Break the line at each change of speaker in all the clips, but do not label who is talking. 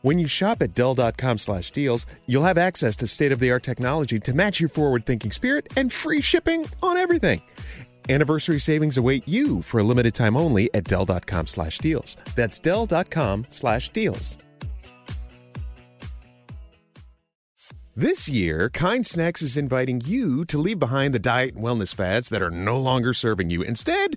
When you shop at Dell.com slash deals, you'll have access to state of the art technology to match your forward thinking spirit and free shipping on everything. Anniversary savings await you for a limited time only at Dell.com slash deals. That's Dell.com slash deals. This year, Kind Snacks is inviting you to leave behind the diet and wellness fads that are no longer serving you. Instead,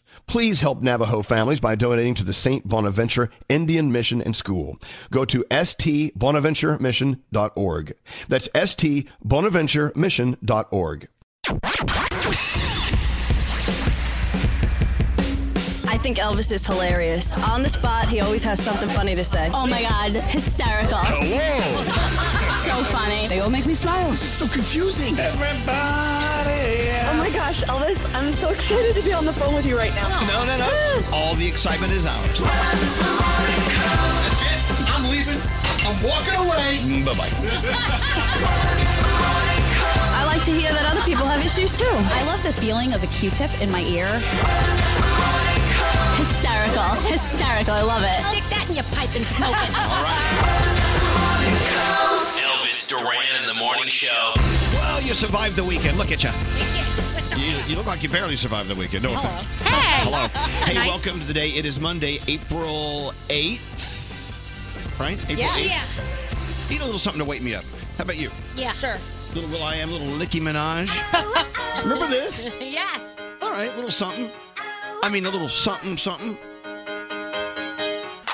Please help Navajo families by donating to the St. Bonaventure Indian Mission and School. Go to stbonaventuremission.org. That's stbonaventuremission.org.
I think Elvis is hilarious. On the spot, he always has something funny to say.
Oh my god, hysterical. so funny. They all make me smile.
so confusing.
Oh my gosh, Elvis, I'm so excited to be on the phone with you right now.
No, no, no. All the excitement is ours. That's it. I'm leaving. I'm walking away. Bye bye.
I like to hear that other people have issues too.
I love the feeling of a Q-tip in my ear. Hysterical, hysterical. I love it.
Stick that in your pipe and smoke it.
Elvis Duran in the morning show.
Well, you survived the weekend. Look at you. You, you look like you barely survived the weekend. No offense.
Hey.
Hello. Hey, welcome to the day. It is Monday, April 8th. Right? April
Yeah.
8th? Need a little something to wake me up. How about you?
Yeah. Sure.
Little Will I Am, little Licky Minaj. Remember this?
Yes.
All right, little something. I mean, a little something, something.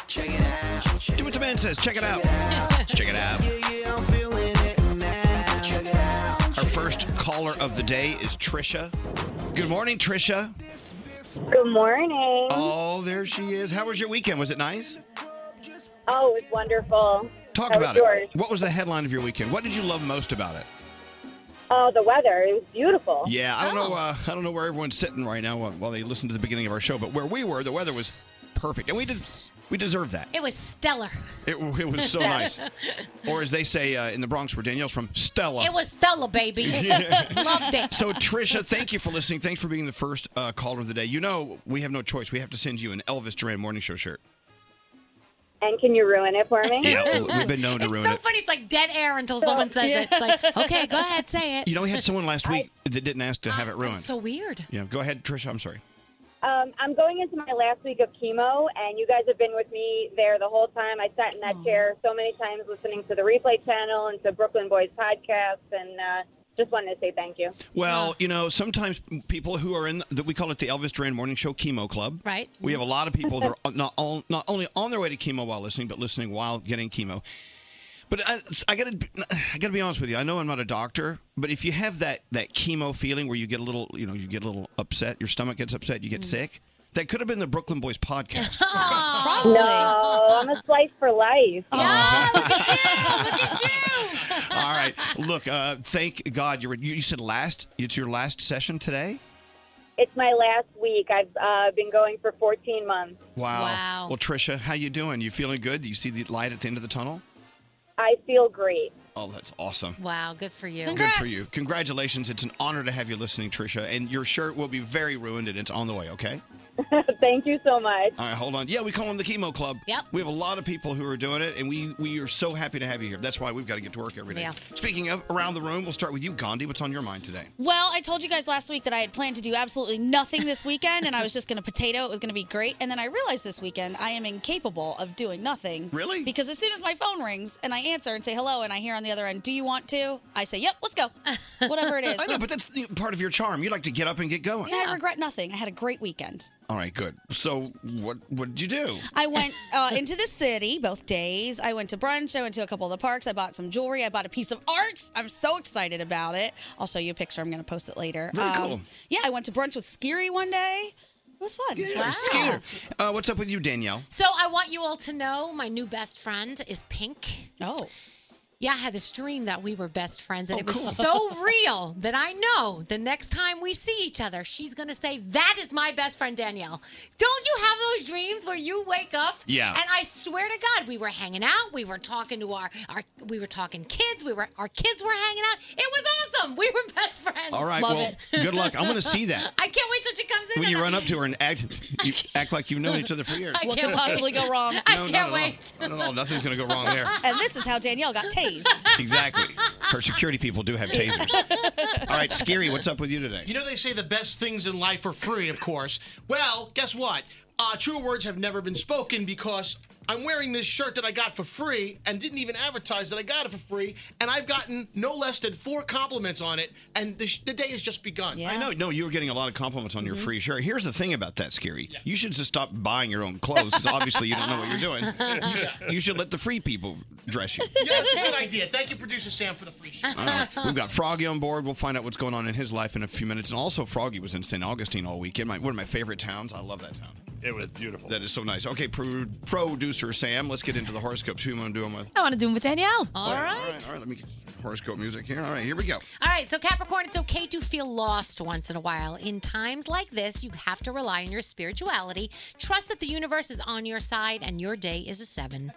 Check it out. Do what the man says. Check it out. Check it out. Our first caller of the day is Trisha. Good morning, Trisha.
Good morning.
Oh, there she is. How was your weekend? Was it nice?
Oh, it was wonderful.
Talk
How
about
was
it.
yours?
What was the headline of your weekend? What did you love most about it?
Oh, the weather. It was beautiful.
Yeah, I don't
Oh.
know. Uh, I don't know where everyone's sitting right now while while they listen to the beginning of our show, but where we were, the weather was perfect, and we did. We deserve that.
It was stellar.
It, it was so nice. Or as they say uh, in the Bronx, where Danielle's from, Stella.
It was stellar, baby. Loved it.
so, Trisha, thank you for listening. Thanks for being the first uh, caller of the day. You know, we have no choice. We have to send you an Elvis Duran Morning Show shirt.
And can you ruin it for me?
Yeah, we- we've been known to
it's
ruin
so
it.
funny. It's like dead air until someone says it. It's like, okay, go ahead, say it.
You know, we had someone last week that didn't ask to have it ruined.
So weird.
yeah, go ahead, Trisha. I'm sorry.
Um, I'm going into my last week of chemo, and you guys have been with me there the whole time. I sat in that chair so many times listening to the replay channel and to Brooklyn Boys podcast, and uh, just wanted to say thank you.
Well, you know, sometimes people who are in the, we call it the Elvis Duran Morning Show Chemo Club.
Right.
We have a lot of people that are not all, not only on their way to chemo while listening, but listening while getting chemo. But I, I gotta, I gotta be honest with you. I know I'm not a doctor, but if you have that that chemo feeling where you get a little, you know, you get a little upset, your stomach gets upset, you get sick. That could have been the Brooklyn Boys podcast.
No, I'm a slice for life.
All right, look. Uh, thank God you're. You, you said last. It's your last session today.
It's my last week. I've uh, been going for 14 months.
Wow. Well, Trisha, how you doing? You feeling good? Do you see the light at the end of the tunnel?
I feel great.
Oh, that's awesome.
Wow, good for you.
Good for you. Congratulations. It's an honor to have you listening, Trisha. And your shirt will be very ruined, and it's on the way, okay?
Thank you so much.
All right, hold on. Yeah, we call them the Chemo Club. Yep. We have a lot of people who are doing it, and we, we are so happy to have you here. That's why we've got to get to work every day.
Yeah.
Speaking of around the room, we'll start with you, Gandhi. What's on your mind today?
Well, I told you guys last week that I had planned to do absolutely nothing this weekend, and I was just going to potato. It was going to be great. And then I realized this weekend I am incapable of doing nothing.
Really?
Because as soon as my phone rings and I answer and say hello, and I hear on the other end, "Do you want to?" I say, "Yep, let's go." Whatever it is.
I know, but that's the- part of your charm. You like to get up and get going.
Yeah, I regret nothing. I had a great weekend.
All right, good. So, what what did you do?
I went uh, into the city both days. I went to brunch. I went to a couple of the parks. I bought some jewelry. I bought a piece of art. I'm so excited about it. I'll show you a picture. I'm going to post it later. Um,
Very cool.
Yeah, I went to brunch with Skiri one day. It was fun.
Yeah, Skeeter. Uh, what's up with you, Danielle?
So I want you all to know my new best friend is Pink.
Oh.
Yeah, I had this dream that we were best friends, and
Oh,
it was
cool.
so real that I know the next time we see each other, she's going to say, That is my best friend, Danielle. Don't you have those dreams where you wake up?
Yeah.
And I swear to God, we were hanging out. We were talking to our, our we were talking kids. We were Our kids were hanging out. It was awesome. We were best friends.
All right, well, good luck. I wanna see that.
I can't wait till she comes in.
When you
and I-
run up to her and act, you act like you've known each other for years.
I What can't could wait. possibly go wrong? I
No,
can't
not at all.
wait.
Not at all. Nothing's going to go wrong there.
And this is how Danielle got tased.
Exactly. Her security people do have tasers. All right, Scary, what's up with you today?
You know, they say the best things in life are free, of course. Well, guess what? Uh, true words have never been spoken because I'm wearing this shirt that I got for free and didn't even advertise that I got it for free, and I've gotten no less than four compliments on it, and the, sh- the day has just begun.
I know, no, you were getting a lot of compliments on your
Mm-hmm.
Mhm.
free shirt. Here's the thing about that, Scary. You should just stop buying your own clothes because obviously you don't know what you're doing. You should, you should let the free people dress you.
Yeah, that's a good idea. Thank you, producer Sam, for the free shirt.
All right. We've got Froggy on board. We'll find out what's going on in his life in a few minutes. And also, Froggy was in St. Augustine all weekend. My, one of my favorite towns. I love that town.
It was beautiful.
That is so nice. Okay, pro- producer Sam, let's get into the horoscopes. Who am I doing with?
I want to do them with Danielle.
All right.
All right, all right. Let me get some horoscope music here. All right, here we go.
All right, so Capricorn, it's okay to feel lost once in a while. In times like this, you have to rely on your spirituality. Trust that the universe is on your side and your day is a seven.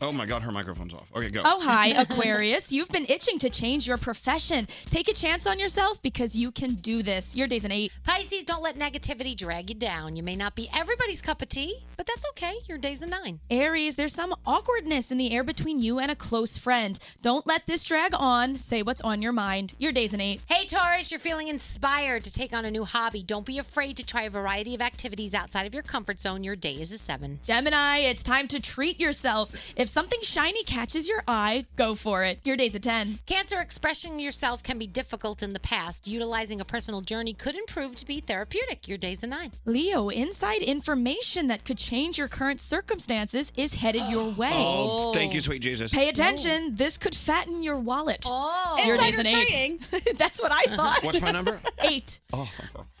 Oh my God, her microphone's off. Okay, go.
Oh, hi, Aquarius. You've been itching to change your profession. Take a chance on yourself because you can do this. Your day's an eight.
Pisces, don't let negativity drag you down. You may not be everybody's cup of tea, but that's okay. Your day's a nine.
Aries, there's some awkwardness in the air between you and a close friend. Don't let this drag on. Say what's on your mind. Your day's an eight.
Hey, Taurus, you're feeling inspired to take on a new hobby. Don't be afraid to try a variety of activities outside of your comfort zone. Your day is a seven.
Gemini, it's time to treat yourself. If something shiny catches your eye, go for it. Your day's a 10.
Cancer, expressing yourself can be difficult in the past. Utilizing a personal journey could improve to be therapeutic. Your day's a nine.
Leo, inside information that could change your current circumstances is headed your way.
Oh, thank you, sweet Jesus.
Pay attention. This could fatten your wallet. Oh, your
Oh. Insider
day's an eight. That's what I thought.
Uh-huh. What's my number? Oh,
Eight.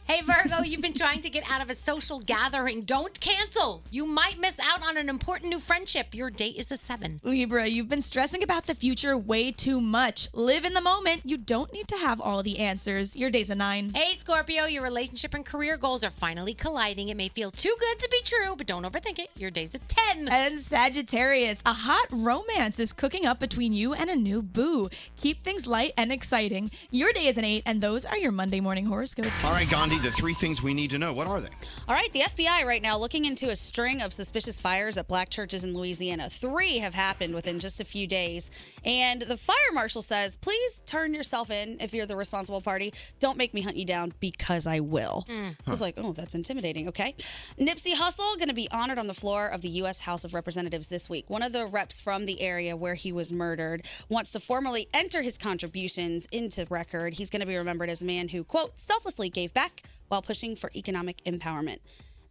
Hey, Virgo, you've been trying to get out of a social gathering. Don't cancel. You might miss out on an important new friendship. Your date is a seven.
Libra, you've been stressing about the future way too much. Live in the moment. You don't need to have all the answers. Your day's a nine.
Hey, Scorpio, your relationship and career goals are finally colliding. It may feel too good to be true, but don't overthink it. Your day's a 10.
And Sagittarius, a hot romance is cooking up between you and a new boo. Keep things light and exciting. Your day is an eight, and those are your Monday morning horoscopes.
All right, Gandhi, Andy, the three things we need to know. What are they?
All right, the FBI right now looking into a string of suspicious fires at black churches in Louisiana. Three have happened within just a few days. And the fire marshal says, please turn yourself in if you're the responsible party. Don't make me hunt you down because I will.
Mm.
I was
Huh.
like, oh, that's intimidating. Okay. Nipsey Hussle going to be honored on the floor of the U.S. House of Representatives this week. One of the reps from the area where he was murdered wants to formally enter his contributions into record. He's going to be remembered as a man who, quote, selflessly gave back while pushing for economic empowerment.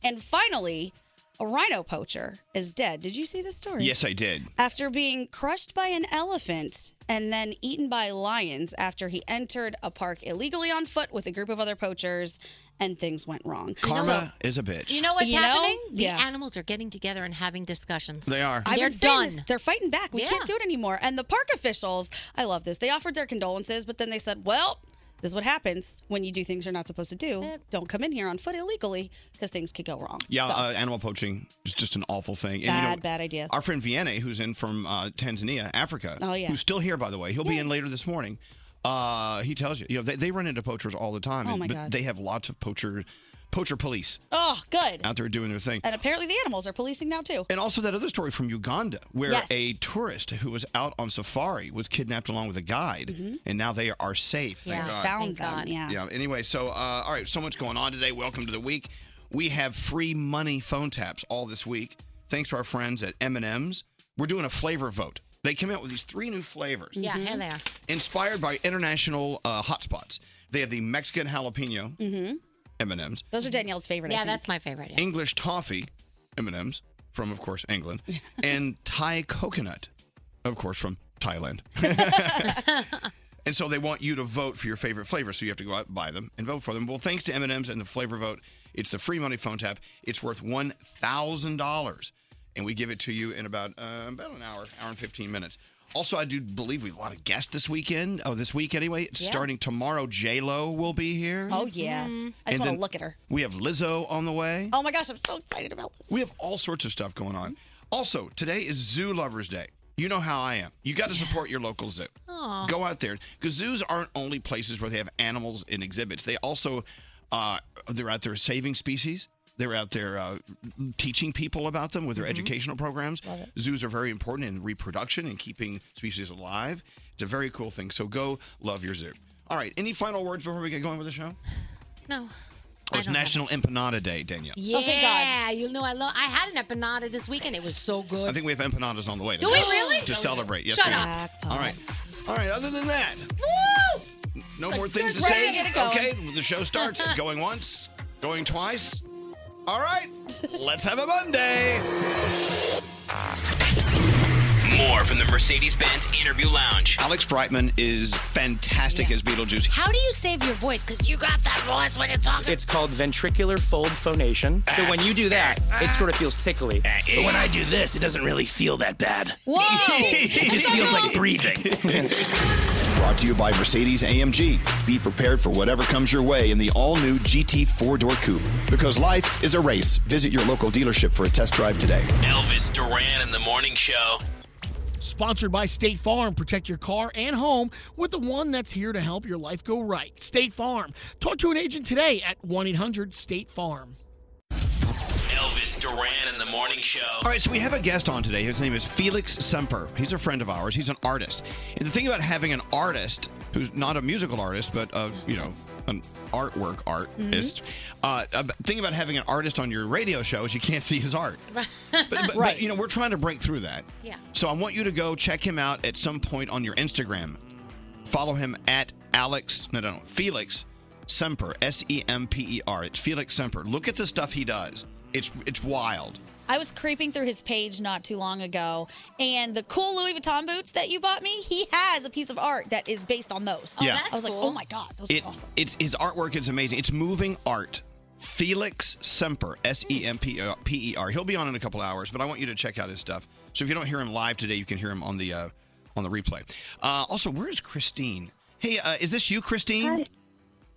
And finally, a rhino poacher is dead. Did you see this story?
Yes, I did.
After being crushed by an elephant and then eaten by lions after he entered a park illegally on foot with a group of other poachers, and things went wrong. So-
Karma is a bitch.
You know what's
You know?
happening? The
Yeah.
animals are getting together and having discussions.
They are.
I've
They're
been saying
done.
this. They're fighting back. We can't do it anymore. And the park officials, I love this. They offered their condolences, but then they said, well, this is what happens when you do things you're not supposed to do. Don't come in here on foot illegally because things could go wrong.
Yeah, uh, animal poaching is just an awful thing. And, you know,
Bad, bad idea.
Our friend Vianney, who's in from uh, Tanzania, Africa.
Oh, yeah.
Who's still here, by the way. He'll be in later this morning. Uh, he tells you, you know, they, they run into poachers all the time.
Oh,
and-
my
but
God.
They have lots of poacher, poacher police
Oh, good.
out there doing their thing.
And apparently the animals are policing now too.
And also that other story from Uganda, where
Yes.
a tourist who was out on safari was kidnapped along with a guide, and now they are safe. Thank
Mm-hmm. Yeah,
God.
found Thank them, God. yeah.
Anyway, so uh, all right, so much going on today. Welcome to the week. We have free money phone taps all this week, thanks to our friends at M and M's. We're doing a flavor vote. They came out with these three new flavors
Yeah,
Mm-hmm.
here they are.
inspired by international uh, hotspots. They have the Mexican jalapeno
Mm-hmm.
M and M's.
Those are Danielle's favorite. I
Yeah,
think.
that's my favorite. Yeah.
English toffee M&Ms from of course England and Thai coconut of course from Thailand. and so they want you to vote for your favorite flavor so you have to go out and buy them and vote for them. Well, thanks to M&Ms and the flavor vote, it's the free money phone tap. It's worth $1,000 and we give it to you in about uh, about an hour, hour and 15 minutes. Also, I do believe we have a lot of guests this weekend. Oh, this week anyway. It's
Yeah.
Starting tomorrow, J Lo will be here.
Oh yeah.
Mm-hmm.
I just
And
want
then
to look at her.
We have Lizzo on the way.
Oh my gosh, I'm so excited about this.
We have all sorts of stuff going on. Also, today is Zoo Lovers Day. You know how I am. You got to support your local zoo.
Aw.
Go out there because zoos aren't only places where they have animals in exhibits. They also uh, they're out there saving species. They're out there uh, teaching people about them with their
Mm-hmm.
educational programs. Zoos are very important in reproduction and keeping species alive. It's a very cool thing. So go love your zoo. All right. Any final words before we get going with the show?
No.
Oh, it's
don't have
National Empanada Day, Danielle.
Yeah,
thank God.
you know I love. I had an empanada this weekend. It was so good.
I think we have empanadas on the way.
Do we really? Oh,
To celebrate. Yes,
Shut
we do.
up.
All right. All right. Other than that, no
Like,
more things to
we're ready
say.
to get it going.
Okay. The show starts. going once. Going twice. All right. Let's have a Monday.
More from the Mercedes Benz Interview Lounge.
Alex Brightman is fantastic as Beetlejuice.
How do you save your voice? Because you got that voice when you're talking.
It's called ventricular fold phonation. So when you do that, it
Ah.
sort of feels tickly. But when I do this, it doesn't really feel that bad.
Whoa!
It just feels like breathing.
Brought to you by Mercedes AMG. Be prepared for whatever comes your way in the all new GT four door coupe. Because life is a race. Visit your local dealership for a test drive today.
Elvis Duran in the Morning Show.
Sponsored by State Farm. Protect your car and home with the one that's here to help your life go right. State Farm. Talk to an agent today at 1 800 State Farm.
Elvis Duran in the Morning Show.
All right, so we have a guest on today. His name is Felix Semper. He's a friend of ours. He's an artist. And the thing about having an artist who's not a musical artist, but a, you know, an artwork artist, uh, uh, the thing about having an artist on your radio show is you can't see his art.
But,
But, But, you know, we're trying to break through that.
Yeah.
So I want you to go check him out at some point on your Instagram. Follow him at Alex, no, no, no Felix Semper, S E M P E R. It's Felix Semper. Look at the stuff he does. It's it's wild.
I was creeping through his page not too long ago, and the cool Louis Vuitton boots that you bought me, he has a piece of art that is based on those.
Oh, Yeah. that's
I was like,
cool.
oh my God, those
It,
are awesome.
It's his artwork is amazing. It's moving art. Felix Semper, S E M P E R. He'll be on in a couple hours, but I want you to check out his stuff. So if you don't hear him live today, you can hear him on the uh, on the replay. Uh, also, where is Christine? Hey, uh, is this you, Christine?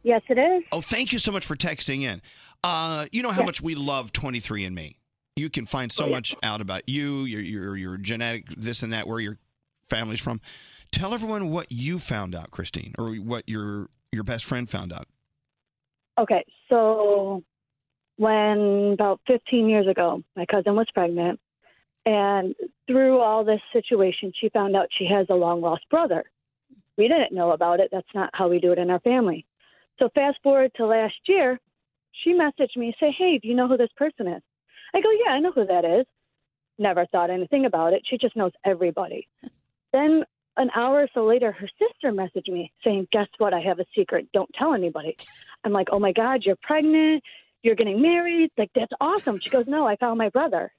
Yes, it is.
Oh, thank you so much for texting in. Uh, you know how much we love 23andMe. You can find
Oh,
so much out about you, your, your your genetic this and that, where your family's from. Tell everyone what you found out, Christine, or what your your best friend found out.
Okay, so when about 15 years ago, my cousin was pregnant, and through all this situation, she found out she has a long lost brother. We didn't know about it. That's not how we do it in our family. So fast forward to last year, she messaged me say, "Hey, do you know who this person is?" I go, "Yeah, I know who that is." Never thought anything about it. She just knows everybody. then an hour or so later, her sister messaged me saying, "Guess what? I have a secret. Don't tell anybody." I'm like, "Oh my God, you're pregnant. You're getting married. Like that's awesome." She goes, "No, I found my brother."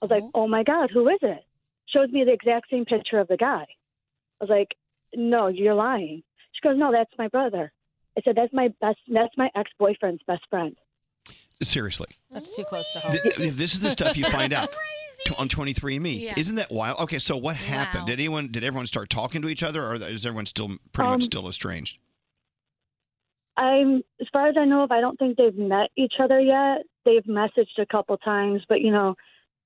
I was like, "Oh my God, who is it?" Shows me the exact same picture of the guy. I was like, "No, you're lying." She goes, "No, that's my brother." I said, "That's my best. That's my ex-boyfriend's best friend."
Seriously.
That's too close to
Th-
Oh.
I mean, this is the stuff you find out t- on 23andMe.
Yeah.
Isn't that wild? Okay, so what happened? Did anyone? Did everyone start talking to each other, or is everyone still pretty
Um,
much still estranged?
I'm, as far as I know of, I don't think they've met each other yet. They've messaged a couple times, but you know,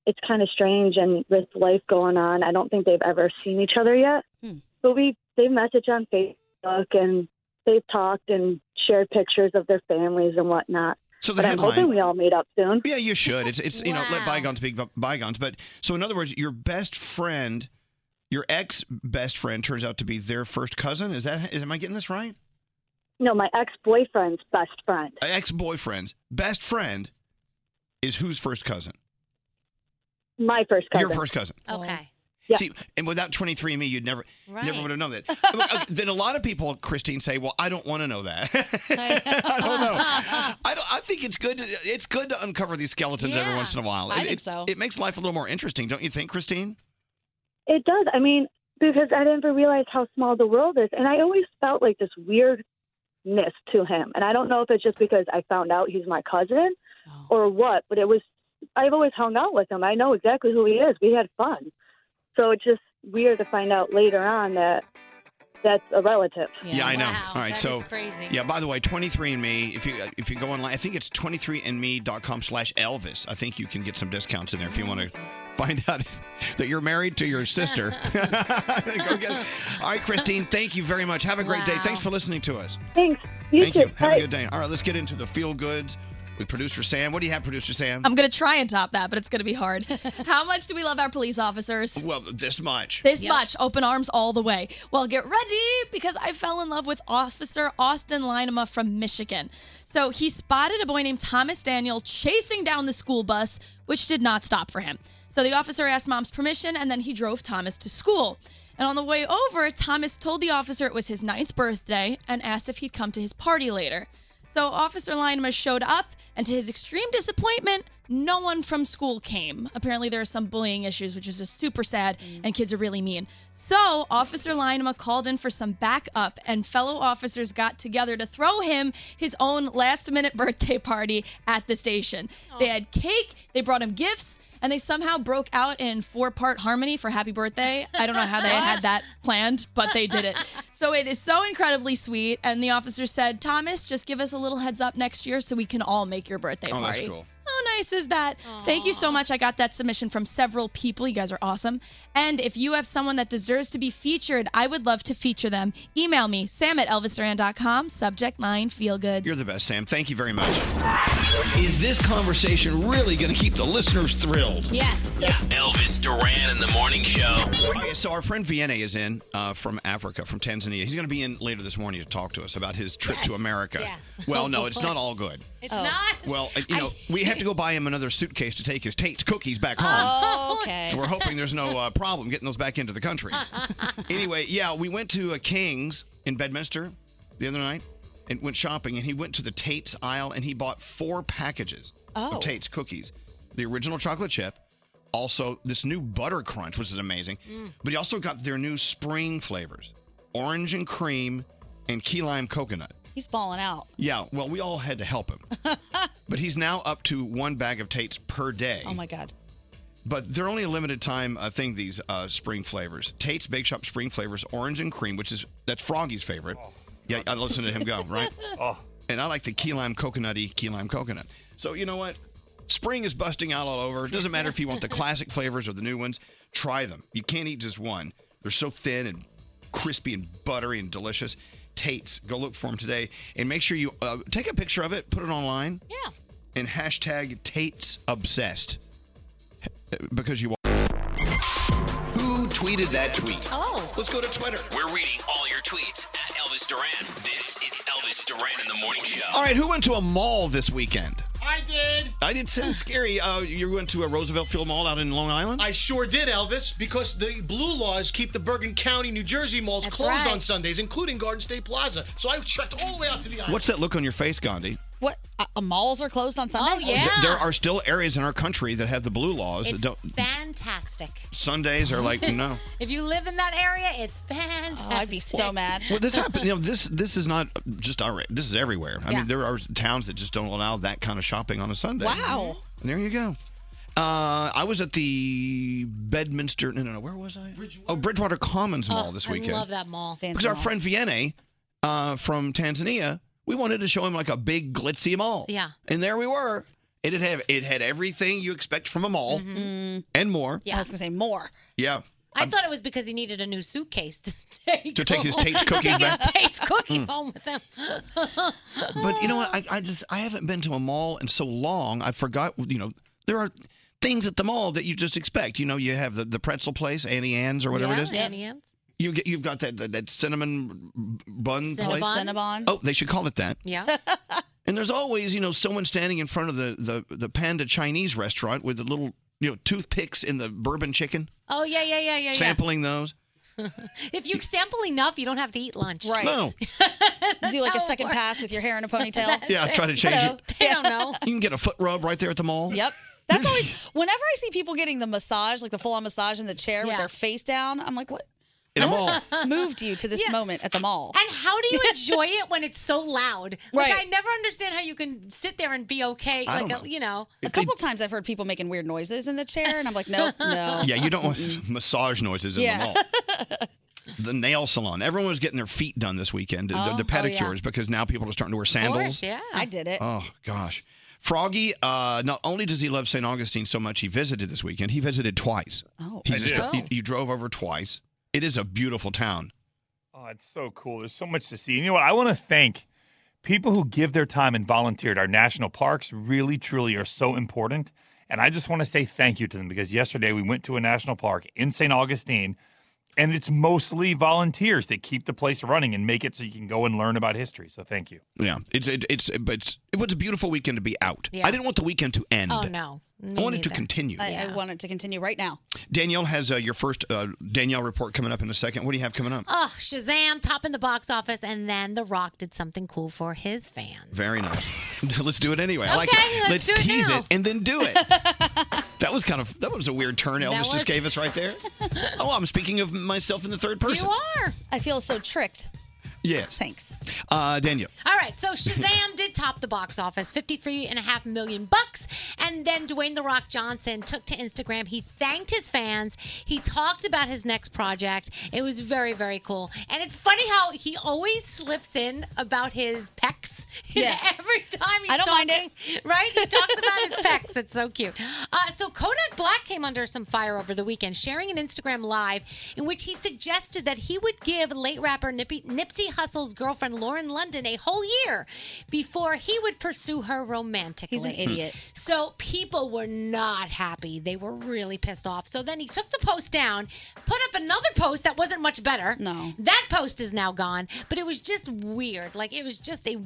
it's kind of strange. And with life going on, I don't think they've ever seen each other yet.
Hmm.
But we, they've messaged on Facebook and they've talked and shared pictures of their families and whatnot.
So the
but I'm
headline-
hoping we all meet up soon.
Yeah, you should. It's it's you know let bygones be bu- bygones. But so in other words, your best friend, your ex best friend, turns out to be their first cousin. Is that is, am I getting this right?
No, my ex-boyfriend's best friend.
Ex boyfriend's best friend is whose first cousin?
My first cousin.
Your first cousin.
Okay.
See, and without 23andMe, you'd never,
Right.
never would have known that. Look, uh, then a lot of people, Christine, say, "Well, I don't want to know that. I don't know. I, don't, I think it's good. To, it's good to uncover these skeletons every
Yeah.
once in a while.
I
It-
think
it-
so.
It makes life a little more interesting, don't you think, Christine?
It does. I mean, because I never realized how small the world is, and I always felt like this weirdness to him. And I don't know if it's just because I found out he's my cousin or what, but it was. I've always hung out with him. I know exactly who he is. We had fun. So it's just weird to find out later on that that's a relative.
Yeah, I know. All right, so yeah. By the way, 23andMe. If you if you go online, I think it's 23andme.com/elvis. I think you can get some discounts in there if you want to find out that you're married to your sister. go get it. All right, Christine. Thank you very much. Have a great day. Thanks for listening to us.
Thanks. You
thank
too.
you. Have a good day. All right, let's get into the feel good with producer Sam. What do you have, producer Sam?
I'm going to try and top that, but it's going to be hard. How much do we love our police officers?
well, this much.
This much, open arms all the way. Well, get ready because I fell in love with Officer Austin Linema from Michigan. So he spotted a boy named Thomas Daniel chasing down the school bus, which did not stop for him. So the officer asked mom's permission and then he drove Thomas to school. And on the way over, Thomas told the officer it was his ninth birthday and asked if he'd come to his party later. So Officer Lynema showed up, and to his extreme disappointment, no one from school came. Apparently, there are some bullying issues, which is just super sad, and kids are really mean. So Officer Lynema called in for some backup, and fellow officers got together to throw him his own last-minute birthday party at the station. They had cake, they brought him gifts, and they somehow broke out in four-part harmony for Happy Birthday. I don't know how they had that planned, but they did it. So it is so incredibly sweet. And the officer said, Thomas, just give us a little heads up next year so we can all make your birthday
Oh, that's
party.
cool.
How nice is that? Thank you so much. I got that submission from several people. You guys are awesome. And if you have someone that deserves to be featured, I would love to feature them. Email me, sam at elvisduran.com, subject line feel goods.
You're the best, Sam. Thank you very much. Is this conversation really going to keep the listeners thrilled?
Yes.
Elvis Duran in the morning show.
Okay, so our friend Vienna is in uh, from Africa, from Tanzania. He's going to be in later this morning to talk to us about his trip to America.
Yeah.
Well, no, it's not all good.
It's
Oh.
not.
Well, uh, you know, we have to go buy him another suitcase to take his Tate's cookies back home.
Oh,
Oh,
okay.
And we're hoping there's no uh, problem getting those back into the country. anyway, yeah, we went to a King's in Bedminster the other night and went shopping, and he went to the Tate's aisle and he bought four packages
Oh.
of Tate's cookies. The original chocolate chip, also this new butter crunch, which is amazing,
Mm.
but he also got their new spring flavors orange and cream and key lime coconut.
He's balling out.
Yeah, well, we all had to help him. but he's now up to one bag of Tate's per day.
Oh my God.
But they're only a limited time uh, thing. These uh, spring flavors, Tate's Bake Shop spring flavors, orange and cream, which is that's Froggy's favorite. yeah, I listen to him go right. oh, and I like the key lime coconutty key lime coconut. So you know what? Spring is busting out all over. It doesn't matter if you want the classic flavors or the new ones. Try them. You can't eat just one. They're so thin and crispy and buttery and delicious. Tate's. Go look for them today, and make sure you uh, take a picture of it, put it online.
Yeah.
And hashtag Tate's Obsessed because you. are. Who tweeted that tweet?
Oh.
Let's go to Twitter.
We're reading all your tweets at Elvis Duran. This is Elvis Duran in the Morning Show.
All right, who went to a mall this weekend?
I did.
I did say scary. Uh, you went to a Roosevelt Field Mall out in Long Island.
I sure did, Elvis, because the blue laws keep the Bergen County, New Jersey malls
That's
closed
right.
on Sundays, including Garden State Plaza. So I trekked all the way out to the island.
What's that look on your face, Gandhi?
What? Uh, uh, malls are closed on Sunday? Oh,
Th- There are still areas in our country that have the blue laws
Ah. It's
that don't.
fantastic.
Sundays are like no.
If you live in that area, it's fantastic.
Oh,
I'd be so mad.
Well, this happened. You know, this this is not just our. This is everywhere. I
Yeah.
mean, there are towns that just don't allow that kind of shopping on a Sunday.
Wow.
There you go. Uh, I was at the Bedminster. No, no, no. Where was I? Oh, Bridgewater Commons Mall this weekend.
Oh, I love that mall.
Because our friend Vienne uh, from Tanzania, we wanted to show him like a big glitzy mall.
Yeah.
And there we were. It had it had everything you expect from a mall and more.
Mm-hmm. Yeah. I was gonna say more.
Yeah.
I thought it was because he needed a new suitcase to take
To take his
home.
Tate's cookies
Take his
back.
Tate's cookies
Mm.
home with him.
But you know what? I, I just I haven't been to a mall in so long. I forgot. You know, there are things at the mall that you just expect. You know, you have the, the pretzel place, Annie Ann's or whatever
yeah,
it is.
Annie Ann's.
You get you've got that that, that cinnamon bun place.
Cinnabon. Cinnabon.
Oh, they should call it that.
Yeah.
And there's always you know someone standing in front of the the, the panda Chinese restaurant with the little you know toothpicks in the bourbon chicken,
Oh yeah, yeah, yeah, yeah, yeah.
sampling those.
If you sample enough, you don't have to eat lunch.
Right.
No.
Do like a second pass with your hair in a ponytail.
Yeah, try to change
Hello.
it. You can get a foot rub right there at the mall.
Yep. That's always whenever I see people getting the massage, like the full on massage in the chair with their face down, I'm like, what?
In a mall.
what moved you to this moment at the mall?
And how do you enjoy it when it's so loud? Like
Right.
I never understand how you can sit there and be okay.
I
like
don't
a, you know.
A couple times I've heard people making weird noises in the chair, and I'm like, nope, no.
Yeah, you don't want massage noises in the
Yeah.
mall. The nail salon. Everyone was getting their feet done this weekend. the-
Oh,
the,
oh, yeah.
pedicures because now people are starting to wear sandals.
yeah. I did it.
Oh gosh, Froggy. Uh, not only does he love St. Augustine so much, he visited this weekend. He visited twice.
Oh,
he,
I
just-
did.
he- he drove over twice. It is a beautiful town.
Oh, it's so cool. There's so much to see. And you know what? I want to thank people who give their time and volunteered. Our national parks really, truly are so important. And I just want to say thank you to them because yesterday we went to a national park in St. Augustine, and it's mostly volunteers that keep the place running and make it so you can go and learn about history. So thank you.
Yeah, it's it, it's but it's, it was a beautiful weekend to be out.
Yeah.
I didn't want the weekend to end.
Oh, no.
I wanted to continue.
I, I want it to continue right now.
Danielle has uh, your first uh, Danielle report coming up in a second. What do you have coming up?
Oh, Shazam, top in the box office, and then The Rock did something cool for his fans.
Very nice. let's do it anyway. I like it.
Okay, let's do it
tease
now.
it and then do it. that was kind of that was a weird turn
That
Elvis
was-
just gave us right there. oh, I'm speaking of myself in the third person.
are.
I feel so tricked.
Yes.
Thanks.
Uh, Daniel.
All right, so Shazam did top the box office, fifty-three and a half million bucks. And then Dwayne The Rock Johnson took to Instagram. He thanked his fans. He talked about his next project. It was very, very cool. And it's funny how he always slips in about his pecs.
Yeah.
Every time he's I don't mind it. right? He talks about his pecs. It's so cute. Uh, so Kodak Black came under some fire over the weekend, sharing an Instagram live in which he suggested that he would give late rapper Nippy, Nipsey Hussle's girlfriend Lauren London a whole year before he would pursue her romantically.
He's an idiot. Hmm.
So people were not happy. They were really pissed off. So then he took the post down, put up another post that wasn't much better. No. That post is now gone, but it was just weird. Like it was just a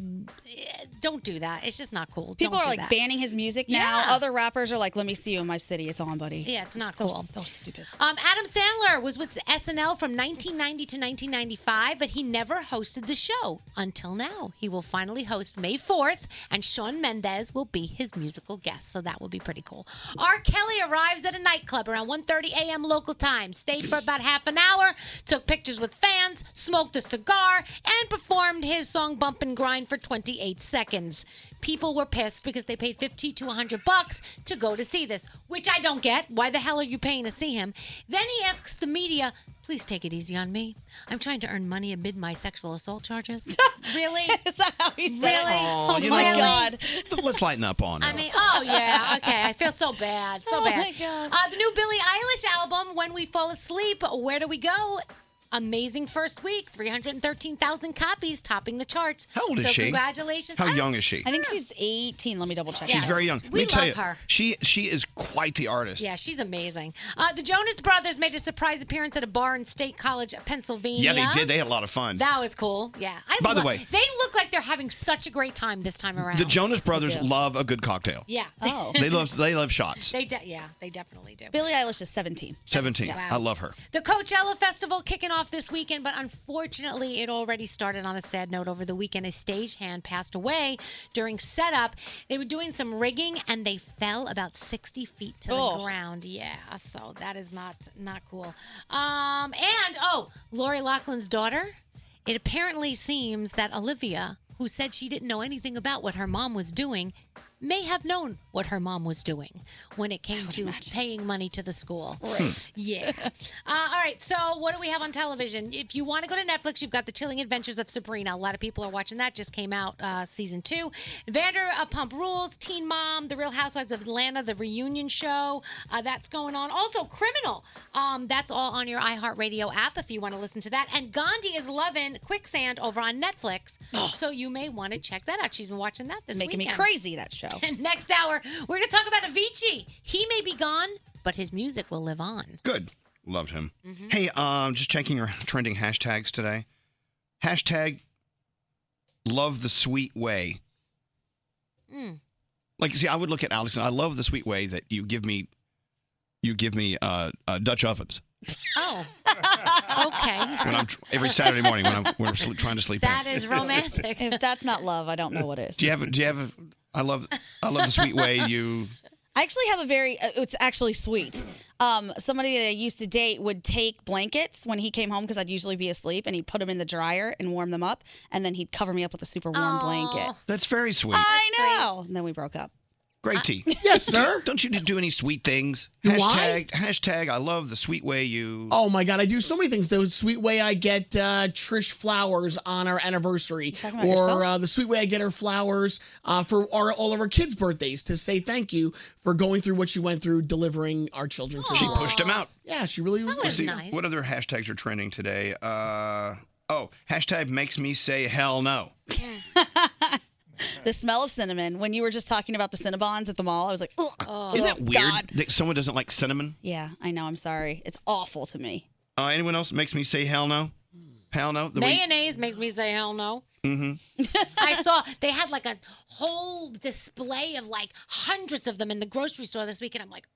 don't do that. It's just not cool.
People
Don't
are
do
like
that.
banning his music now.
Yeah.
Other rappers are like, let me see you in my city. It's on, buddy.
Yeah, it's not
so,
cool.
So stupid.
Um, Adam Sandler was with SNL from 1990 to 1995, but he never hosted the show until now. He will finally host May 4th, and Sean Mendez will be his musical guest, so that will be pretty cool. R. Kelly arrives at a nightclub around 1.30 a.m. local time, stayed for about half an hour, took pictures with fans, smoked a cigar, and performed his song Bump and Grind for 28 seconds. People were pissed because they paid 50 to 100 bucks to go to see this, which I don't get. Why the hell are you paying to see him? Then he asks the media, please take it easy on me. I'm trying to earn money amid my sexual assault charges. really? Is that how he said really?
Oh, you know
really?
what? Let's lighten up on it.
I mean, oh yeah, okay. I feel so bad, so
Oh,
bad.
my
Uh, the new Billie Eilish album, "When We Fall Asleep," where do we go? Amazing first week, 313,000 copies, topping the charts. How
old is
so
she?
congratulations.
How young is she? I think
she's 18. Let me double check.
She's very young. Let
We
me tell
love
you,
her.
She she is quite the artist.
Yeah, she's amazing. Uh, the Jonas Brothers made a surprise appearance at a bar in State College, Pennsylvania.
Yeah, they did. They had a lot of fun.
That was cool. Yeah. I
By the
lo-
way-
they look like they're having such a great time this time around.
the Jonas Brothers
do.
love a good cocktail.
Yeah.
Oh.
They love they love shots.
They de- yeah, they definitely do.
Billie Eilish is 17.
Seventeen.
Wow.
I love her.
The Coachella Festival kicking off this weekend, but unfortunately, it already started on a sad note over the weekend. A stagehand passed away during setup. They were doing some rigging and they fell about 60 feet to
Oh.
the ground. Yeah, so that is not not cool. Um, and oh, Lori Loughlin's daughter. It apparently seems that Olivia, who said she didn't know anything about what her mom was doing, may have known what her mom was doing when it came to paying money to the school. Yeah. Uh, all right. So, what do we have on television? If you want to go to Netflix, you've got The Chilling Adventures of Sabrina. A lot of people are watching that. Just came out uh, season two. Vanderpump Rules, Teen Mom, The Real Housewives of Atlanta, the reunion show. Uh, that's going on. Also, Criminal. Um, that's all on your iHeartRadio app if you want to listen to that. And Gandhi is loving Quicksand over on Netflix. so, you may want to check that out. She's been watching that this
Making me
weekend.
crazy, that show.
And next hour, we're going to talk about Avicii. He may be gone, but his music will live on. Mm-hmm.
Good. Loved him. Hey, um, just checking your trending hashtags today. Hashtag love the sweet way.
Mm.
Like, see, I would look at Alex and I love the sweet way that you give me, you give me uh, uh, Dutch ovens
Oh. okay.
when I'm tr- every Saturday morning when I'm when we're sl- trying to sleep. in.
romantic. if that's not love, I don't know what is.
Do you have? a- Do you have? A, I love. I love the sweet way you.
I actually have a very, uh, it's actually sweet. Um, somebody that I used to date would take blankets when he came home because I'd usually be asleep and he'd put them in the dryer and warm them up. And then he'd cover me up with a super warm blanket.
That's very sweet.
I know. And then we broke up.
Great tea. Yes, sir. Don't you do any sweet things? Hashtag. Hashtag. I love the sweet way you.
Oh my God, I do so many things. The sweet way I get uh, Trish flowers on our anniversary,
talking about yourself?
or uh, the sweet way I get her flowers uh, for our, all of our kids' birthdays to say thank you for going through what she went through delivering our children. to
She
the world.
pushed him out.
Yeah, she really was.
Let's see, What other hashtags are trending today? Uh, oh, hashtag makes me say hell no.
The smell of cinnamon. When you were just talking about the Cinnabons at the mall, I was like, ugh. Oh,
Isn't that weird
God.
that someone doesn't like cinnamon?
Yeah, I know. I'm sorry. It's awful to me.
Uh, anyone else makes me say hell no? Hell no. The way-
Mayonnaise makes me say hell no.
Mhm.
I saw they had like a whole display of like hundreds of them in the grocery store this weekend. I'm like,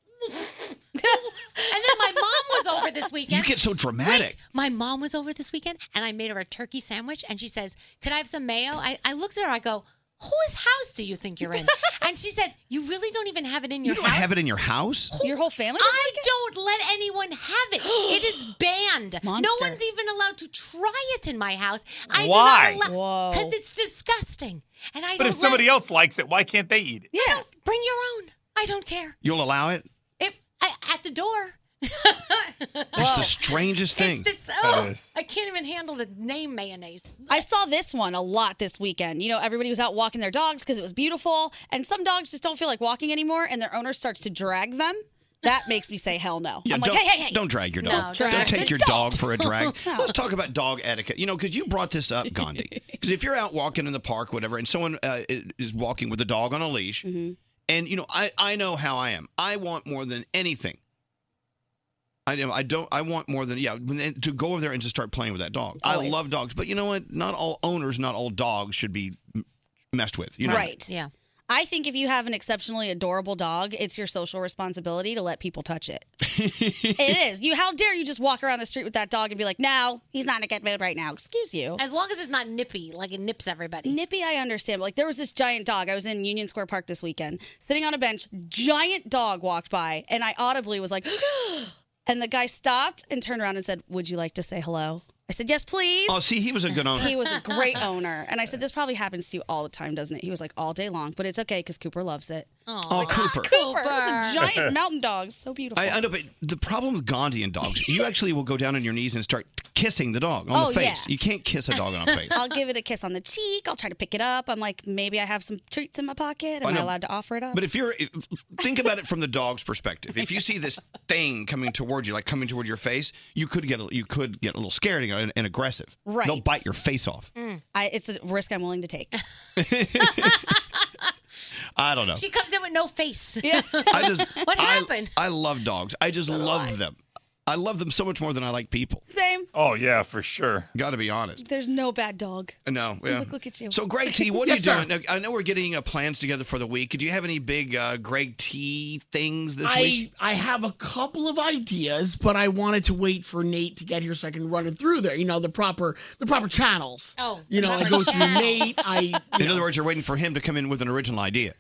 and then my mom was over this
You
weekend.
get so dramatic.
my mom was over this weekend and I made her a turkey sandwich and she says, Could I have some mayo? I, I looked at her, I go, Whose house do you think you're in? and she said, You really don't even have it in your
You don't
house.
have it in your house?
Your whole family?
I don't let anyone have it. it is banned. No
Monster.
one's even allowed to try it in my house. I
Why?
do not allow
Whoa.
because it's disgusting. And I
But
don't
if somebody
let,
else likes it, why can't they eat it?
yeah. bring your own. I don't care.
You'll allow it?
If I, at the door.
It's the strangest thing.
It's this, oh, I can't even handle the name mayonnaise.
I saw this one a lot this weekend. You know, everybody was out walking their dogs because it was beautiful, and some dogs just don't feel like walking anymore, and their owner starts to drag them. That makes me say hell no.
Yeah,
I'm like,
don't,
hey, hey, hey!
don't drag your dog.
No, drag
don't
the
take your
dog.
dog for a drag.
No.
Let's talk about dog etiquette. You know, because you brought this up, Gandhi. Because if you're out walking in the park, whatever, and someone uh, is walking with a dog on a leash,
Mm-hmm.
and you know, I I know how I am. I want more than anything. I do I don't. I want more than yeah. when they- To go over there and just start playing with that dog. I
Always.
love dogs, but you know what? Not all owners, not all dogs should be m- messed with. You know,
right.
Yeah.
I think if you have an exceptionally adorable dog, it's your social responsibility to let people touch it. it is. You how dare you just walk around the street with that dog and be like, "No, he's not in a good mood right now." Excuse you.
As long as it's not nippy, like it nips everybody.
Nippy, I understand. but, Like there was this giant dog. I was in Union Square Park this weekend, sitting on a bench. Giant dog walked by, and I audibly was like, and the guy stopped and turned around and said, "Would you like to say hello?" I said, "Yes, please."
Oh, see, he was a good owner.
He was a great owner, and I said, "This probably happens to you all the time, doesn't it?" He was like, "All day long, but it's okay because Cooper loves it."
Oh, Cooper.
Cooper, it was a giant mountain dog, so beautiful.
I, I know, but the problem with Gandhi and dogs, you actually will go down on your knees and start kissing the dog on
Oh,
the face.
yeah.
You can't kiss a dog on a face.
I'll give it a kiss on the cheek. I'll try to pick it up. I'm like, maybe I have some treats in my pocket. Am
Oh,
I
no.
allowed to offer it up?
But if you're, if- think about it from the dog's perspective. If you see this thing coming towards you, like coming towards your face, you could get a, you could get a little scared and, and aggressive.
Right.
They'll bite your face off.
I, it's a risk I'm willing to take.
I don't know.
She comes in with no face.
I just
what
I-
happened?
I, love dogs. I just love them. I love them so much more than I like people.
Same.
Oh yeah, for sure. Got to be honest.
There's no bad dog.
No. yeah.
Look, look at you.
So Greg T, what are
Yes,
you
sir.
doing? Now, I know we're getting uh, plans together for the week. Do you have any big uh, Greg T things this
I,
week?
I have a couple of ideas, but I wanted to wait for Nate to get here so I can run it through there. You know, the proper the proper channels.
Oh,
you know, I go through Nate. I
In other words, you're waiting for him to come in with an original idea.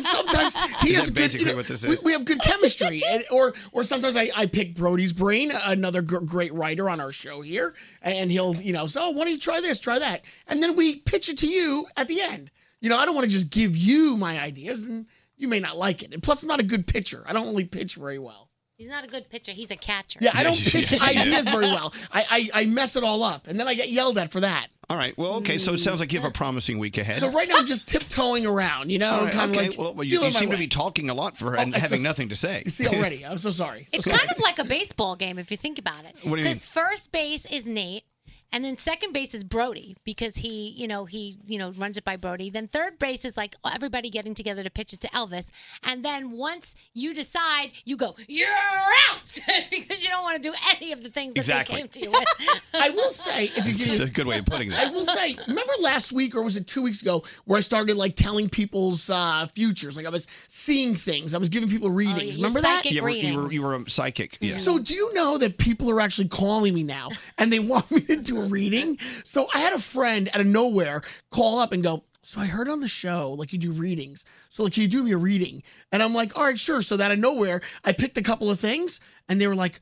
sometimes he
Is
has
that
a good.
basically
You know,
what this
we,
is?
we have good chemistry, and, or or sometimes I, I pick Brody's brain, another gr- great writer on our show here, and he'll you know so oh, why don't you try this, try that, and then we pitch it to you at the end. You know, I don't want to just give you my ideas, and you may not like it. And plus, I'm not a good pitcher. I don't really pitch very well.
He's not a good pitcher. He's a catcher.
Yeah, I don't pitch ideas very well. I, I I mess it all up, and then I get yelled at for that.
All right. Well, okay. So it sounds like you have a promising week ahead.
So right now I'm just tiptoeing around, you know,
All right,
kind of
okay.
like
well, well, you,
feeling
you
my
seem to
way.
be talking a lot for her
Oh,
and
it's
having
a-
nothing to say.
You see already? I'm so sorry.
It's kind of like a baseball game if you think about it.
What do you mean?
Because first base is Nate, and then second base is Brody because he, you know, he, you know, runs it by Brody. Then third base is like everybody getting together to pitch it to Elvis, and then once you decide, you go, you're out because you don't want to do any of the things that
Exactly.
they came to you with.
I will say, if you
It's a
do,
good way of putting
I
that.
will say, remember last week or was it two weeks ago where I started like telling people's uh, futures, like I was seeing things, I was giving people readings. remember that?
You were, you, were, you were a psychic. Yeah.
So do you know that people are actually calling me now and they want me to do a reading? So I had a friend out of nowhere call up and go, so I heard on the show, like you do readings. So like, can you do me a reading? And I'm like, all right, sure. So that out of nowhere, I picked a couple of things and they were like,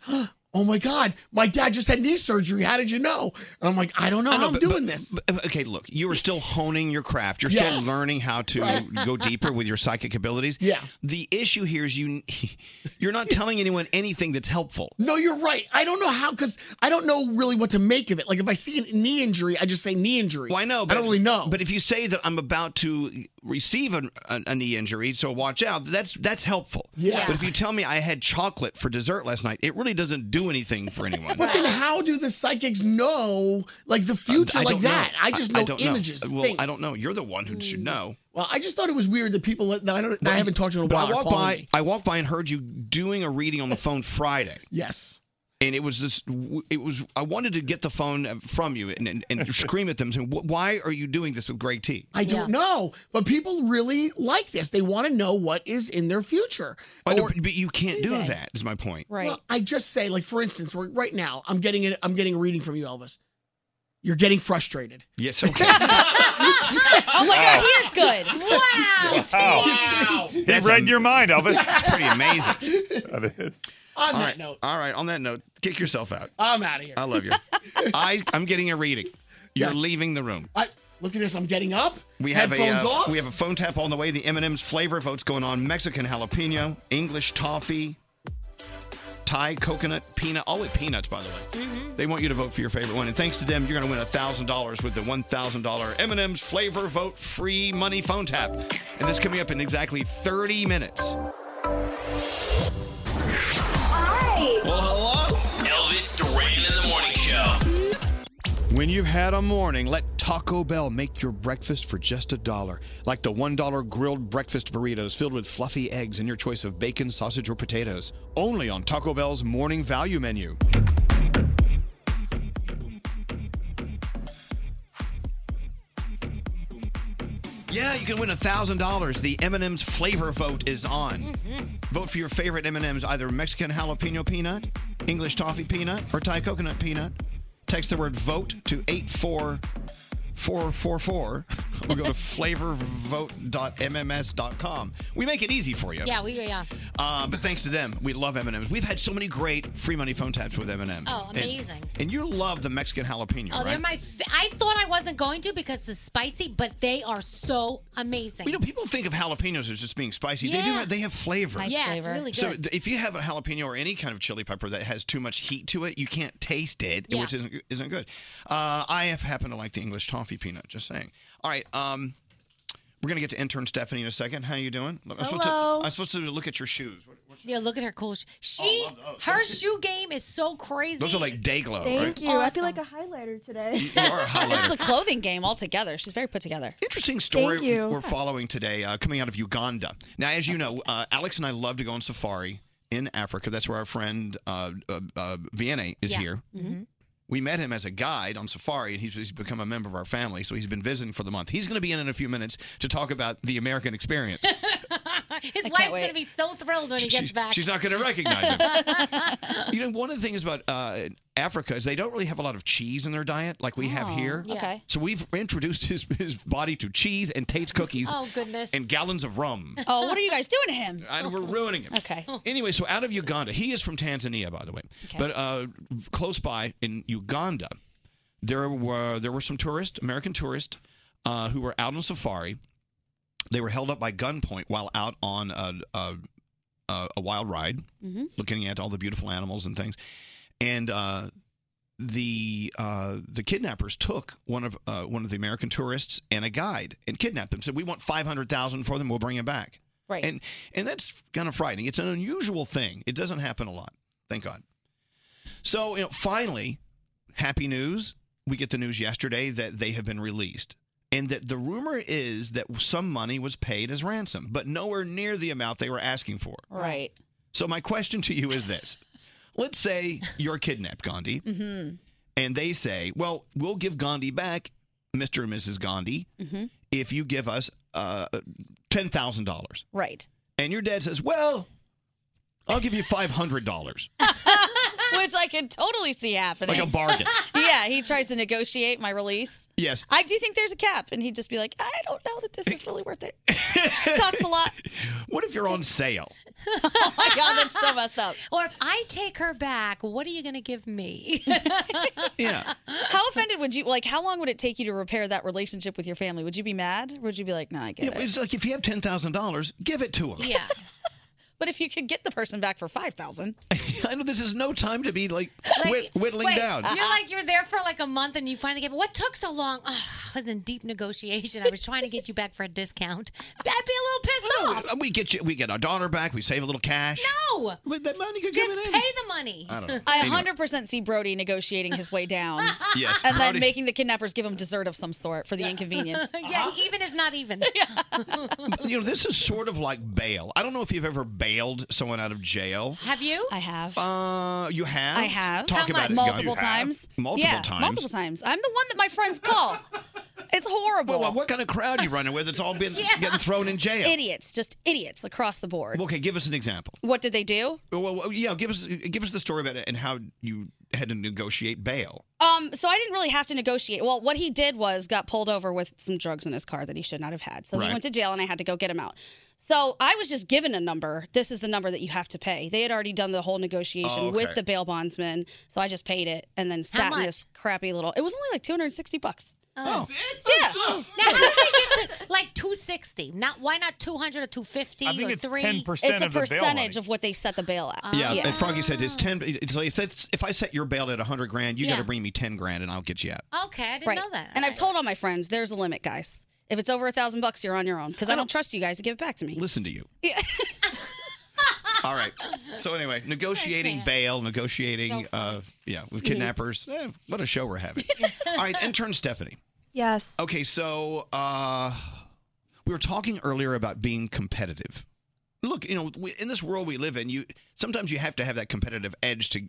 oh my God, my dad just had knee surgery. How did you know? And I'm like, I don't know how I'm doing this.
But, okay, look, you are still honing your craft. You're
Yes.
still learning how to
Right.
go deeper with your psychic abilities. Yeah. The issue here is you you're not telling anyone anything that's helpful.
No, you're right. I don't know how because I don't know really what to make of it. Like if I see a knee injury, I just say knee injury.
Well, I know, but
I don't really know.
But if you say that I'm about to receive a, a, a knee injury, so watch out, that's that's helpful.
Yeah.
But if you tell me I had chocolate for dessert last night, it really doesn't do anything for anyone.
But then, how do the psychics know like the future
Um, I
like
don't know.
that? I just know
don't
images.
Well,
things.
I don't know. You're the one who should know.
Well, I just thought it was weird that people that I don't that I haven't talked to in a
But
while
I
are
walked
calling
by.
me.
I walked by and heard you doing a reading on the phone Friday.
Yes.
And it was this. It was. I wanted to get the phone from you and, and, and scream at them. Saying, "Wh- "Why are you doing this with Greg T?"
I don't know, but people really like this. They want to know what is in their future.
I know,
Or-
but but you can't do that. Is my point.
Well, I just say like for instance, we're- right now I'm getting it. I'm getting a reading from you, Elvis. You're getting frustrated.
Yes. Okay.
oh my God, he is good.
Wow. He read your mind, Elvis.
It's pretty amazing.
On
All
that
right. Um,
note.
All right. On that note, kick yourself out.
I'm out of here.
I love you. I, I'm getting a reading. You're
Yes.
leaving the room.
I, look at this. I'm getting up.
We have
headphones
a uh,
off.
we have a phone tap on the way. The M&M's flavor votes going on. Mexican jalapeno, English toffee, Thai coconut, peanut. All with peanuts, by the way.
Mm-hmm.
They want you to vote for your favorite one, and thanks to them, you're going to win thousand dollars with the one thousand dollar M&M's flavor vote free money phone tap. And this coming up in exactly 30 minutes.
Hi. Well, hello. Elvis Duran in the morning show.
When you've had a morning, let Taco Bell make your breakfast for just a dollar. Like the $1 grilled breakfast burritos filled with fluffy eggs and your choice of bacon, sausage, or potatoes. Only on Taco Bell's morning value menu. Yeah, you can win $1,000. The M&M's flavor vote is on.
Mm-hmm.
Vote for your favorite M&Ms, either Mexican jalapeno peanut, English toffee peanut, or Thai coconut peanut. Text the word VOTE to 84 444 or go to flavorvote.mms.com. We make it easy for you.
Yeah, we yeah.
Uh, but thanks to them, we love M&Ms. We've had so many great free money phone taps with M&Ms.
Oh,
And-
amazing.
And, you love the Mexican jalapeno,
Oh, they're
right?
my. Fa- I thought I wasn't going to because the spicy, but they are so amazing.
you know, people think of jalapenos as just being spicy. They do.
Yeah.
Have, they have flavor.
Nice Yeah, it's flavor. really
So
good.
th- if you have a jalapeno or any kind of chili pepper that has too much heat to it, you can't taste it,
Yeah.
which isn't isn't good. Uh, I have happened to like the English toffee peanut. Just saying. All right. Um, we're gonna get to intern Stephanie in a second. How you doing? I'm supposed to-
Hello.
I'm supposed to look at your shoes. What- what-
Yeah, look at her cool. Sh- she, her shoe game is so crazy.
Oh, Those are like day glow, right?
like a highlighter today.
You are a highlighter.
it's the clothing game altogether. She's very put together.
Interesting story we're following today uh, coming out of Uganda. Now, as you know, uh, Alex and I love to go on safari in Africa. That's where our friend uh, uh, uh, Vianney is here.
Mm-hmm.
We met him as a guide on safari, and he's, he's become a member of our family. So he's been visiting for the month. He's going to be in in a few minutes to talk about the American experience.
His wife's gonna be so thrilled when he gets back.
She's not going to recognize him. you know, one of the things about uh, Africa is they don't really have a lot of cheese in their diet like we have
Oh,
here.
yeah. Okay.
So we've introduced his, his body to cheese and Tate's cookies.
Oh, goodness.
And gallons of rum.
Oh, what are you guys doing to him?
And we're ruining him. Okay. Anyway, so out of Uganda, he is from Tanzania, by the way, but uh, close by in Uganda, there were there were some tourists, American tourists, uh, who were out on safari. They were held up by gunpoint while out on a a, a, a wild ride,
Mhm.
looking at all the beautiful animals and things, and. Uh, the uh, the kidnappers took one of uh, one of the American tourists and a guide and kidnapped them. Said we want five hundred thousand for them. We'll bring him back.
Right.
And and that's kind of frightening. It's an unusual thing. It doesn't happen a lot. Thank God. So you know, finally, happy news. We get the news yesterday that they have been released. And that the rumor is that some money was paid as ransom, but nowhere near the amount they were asking for.
Right.
So my question to you is this. Let's say you're kidnapped, Gandhi,
Mm-hmm.
and they say, "Well, we'll give Gandhi back, Mr. and Mrs. Gandhi,
Mhm.
if you give us uh, $10,000."
Right.
And your dad says, "Well, I'll give you $500."
Which I could totally see happening.
Like a bargain.
yeah, he tries to negotiate my release.
Yes.
I do think there's a cap, and he'd just be like, I don't know that this is really worth it. She talks a lot.
What if you're on sale?
Oh my God, that's so messed up.
Or if I take her back, what are you gonna give me?
Yeah.
How offended would you like? How long would it take you to repair that relationship with your family? Would you be mad? Or would you be like, No, I get
Yeah,
it.
It's like if you have $10,000, give it to him.
Yeah. but if you could get the person back for five thousand,
I know this is no time to be like, whitt- whittling
Wait,
down.
You're like you're there for like a month and you finally get. What took so long? Oh, I was in deep negotiation. I was trying to get you back for a discount. I'd be a little pissed off.
Uh, we get you, we get our daughter back. We save a little cash.
No.
But that money could
give
Just pay the money.
I don't know.
I
Anyway.
100% see Brody negotiating his way down.
Yes,
And
Brody-
then making the kidnappers give him dessert of some sort for the inconvenience. Uh-huh.
yeah,
Uh-huh.
even is not even.
You know, this is sort of like bail. I don't know if you've ever bailed someone out of jail.
Have you?
I have.
Uh, you have.
I have.
Talk about it, Gunn.
multiple
You have?
times.
Multiple
yeah,
times.
Multiple times. I'm the one that my friends call. It's horrible.
Well, well, what kind of crowd you running with? It's all been
Yeah.
getting thrown in jail.
Idiots, just idiots across the board.
Okay, give us an example.
What did they do?
Well, well, yeah, give us give us the story about it and how you had to negotiate bail.
Um, so I didn't really have to negotiate. Well, what he did was got pulled over with some drugs in his car that he should not have had. So
Right.
he went to jail and I had to go get him out. So I was just given a number. This is the number that you have to pay. They had already done the whole negotiation
Oh, okay.
with the bail bondsman. So I just paid it and then sat in this crappy little it was only like 260 bucks.
Oh.
Yeah.
Now, how did they get to like 260? Not why not 200 or 250
I think
or
it's
three?
10%
It's a
of the bail money.
percentage of what they set the bail at.
yeah, and Froggy said it's ten. So if that's, if I set your bail at hundred grand, you got
Yeah.
to bring me ten grand and I'll get you out.
Okay, I didn't
right.
know that.
And I've told all my friends there's a limit, guys. If it's over a thousand bucks, you're on your own because I don't trust you guys to give it back to me.
Listen to you. all right. So anyway, negotiating bail, negotiating, uh, yeah, with kidnappers. Eh, what a show we're having. all right, intern Stephanie.
Yes.
Okay, so uh, we were talking earlier about being competitive. Look, you know, we, in this world we live in, you sometimes you have to have that competitive edge to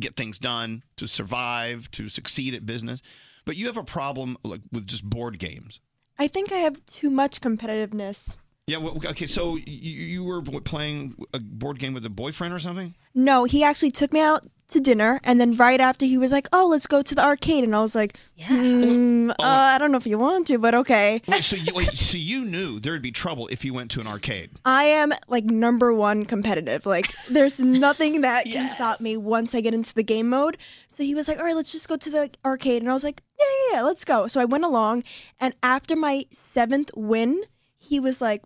get things done, to survive, to succeed at business. But you have a problem like, with just board games.
I think I have too much competitiveness.
Yeah. Well, okay. So you, you were playing a board game with a boyfriend or something?
No, he actually took me out
to dinner, and then right after he was like, "Oh, let's go to the arcade," and I was like, "Hmm, uh,
Oh.
I don't know if you want to, but okay."
Wait, so you wait, so you knew there'd be trouble if you went to an arcade.
I am like number one competitive. Like, there's nothing that can stop me once I get into the game mode. So he was like, all right, let's just go to the arcade. And I was like, yeah, yeah, yeah, let's go. So I went along. And after my seventh win, he was like,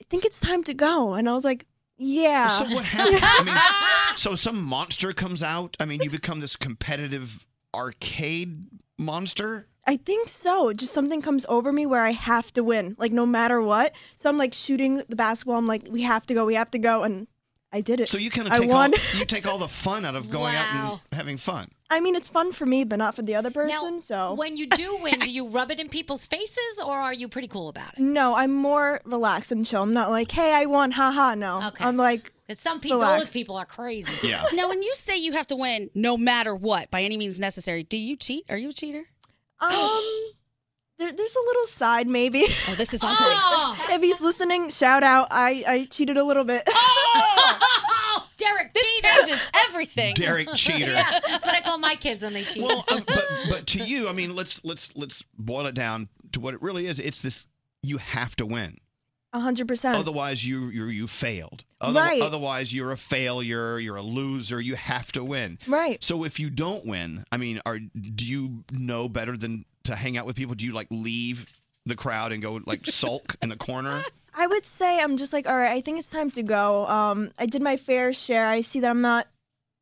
I think it's time to go. And I was like, yeah.
So what happened? I mean, so some monster comes out. I mean, you become this competitive arcade monster.
I think so. Just something comes over me where I have to win, like no matter what. So I'm like shooting the basketball. I'm like, we have to go, we have to go, and I did it.
So you kind of
I
take all,
won.
you take all the fun out of going out
Wow.
and having fun.
I mean, it's fun for me, but not for the other person. so
When you do win, do you rub it in people's faces or are you pretty cool about it?
No, I'm more relaxed and chill. I'm not like, hey, I won, haha. No, I'm like,
some
people-
Those people are crazy.
Yeah.
Now, when you say you have to win no matter what, by any means necessary, do you cheat? Are you a cheater?
Um, there, there's a little side maybe. Oh,
this is on
Oh!
if he's listening, shout out. I I cheated a little bit.
Oh! Derek this cheater.
changes everything.
Derek cheater.
Yeah, that's what I call my kids when they cheat.
Well, uh, but but to you, I mean, let's let's let's boil it down to what it really is. It's this: you have to win.
A hundred percent.
Otherwise, you you you failed. Other-
Right.
Otherwise, you're a failure. You're a loser. You have to win.
Right.
So if you don't win, I mean, are do you know better than to hang out with people? Do you like leave the crowd and go like sulk in the corner?
I would say I'm just like, all right, I think it's time to go. Um, I did my fair share. I see that I'm not,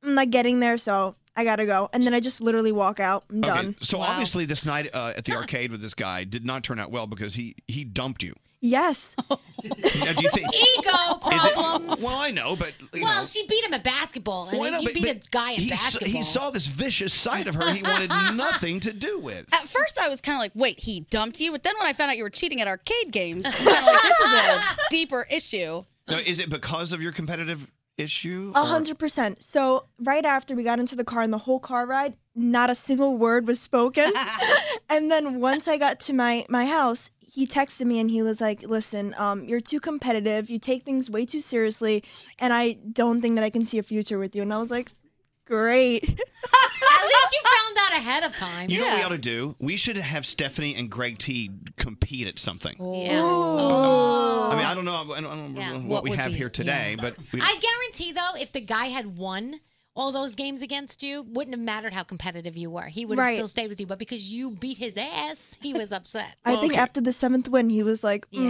I'm not getting there, so I gotta go. And then I just literally walk out. I'm done.
So obviously, this night uh, at the arcade with this guy did not turn out well because he he dumped you.
Yes.
Now, do you think?
Ego
Is it-
problems.
well, I know, but you
Well,
know.
she beat him at basketball, and
Well, I know,
if you
but-
beat
but
a guy in
he s-
basketball.
he saw this vicious side of her he wanted nothing to do with.
At first, I was kind of like, wait, he dumped you? But then when I found out you were cheating at arcade games, I'm kind of like, this is a deeper issue.
Now, is it because of your competitive issue?
A
or-
hundred percent. So right after we got into the car and the whole car ride, not a single word was spoken. and then once I got to my my house, he texted me and he was like, "Listen, um, you're too competitive. You take things way too seriously, and I don't think that I can see a future with you." And I was like, "Great."
At least you found out ahead of time.
You know what we ought to do? We should have Stephanie and Greg T compete at something.
Yeah.
I mean, I don't know. I don't, I don't
Yeah.
know what,
What
we
would
have
be-
here today, but we,
I guarantee though, if the guy had won all those games against you, wouldn't have mattered how competitive you were. He would have
Right.
still stayed with you, but because you beat his ass, he was upset.
I think after the seventh win, he was like, mm.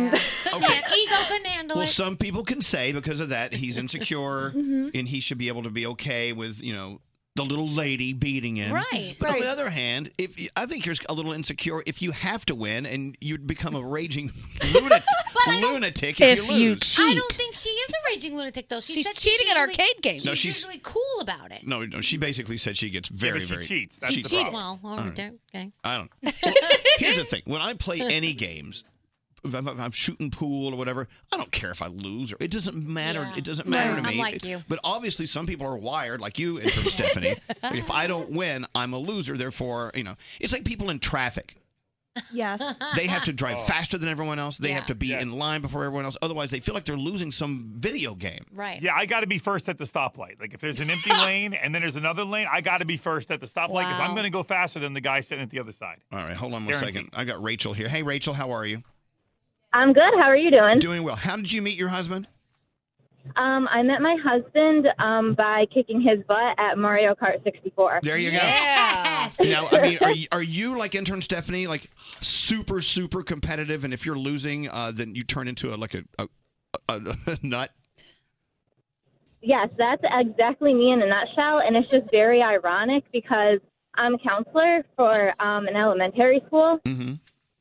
Man, ego couldn't handle
well,
it.
some people can say because of that he's insecure
Mm-hmm.
Mhm.
and he should be able to be okay with you know the little lady beating him.
Right,
But on the
right.
other hand, if I think you're a little insecure if you have to win and you'd become a raging lunatic, lunatic if, you lose.
I don't think she is a raging lunatic though. She
She's
said
cheating at
usually-
arcade games.
No,
she's,
she's-
usually cool about it.
No, no, she basically said she gets very,
she
very.
cheats. That's
she
the problem.
Well, all
Mm.
right, there- okay.
I don't. Well, here's the thing: when I play any games, if I'm, if I'm shooting pool or whatever, I don't care if I lose or it doesn't matter.
Yeah.
It doesn't matter
Right.
to me.
I'm like you.
But obviously, some people are wired like you and from Stephanie. If I don't win, I'm a loser. Therefore, you know, it's like people in traffic.
"Yes."
They have to
Uh-huh.
drive
Oh.
faster than everyone else. They have
Yeah.
to be in line before everyone else. Otherwise, they feel like they're losing some video game.
Right.
Yeah, I got to be first at the stoplight. Like if there's an empty lane and then there's another lane, I got to be first at the stoplight because I'm
Wow.
going to go faster than the guy sitting at the other side.
All right, hold on one
Guaranteed.
second. I got Rachel here. Hey, Rachel, how are you?
I'm good. How are you doing?
Doing well. How did you meet your husband?
Um, I met my husband um, by kicking his butt at Mario Kart 64.
There you go. Now, I mean, are you, are you like intern Stephanie, like super super competitive? And if you're losing, uh, then you turn into a like a a, a, a nut.
Yes, that's exactly me in a nutshell, and it's just very ironic because I'm a counselor for um, an elementary school,
Mm-hmm.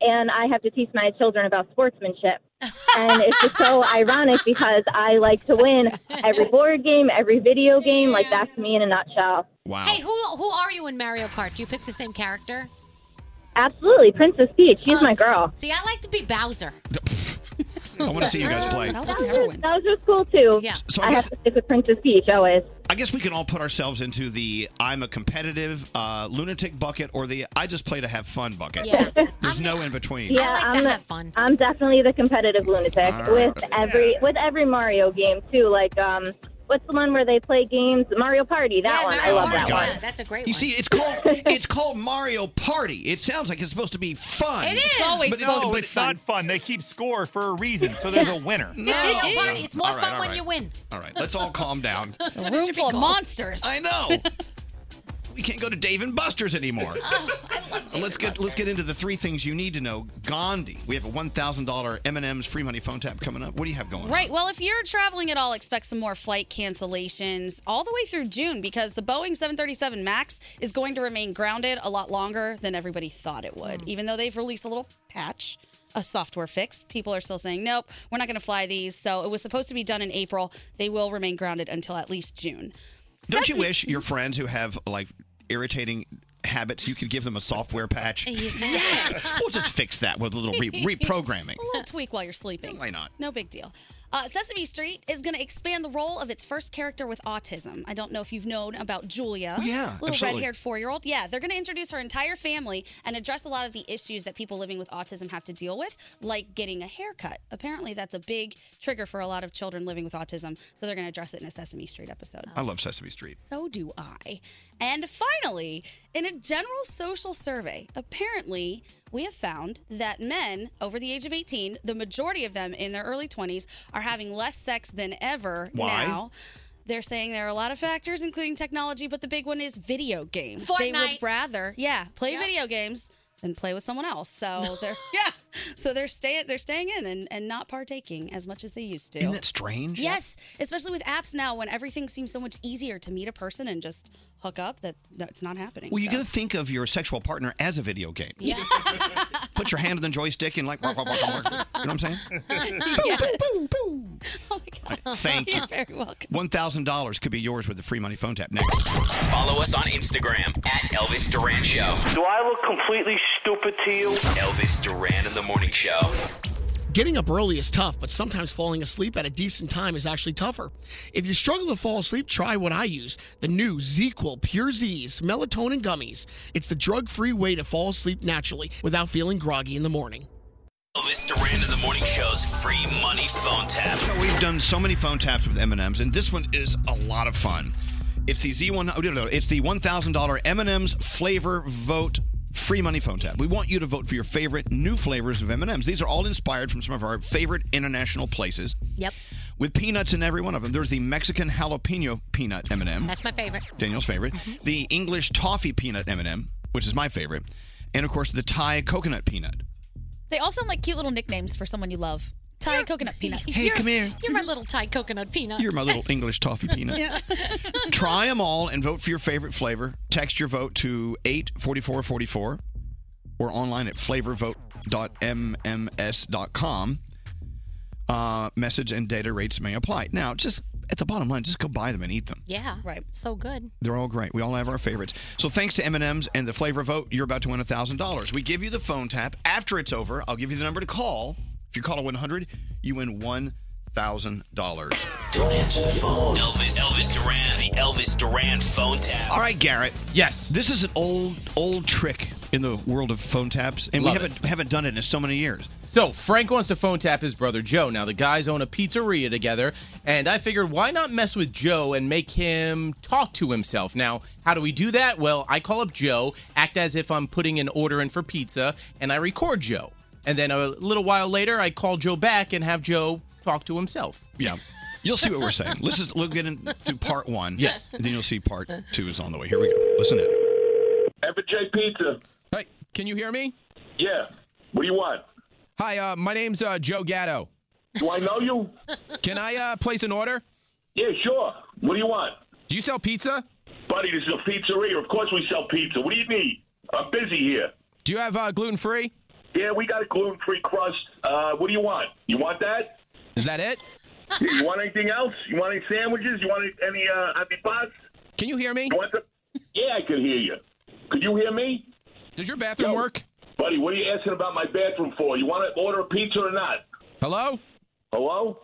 and I have to teach my children about sportsmanship. and it's just so ironic because I like to win every board game, every video game. Like that's me in a nutshell.
Wow.
Hey, who who are you in Mario Kart? Do you pick the same character?
Absolutely, Princess Peach. She's
Oh,
my
s-
girl.
See, I like to be Bowser.
I want to see you guys play.
That was just cool too.
Yeah.
So I
I have to stick with Princess Peach always.
I guess we can all put ourselves into the I'm a competitive uh, lunatic bucket or the I just play to have fun bucket.
Yeah.
There's no in between.
Yeah, I'm the, I'm definitely the competitive lunatic
All right.
with every with every Mario game too. Like um,
what's the one where they play games? Mario Party. That one. I love that one.
That's a great
You see, it's called it's called Mario Party. It sounds like it's supposed to be fun.
It is. It's always
But
supposed
no,
to be
it's not fun. They keep score for a reason, so there's a winner.
No, no, Barney, it's more
All right,
fun
all
when
right.
you win.
All right, let's all calm down.
That's
A
what it
room
should be
full of
called.
monsters.
I know. we can't go to Dave and Buster's anymore. let's get let's get into the three things you need to know. Gandhi. We have a one thousand dollar M and M's free money phone tap coming up. What do you have going? on?
Right. Well, if you're traveling at all, expect some more flight cancellations all the way through June because the Boeing 737 MAX is going to remain grounded a lot longer than everybody thought it would. Even though they've released a little patch, a software fix, people are still saying, nope, we're not going to fly these. So it was supposed to be done in April. They will remain grounded until at least June.
Don't you wish your friends who have like irritating habits you could give them a software patch?
Yes.
We'll just fix that with a little re- reprogramming.
A little tweak while you're sleeping.
Why not?
No big deal. Uh, Sesame Street is going to expand the role of its first character with autism. I don't know if you've known about Julia.
Oh, yeah,
Little
absolutely.
red haired four year old. Yeah, they're going to introduce her entire family and address a lot of the issues that people living with autism have to deal with, like getting a haircut. Apparently, that's a big trigger for a lot of children living with autism. So they're going to address it in a Sesame Street episode.
I love Sesame Street.
So do I. And finally, in a general social survey, apparently we have found that men over the age of 18, the majority of them in their early 20s, are having less sex than ever
Why?
now. They're saying there are a lot of factors, including technology, but the big one is video games. They would
Fortnite.
rather, yeah, play
Yep.
video games than play with someone else. So they're yeah, so they're staying they're staying in and, and not partaking as much as they used to.
Isn't that strange?
Yes, especially with apps now when everything seems so much easier to meet a person and just hook up that that's not happening.
Well, you
so.
got to think of your sexual partner as a video game.
Yeah.
Put your hand on the joystick and like, wah, wah, wah, wah, wah. you know what I'm saying?
Yeah.
Thank
Oh
you.
You're very welcome.
One thousand dollars could be yours with the free money phone tap next.
Follow us on Instagram at Elvis Duran Show.
Do I look completely stupid to you?
Elvis Duran in the Morning Show.
Getting up early is tough, but sometimes falling asleep at a decent time is actually tougher. If you struggle to fall asleep, try what I use the new ZQL Pure Z's melatonin gummies. It's the drug free way to fall asleep naturally without feeling groggy in the morning.
Elvis Duran in the Morning Show's free money phone tap.
We've done so many phone taps with M&Ms, and this one is a lot of fun. It's the Z1. Oh, no, no, it's the one thousand dollar M&Ms flavor vote free money phone tap. We want you to vote for your favorite new flavors of M&Ms. These are all inspired from some of our favorite international places.
Yep.
With peanuts in every one of them. There's the Mexican jalapeno peanut M&M.
That's my favorite.
Daniel's favorite. The English toffee peanut M&M, which is my favorite, and of course the Thai coconut peanut.
They all sound like cute little nicknames for someone you love. Thai coconut peanut.
Hey, come here.
You're my little Thai coconut peanut.
You're my little English toffee peanut.
Yeah.
Try them all and vote for your favorite flavor. Text your vote to 84444 or online at flavorvote.mms.com. Uh, message and data rates may apply. Now, just at the bottom line, just go buy them and eat them.
Yeah. Right. So good.
They're all great. We all have our favorites. So thanks to M&M's and the Flavor Vote, you're about to win $1,000. We give you the phone tap. After it's over, I'll give you the number to call. If you call a 100, you win $1,000.
Don't answer the phone. Elvis, Elvis Duran, the Elvis Duran phone tap.
All right, Garrett. Yes. This is an old, old trick in the world of phone taps, and
Love
we haven't haven't done it in so many years.
So Frank wants to phone tap his brother Joe. Now the guys own a pizzeria together, and I figured why not mess with Joe and make him talk to himself. Now, how do we do that? Well, I call up Joe, act as if I'm putting an order in for pizza, and I record Joe. And then a little while later, I call Joe back and have Joe talk to himself.
Yeah. You'll see what we're saying. Let's just we'll get into part one. Yes. And then you'll see part two is on the way. Here we go. Listen in.
Epic J Pizza.
Hey, can you hear me?
Yeah. What do you want?
Hi, uh, my name's uh, Joe Gatto.
Do I know you?
Can I uh, place an order?
Yeah, sure. What do you want?
Do you sell pizza?
Buddy, this is a pizzeria. Of course we sell pizza. What do you need? I'm busy here.
Do you have uh, gluten free?
Yeah, we got a gluten free crust. Uh, what do you want? You want that?
Is that it?
Yeah, you want anything else? You want any sandwiches? You want any uh, antipas?
Can you hear me?
You want the- yeah, I can hear you. Could you hear me?
Does your bathroom work?
Buddy, what are you asking about my bathroom for? You want to order a pizza or not?
Hello?
Hello?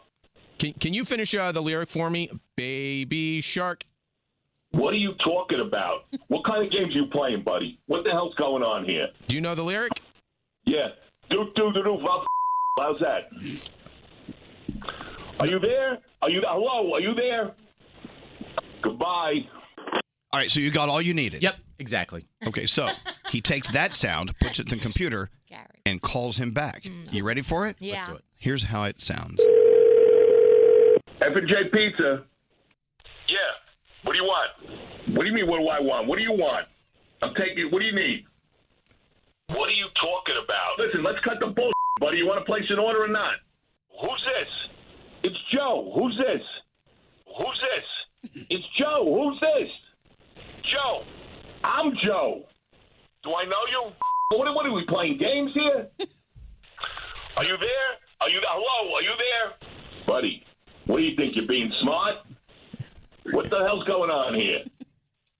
Can, can you finish uh, the lyric for me? Baby shark.
What are you talking about? What kind of games are you playing, buddy? What the hell's going on here?
Do you know the lyric?
Yeah. Do do do do. vop. How's that? Are you there? Are you hello? Are you there?
Goodbye.
All right, so you got all you needed. Yep,
exactly.
Okay, so he takes that sound, puts it in the computer, and calls him back. You ready for it?
Mm. Yeah. Let's do it.
Here's how it sounds.
F and J Pizza. Yeah. What do you want? What do you mean? What do I want? What do you want? I'm taking. What do you need? What are you talking about? Listen, let's cut the bullshit, buddy. You want to place an order or not? Who's this? It's Joe. Who's this? Who's this? It's Joe. Who's this? Joe. I'm Joe. Do I know you? What, are- what are we playing games here? are you there? Are you hello? Are you there, buddy? What do you think? You're being smart? What the hell's going on here?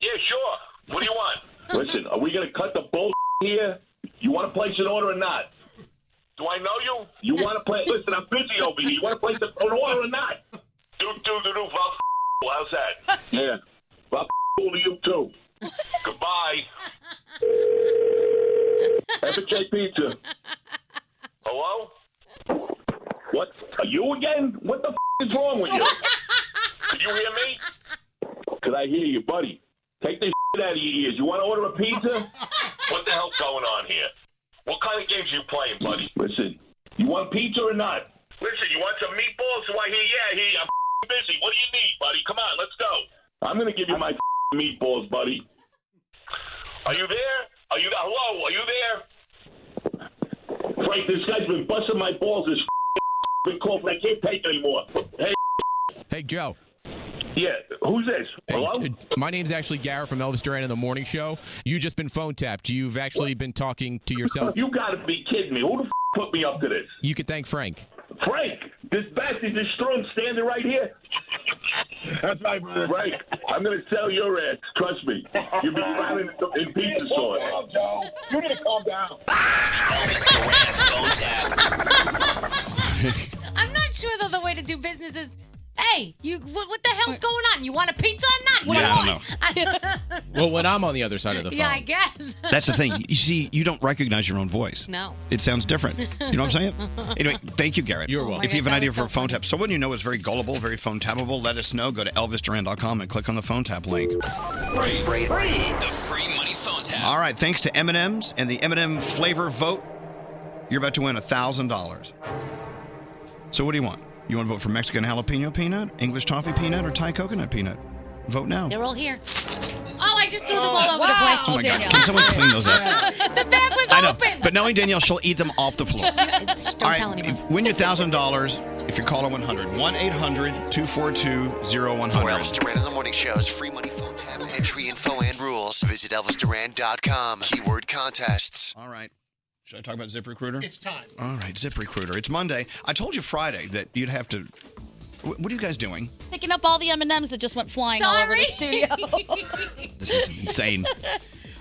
Yeah, sure. What do you want? Listen, are we going to cut the bull here? You want to place an order or not? Do I know you? You want to play? Listen, I'm busy over here. You want to place an order or not? Do do do do. Well, how's that? Yeah. Well, cool to you too. Goodbye. Have a cake pizza. Hello? What? Are you again? What the f- is wrong with you? Could you hear me? Could I hear you, buddy? Take this shit out of your ears. You want to order a pizza? what the hell's going on here? What kind of games are you playing, buddy? Listen, you want pizza or not? Listen, you want some meatballs? Do I hear? Yeah, I hear. you. I'm f***ing busy. What do you need, buddy? Come on, let's go. I'm gonna give you my f***ing meatballs, buddy. Are you there? Are Oh, you hello? Are you there? Frank, this guy's been busting my balls. This f***ing been cold. I can't take it anymore. Hey,
Hey, Joe.
Yeah, who's this? Hello?
my name's actually Garrett from Elvis Duran and the Morning Show. You've just been phone tapped. You've actually been talking to yourself.
you gotta be kidding me. Who the f- put me up to this?
You could thank Frank.
Frank, this bastard just thrown standing right here. That's my brother. Right. I'm going to sell your ass. Trust me. You've been running in, in pizza sauce. You need to calm down.
I'm not sure though the way to do business is. Hey, you! What, what the hell's going on? You want a pizza or not?
Yeah, I
You want?
Well, when I'm on the other side of the
yeah, I guess.
That's the thing. You see, you don't recognize your own voice.
No.
It sounds different. You know what I'm saying? Anyway, thank you, Garrett. You're
welcome.
If you have an
Oh my God, that
idea
was
for
so
a phone tap, someone you know is very gullible, very phone tappable, let us know. Go to elvisduran.com and click on the phone tap link.
Free. The free money phone tap.
All right, thanks to M&M's and the M&M flavor vote, you're about to win $1,000. So what do you want? You want to vote for Mexican jalapeno peanut, English toffee peanut, or Thai coconut peanut? Vote now.
They're all here. Oh, I just threw them all over the place.
Oh my God, can someone clean those up?
the bag was
I know,
open.
but knowing Danielle, she'll eat them off the floor.
Shh, don't
All right,
tell anyone.
if- Win your $1,000 if you call 1-800. 1-800-242-0100.
For Elvis Duran in the Morning Show's free money phone tap entry info and rules, visit ElvisDuran.com. Keyword contests.
All right. Should I talk about ZipRecruiter? It's
time.
All right, ZipRecruiter. It's Monday. I told you Friday that you'd have to... Wh- What are you guys doing?
Picking up all the M and M's that just went flying all over the studio.
This is insane.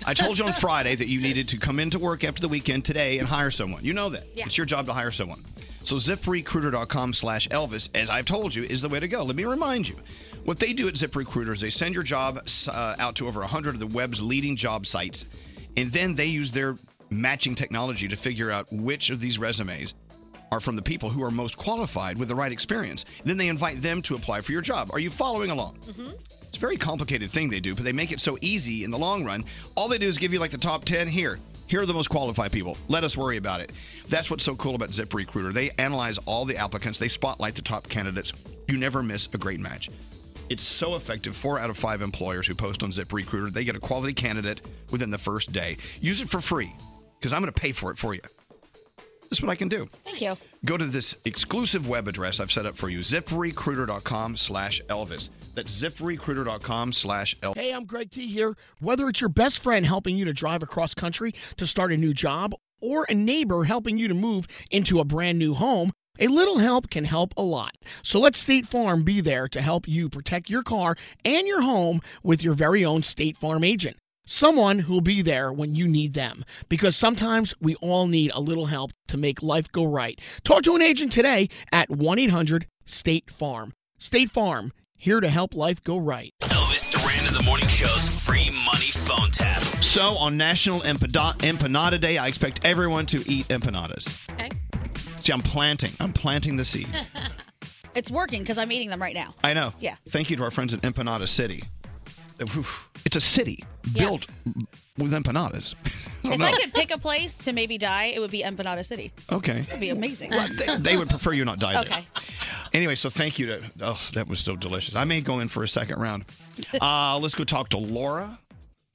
I told you on Friday that you needed to come into work after the weekend today and hire someone. You know that.
Yeah.
It's your job to hire someone. So ziprecruiter.com slash Elvis, as I've told you, is the way to go. Let me remind you. What they do at ZipRecruiter is they send your job uh, out to over 100 of the web's leading job sites, and then they use their matching technology to figure out which of these resumes are from the people who are most qualified with the right experience. Then they invite them to apply for your job. Are you following along?
Mm-hmm.
It's a very complicated thing they do, but they make it so easy in the long run. All they do is give you like the top 10 here. Here are the most qualified people. Let us worry about it. That's what's so cool about ZipRecruiter. They analyze all the applicants, they spotlight the top candidates. You never miss a great match. It's so effective. Four out of five employers who post on ZipRecruiter, they get a quality candidate within the first day. Use it for free because I'm going to pay for it for you. That's what I can do
Thank you.
go to this exclusive web address I've set up for you, ziprecruiter.com slash Elvis. That's ziprecruiter.com slash Elvis.
Hey, I'm Greg T here. Whether it's your best friend helping you to drive across country to start a new job or a neighbor helping you to move into a brand new home, a little help can help a lot. So let State Farm be there to help you protect your car and your home with your very own State Farm agent. Someone who'll be there when you need them. Because sometimes we all need a little help to make life go right. Talk to an agent today at 1 800 State Farm. State Farm, here to help life go right.
Elvis Duran in the Morning Show's free money phone tap.
So on National Empada- Empanada Day, I expect everyone to eat empanadas.
Okay.
See, I'm planting. I'm planting the seed.
It's working because I'm eating them right now.
I know.
Yeah.
Thank you to our friends at Empanada City. Oof. It's a city
Yeah.
built with empanadas. I don't
If
know.
I could pick a place to maybe die, it would be Empanada City.
Okay.
That'd be amazing.
They, they would prefer you not die there.
Okay.
Anyway, so thank you to. Oh, that was so delicious. I may go in for a second round. Uh, let's go talk to Laura.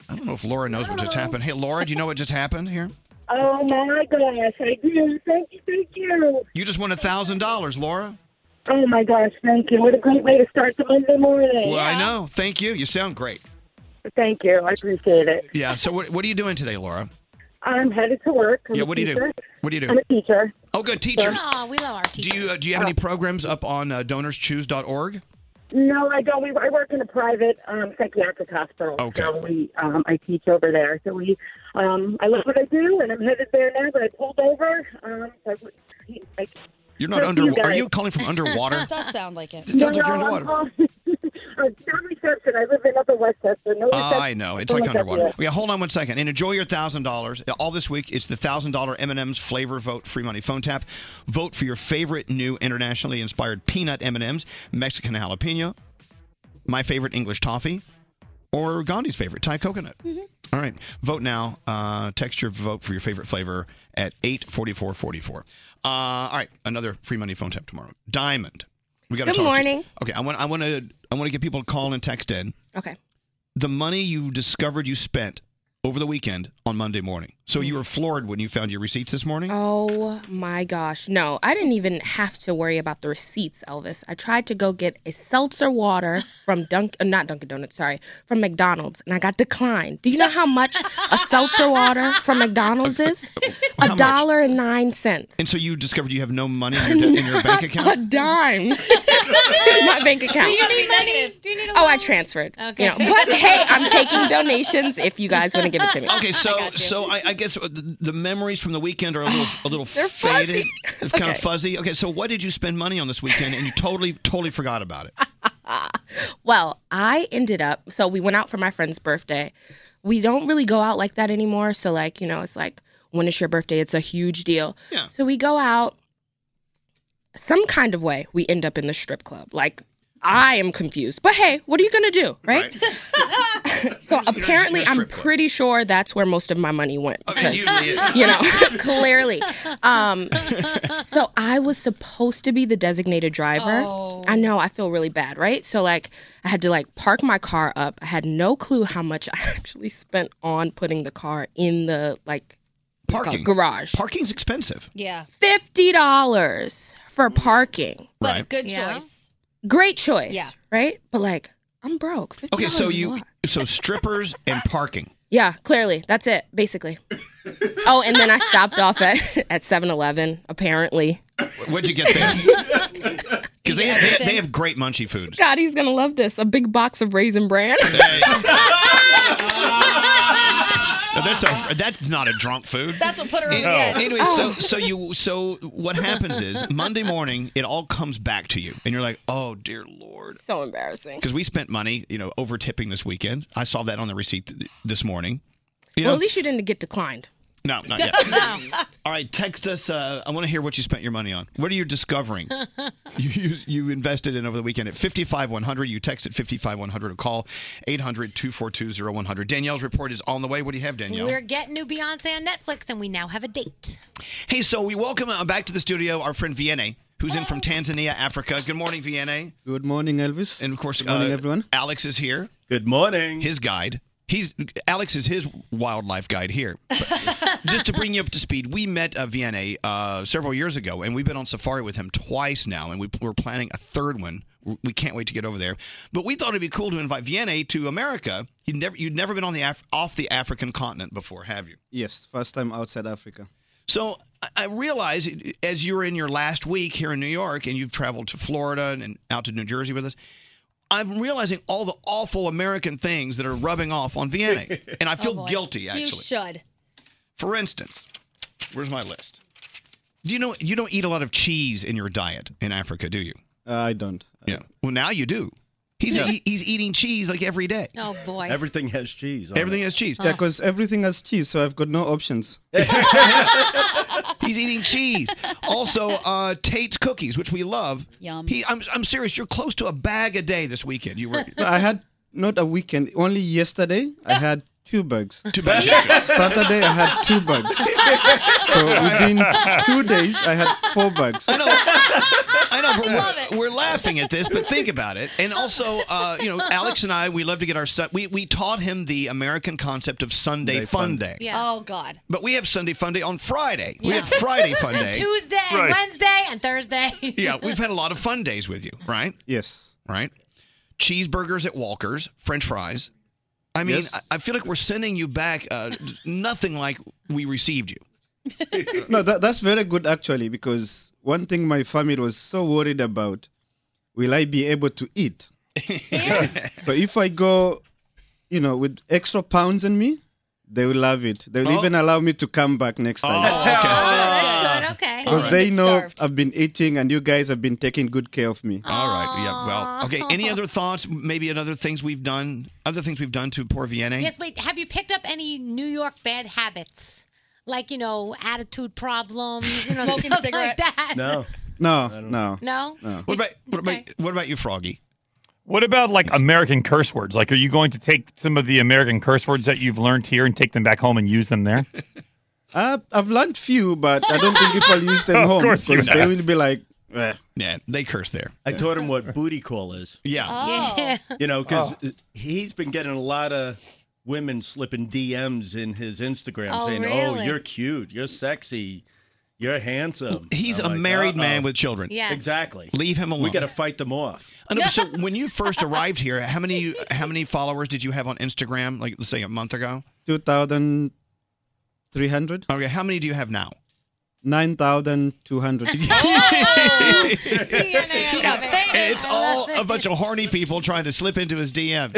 I don't know if Laura knows what just happened. Hey, Laura, do you know what just happened here?
Oh my gosh, I do. Thank you, thank you.
You just won a thousand dollars, Laura.
Oh my gosh, thank you. What a great way to start the Monday morning.
Well, I know. Thank you. You sound great.
Thank you. I appreciate it.
Yeah. So what, what are you doing today, Laura?
I'm headed to work. I'm
yeah.
a
What do you do?
teacher.
What do you do?
I'm a teacher.
Oh, good teachers.
Oh, we love our teachers.
Do you uh, do you have any programs up on uh, DonorsChoose.org?
No, I don't. We, I work in a private um, psychiatric hospital.
Okay.
So we, um, I teach over there. So we, um, I love what I do, and I'm headed there now. But I pulled over. Um, so I, w- I,
You're not
So
under.
you
are
guys-
you calling from underwater?
It does
sound like it.
It sounds like you're underwater.
I'm, I'm not reception. I live in Upper Westchester. No
Ah,
reception.
I know. It's like underwater. Yeah, hold on one second and enjoy your thousand dollars. All this week, it's the thousand dollar M&M's flavor vote free money phone tap. Vote for your favorite new internationally inspired peanut M&M's, Mexican jalapeno, my favorite English toffee, or Gandhi's favorite Thai coconut. All right, vote now. Uh, text your vote for your favorite flavor at eight forty four forty four. Uh, all right, another free money phone tap tomorrow. Diamond. We gotta
Good
talk to-
morning.
okay, I want I want to I want to get people to call and text in
Okay.
the money you discovered you spent over the weekend on Monday morning. So you were floored when you found your receipts this morning?
Oh my gosh. No, I didn't even have to worry about the receipts, Elvis. I tried to go get a seltzer water from Dunk uh, not Dunkin' Donuts, sorry, from McDonald's and I got declined. Do you know how much a seltzer water from McDonald's is? A dollar and nine cents.
And so you discovered you have no money in your, in your bank
A
account?
dime. My bank account.
negative? Do you need
Oh, I transferred.
Okay.
You know, but hey, I'm taking donations if you guys want to give it to me.
Okay, so so I, I guess the, the memories from the weekend are a little a little
They're
faded,
fuzzy.
It's kind of
Okay.
fuzzy. Okay, so what did you spend money on this weekend and you totally totally forgot about it?
Well, I ended up, so we went out for my friend's birthday. We don't really go out like that anymore. So, like, you know, it's like, when it's your birthday? It's a huge deal.
Yeah.
So, we go out. Some kind of way, we end up in the strip club. Like, I am confused. But hey, what are you going to do? Right? so, apparently, I'm pretty sure that's where most of my money went.
usually is.
You know, clearly. Um, so I was supposed to be the designated driver.
Oh.
I know, I feel really bad, right? So like I had to like park my car up. I had no clue how much I actually spent on putting the car in the like what's it
Parking.
called? garage.
Parking's expensive.
Yeah.
Fifty dollars for parking.
But a good choice.
Great choice.
Yeah.
Right? But like I'm broke. $50
Okay, so
is a
you
lot.
so strippers and parking.
Yeah, clearly. That's it, basically. oh, and then I stopped off at at 7-Eleven, apparently.
What'd you get there? Because they, have- they, they have great munchie food.
God, he's gonna love this. A big box of raisin bran.
No, that's a that's not a drunk food.
That's what put her over the
No.
edge.
Anyway, so so you so what happens is Monday morning it all comes back to you, and you're like, oh dear lord,
so embarrassing.
because we spent money, you know, over tipping this weekend. I saw that on the receipt th- this morning. You know,
Well, at least you didn't get declined.
no, not yet. all right, text us. Uh, I want to hear what you spent your money on. What are you discovering? you, you you invested in over the weekend at 55100 you text at 55100 or call 800-242-0100 danielle's report is on the way what do you have danielle
We're getting new Beyonce on Netflix, and we now have a date.
Hey, so we welcome uh, back to the studio our friend Vianney, who's in from Tanzania, Africa. Good morning, Vianney.
Good morning, Elvis. And of course, good morning,
uh,
everyone.
Alex is here. Good morning. His guide. He's Alex is his wildlife guide here. But just to bring you up to speed, we met uh, Vianney uh, several years ago, and we've been on safari with him twice now, and we, we're planning a third one. We can't wait to get over there. But we thought it'd be cool to invite Vianney to America. You'd never you'd never been on the Af- off the African continent before, have you?
Yes, first time outside Africa.
So I- I realize as you were in your last week here in New York and you've traveled to Florida and- and out to New Jersey with us, I'm realizing all the awful American things that are rubbing off on Vienna. And I
Oh,
feel
boy.
guilty,
You
actually.
should.
For instance, where's my list? Do you know you don't eat a lot of cheese in your diet in Africa, do you?
Uh, I don't.
Yeah. Well, now you do. He's
Yeah.
e- he's eating cheese like every day.
Oh boy.
Everything has cheese.
on Everything it. has cheese.
Yeah,
Ah.
because everything has cheese, so I've got no options.
He's eating cheese. Also, uh, Tate's cookies, which we love. Yum. He, I'm, I'm serious. You're close to a bag a day this weekend. You were.
No, I had not a weekend. Only yesterday, I had two bugs.
Two bugs.
Saturday, I had two bugs. So within two days, I had four bugs.
I know. We're, we're laughing at this, but think about it. And also, uh, you know, Alex and I, we love to get our son. We we taught him the American concept of Sunday
Day
Fun
fun.
Day.
Oh
God.
But we have Sunday Fun Day on Friday. We have Friday Fun Day.
Tuesday,
Right.
Wednesday, and Thursday.
Yeah, we've had a lot of fun days with you, right?
Yes.
Right? Cheeseburgers at Walker's, French fries. I mean,
Yes.
I, I feel like we're sending you back uh, nothing like we received you.
no, that, that's very good actually, because one thing my family was so worried about: will I be able to eat? but if I go, you know, with extra pounds in me, they will love it. They will
Oh.
even allow me to come back next
Oh,
time.
Oh, Good, okay.
Because Oh. they know I've been eating and you guys have been taking good care of me.
All right. Yeah. Well. Okay. Any other thoughts? Maybe on other things we've done. Other things we've done to poor Vianney.
Yes, wait. Have you picked up any New York bad habits? Like, you know, attitude problems, you know,
Smoking
stuff
cigarettes.
like that.
No. No. No.
No?
What about what about what about you, Froggy?
What about like American curse words? Like, are you going to take some of the American curse words that you've learned here and take them back home and use them there?
Uh, I've learned few, but I don't think if I'll use them
Of
home
course you
because they
have.
will be like, "Eh."
yeah, they curse there.
I taught him what booty call is.
Yeah.
Oh. You know, because
Oh.
he's been getting a lot of women slipping DMs in his Instagram
Oh,
saying, "Oh,
really?
you're cute, you're sexy, you're handsome."
He's
I'm
a
like,
married
"Uh-oh."
man with children.
exactly.
Leave him alone.
We got to fight them off.
I know, so when you first arrived here, how many how many followers did you have on Instagram? Like let's say a month ago.
2,300?
Okay, how many do you have now?
9,200.
It's all a bunch of horny people trying to slip into his DM.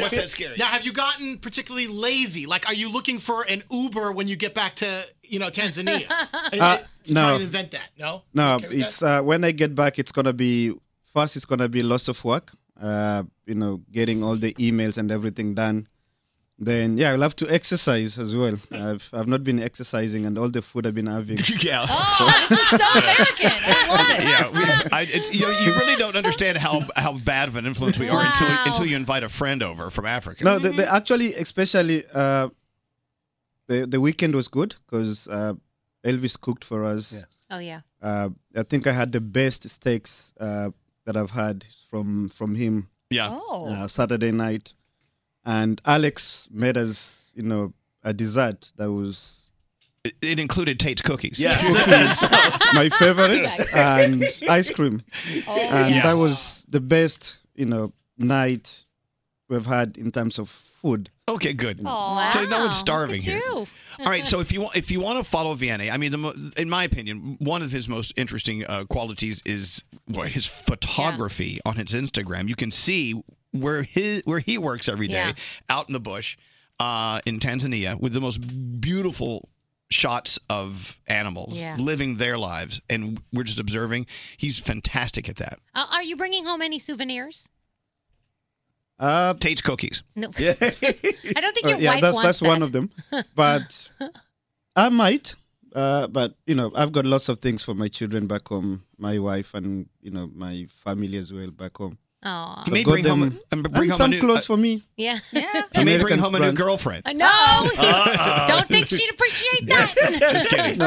What's that scary?
Now, have you gotten particularly lazy? Like, are you looking for an Uber when you get back to you know Tanzania?
Uh,
To
no.
Try and invent that. No.
No,
Okay with
it's
that?
uh, when I get back, it's gonna be first. It's gonna be lots of work. Uh, you know, getting all the emails and everything done. Then yeah, I'll have to exercise as well. I've I've not been exercising, and all the food I've been having.
yeah.
Oh,
this is so
American.
yeah, we, I, it, you, know, you really don't understand how how bad of an influence we are until until you invite a friend over from Africa.
No, the, the actually, especially uh, the the weekend was good because uh, Elvis cooked for us.
Oh, yeah.
Uh, I think I had the best steaks uh, that I've had from from him.
Yeah.
Oh. Uh, Saturday night, and Alex made us, you know, a dessert that was
It, it included Tate's cookies.
cookies, my favorites, and ice cream,
Oh,
and
yeah.
that was the best, you know, night we've had in terms of food.
Okay, good.
Aw,
So no
wow, look
one's starving
at
here.
you.
All right. So if you want, if you want to follow Vianney, I mean, the, mo- in my opinion, one of his most interesting uh, qualities is well, his photography on his Instagram. You can see where his where he works every day
Yeah.
out in the bush uh, in Tanzania with the most beautiful shots of animals
Yeah.
living their lives, and we're just observing. He's fantastic at that.
Uh, are you bringing home any souvenirs?
Uh,
Tate's cookies.
No.
Yeah.
I don't think
Uh,
your
yeah,
wife
that's
wants
that's
that.
one of them. But I might. Uh, but you know, I've got lots of things for my children back home, my wife, and you know, my family as well back home.
Aw.
So
You may
got
bring home
them-
a- and bring home
and
a
some
new-
clothes for me.
Yeah.
He may bring
American
home a new
brand.
girlfriend.
No.
Oh,
Don't think she'd appreciate that.
Just kidding.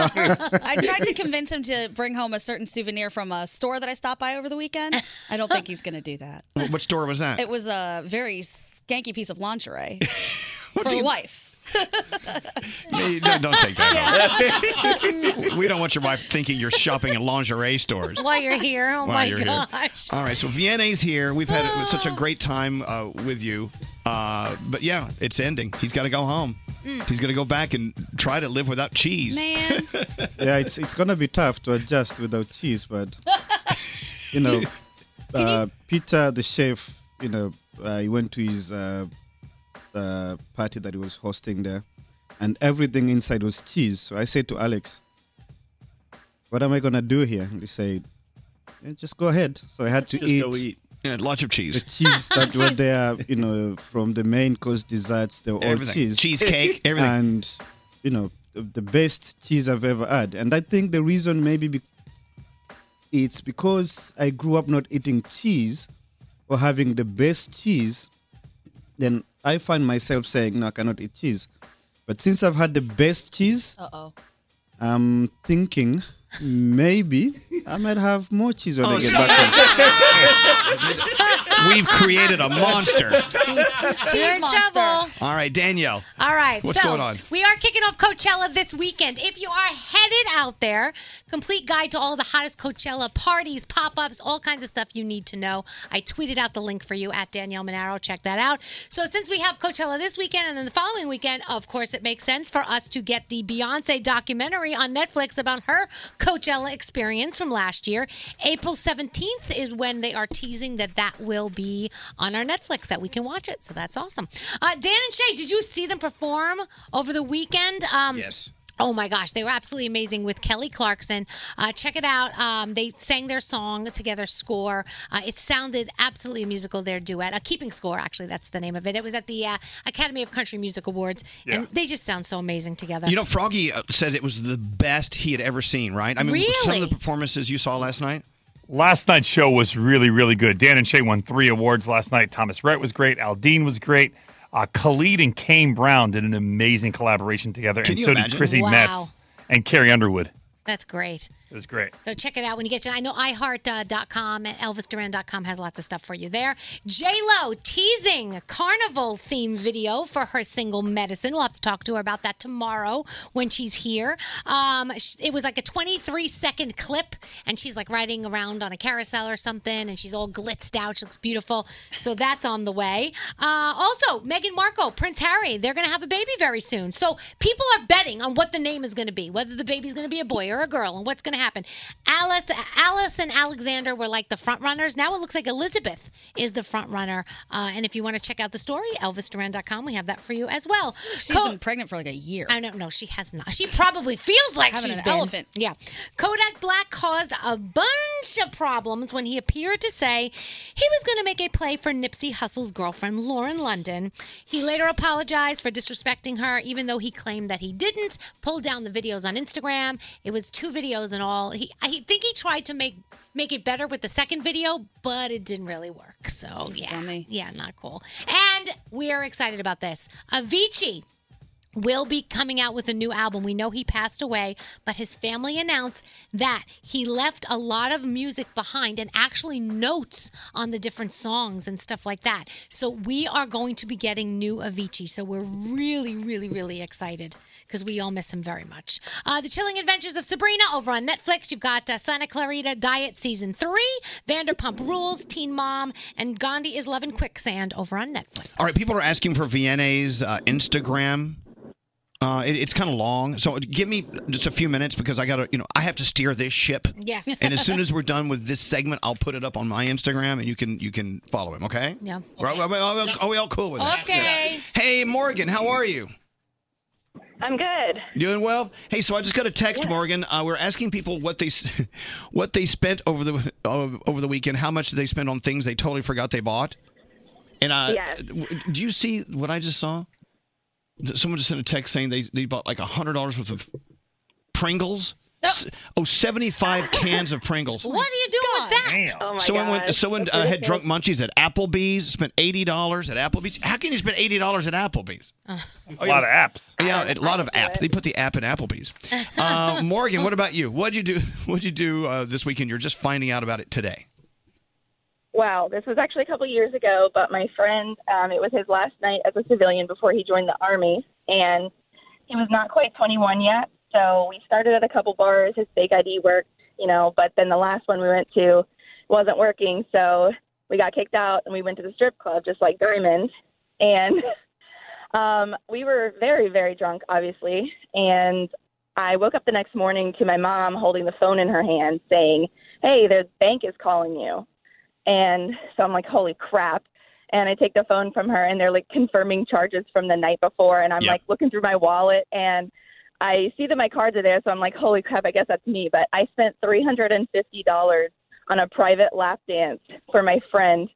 I tried to convince him to bring home a certain souvenir from a store that I stopped by over the weekend. I don't think he's going to do that.
Wh- What store was that?
It was a very skanky piece of lingerie for the wife.
Hey, no, don't take that.
Yeah.
home. We don't want your wife thinking you're shopping in lingerie stores.
While you're here. Oh,
While
my
you're here.
gosh.
All right, so Vienna's here. We've had such a great time uh, with you. Uh, but yeah, it's ending. He's got to go home.
Mm.
He's going to go back and try to live without cheese.
Man.
yeah, it's it's gonna be tough to adjust without cheese, but you know, uh, Peter the chef, you know, uh, he went to his uh, uh, party that he was hosting there, and everything inside was cheese. So I said to Alex, "What am I gonna do here?" And he said, "Yeah, "Just go ahead." So I had to
Just
eat,
go eat.
Yeah, lots of
The
cheese.
cheese that were there, you know, from the main course desserts, they're all
Everything.
cheese.
Cheesecake, everything.
And, you know, the- the best cheese I've ever had. And I think the reason maybe be- it's because I grew up not eating cheese or having the best cheese, then I find myself saying, no, I cannot eat cheese. But since I've had the best cheese,
Uh oh.
I'm thinking maybe I might have more cheese
Oh,
when I get back home.
We've created a monster.
You're
Cheese
in
monster.
trouble.
All right, Danielle.
All right.
What's
so
going on?
We are kicking off Coachella this weekend. If you are headed out there, complete guide to all the hottest Coachella parties, pop ups, all kinds of stuff you need to know. I tweeted out the link for you at Danielle Monaro. Check that out. So since we have Coachella this weekend and then the following weekend, of course, it makes sense for us to get the Beyonce documentary on Netflix about her Coachella experience from last year. April 17th is when they are teasing that that will be on our Netflix that we can watch it. So that's awesome. Uh, Dan and Shay, did you see them perform over the weekend? Um, yes. Oh my gosh, they were absolutely amazing with Kelly Clarkson. Uh, check it out. Um, they sang their song together, Score. Uh, it sounded absolutely musical, their duet. A Keeping Score, actually, that's the name of it. It was at the uh, Academy of Country Music Awards, and
Yeah.
they just sound so amazing together.
You know, Froggy uh, says it was the best he had ever seen, right? I mean, some of the performances you saw last night.
Last night's show was really, really good. Dan and Shay won three awards last night. Thomas Rhett was great. Al Dean was great. Uh, Khalid and Kane Brown did an amazing collaboration together,
Can
and
you
so
imagine?
did Chrissy
Wow.
Metz and Carrie Underwood.
That's great.
It was great.
So check it out when you get to. I know uh, iHeart.com and ElvisDuran.com has lots of stuff for you there. J-Lo teasing carnival theme video for her single Medicine. We'll have to talk to her about that tomorrow when she's here. Um, sh- it was like a 23 second clip, and she's like riding around on a carousel or something, and she's all glitzed out. She looks beautiful. So that's on the way. Uh, also, Meghan Markle, Prince Harry, they're going to have a baby very soon. So people are betting on what the name is going to be, whether the baby's going to be a boy or a girl, and what's going to happen. Alice, Alice and Alexander were like the front runners. Now it looks like Elizabeth is the front runner. Uh, and if you want to check out the story, ElvisDuran.com, we have that for you as well.
She's been pregnant for like a year.
I don't know. She has not. She probably feels like
Having
she's
an
been.
elephant.
Yeah. Kodak Black caused a bunch of problems when he appeared to say he was going to make a play for Nipsey Hussle's girlfriend, Lauren London. He later apologized for disrespecting her, even though he claimed that he didn't. Pulled down the videos on Instagram. It was two videos and all. He, I think he tried to make make it better with the second video, but it didn't really work. So yeah, yeah, not cool. And we are excited about this. Avicii will be coming out with a new album. We know he passed away, but his family announced that he left a lot of music behind and actually notes on the different songs and stuff like that. So we are going to be getting new Avicii. So we're really, really, really excited because we all miss him very much. Uh, the Chilling Adventures of Sabrina over on Netflix. You've got uh, Santa Clarita Diet Season 3, Vanderpump Rules, Teen Mom, and Gandhi is Loving Quicksand over on Netflix.
All right, people are asking for Vienna's uh, Instagram. Uh, it, it's kind of long, so give me just a few minutes because I gotta, you know, I have to steer this ship.
Yes.
And as soon as we're done with this segment, I'll put it up on my Instagram, and you can you can follow him. Okay?
Yeah.
Are, are- are- are we all cool with that?
Okay.
Yeah. Hey, Morgan, how are you?
I'm good.
Doing well. Hey, so I just got a text, Morgan. Uh, we're asking people what they s- what they spent over the uh, over the weekend. How much did they spend on things they totally forgot they bought? And uh,
Yes.
w- do you see what I just saw? Th- Someone just sent a text saying they, they bought like hundred dollars worth of Pringles. S- Oh, 75 cans of Pringles.
What do you do with that?
Oh my
someone went,
gosh.
someone
That's
uh, had drunk
ridiculous.
munchies at Applebee's. Spent eighty dollars at Applebee's. How can you spend eighty dollars at Applebee's?
A lot of apps.
Yeah, a lot of apps. They put the app in Applebee's. Uh, Morgan, what about you? What'd you do? What'd you do uh, this weekend? You're just finding out about it today.
Wow, this was actually a couple years ago, but my friend, um, it was his last night as a civilian before he joined the Army, and he was not quite 21 yet. So we started at a couple bars. His fake ID worked, you know, but then the last one we went to wasn't working. So we got kicked out and we went to the strip club, just like Diamond. And um, we were very, very drunk, obviously. And I woke up the next morning to my mom holding the phone in her hand saying, Hey, the bank is calling you. And so I'm like, holy crap. And I take the phone from her, and they're like confirming charges from the night before. And I'm like looking through my wallet, and I see that my cards are there. So I'm like, holy crap, I guess that's me. But I spent $350 on a private lap dance for my friend.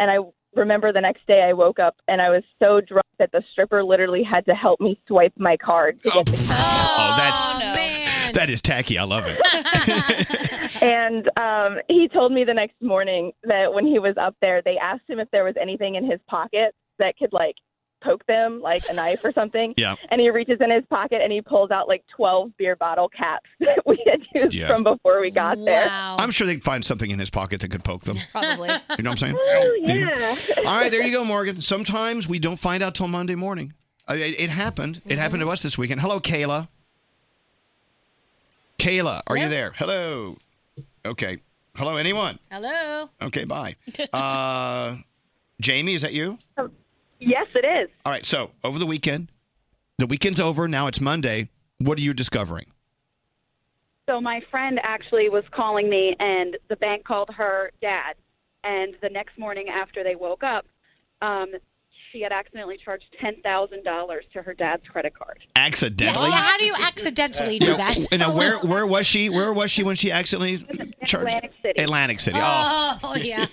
And I remember the next day I woke up and I was so drunk that the stripper literally had to help me swipe my card to get the
Oh, that's that is tacky. I love it.
and um, he told me the next morning that when he was up there, they asked him if there was anything in his pocket that could like poke them, like a knife or something.
Yeah.
And he reaches in his pocket and he pulls out like twelve beer bottle caps that we had used
Yeah.
from before we got there.
I'm sure they'd find something in his pocket that could poke them.
Probably.
You know what I'm saying?
yeah.
All right, there you go, Morgan. Sometimes we don't find out till Monday morning. I- It, it happened. It happened
Mm-hmm.
to us this weekend. Hello, Kayla. Kayla, are you there? Hello. Okay. Hello, anyone?
Hello.
Okay, bye. Uh, Jamie, is that you?
Oh, Yes, it is.
All right. So over the weekend, the weekend's over. Now it's Monday. What are you discovering?
So my friend actually was calling me, and the bank called her dad. And the next morning after they woke up, um, she had accidentally charged ten thousand dollars to her dad's credit card.
Accidentally.
Yeah, how do you accidentally do
Uh, Now,
that?
w- now, where where was she? Where was she when she accidentally charged?
Atlantic City.
Atlantic City. Oh.
Oh, yeah.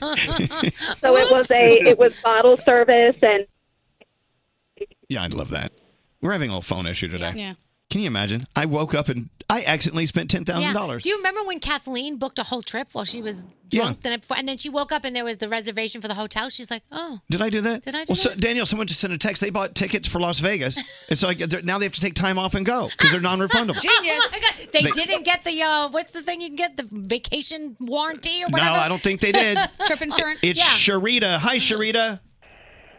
So it was a it was bottle service, and
Yeah, I'd love that. We're having a little phone issue today.
Yeah.
Can you imagine? I woke up and I accidentally spent ten thousand
Yeah.
dollars.
Do you remember when Kathleen booked a whole trip while she was
Yeah.
drunk the night before, and then she woke up and there was the reservation for the hotel? She's like, oh,
Did I do that?
Did I do
well, So, Daniel, someone just sent a text. They bought tickets for Las Vegas. It's like they're- now they have to take time off and go because they're non-refundable.
Oh my God. They,
They-
didn't get the uh, what's the thing you can get the vacation warranty or
No,
whatever.
I don't think they did.
Trip insurance.
It's Sharita. Hi, Sharita.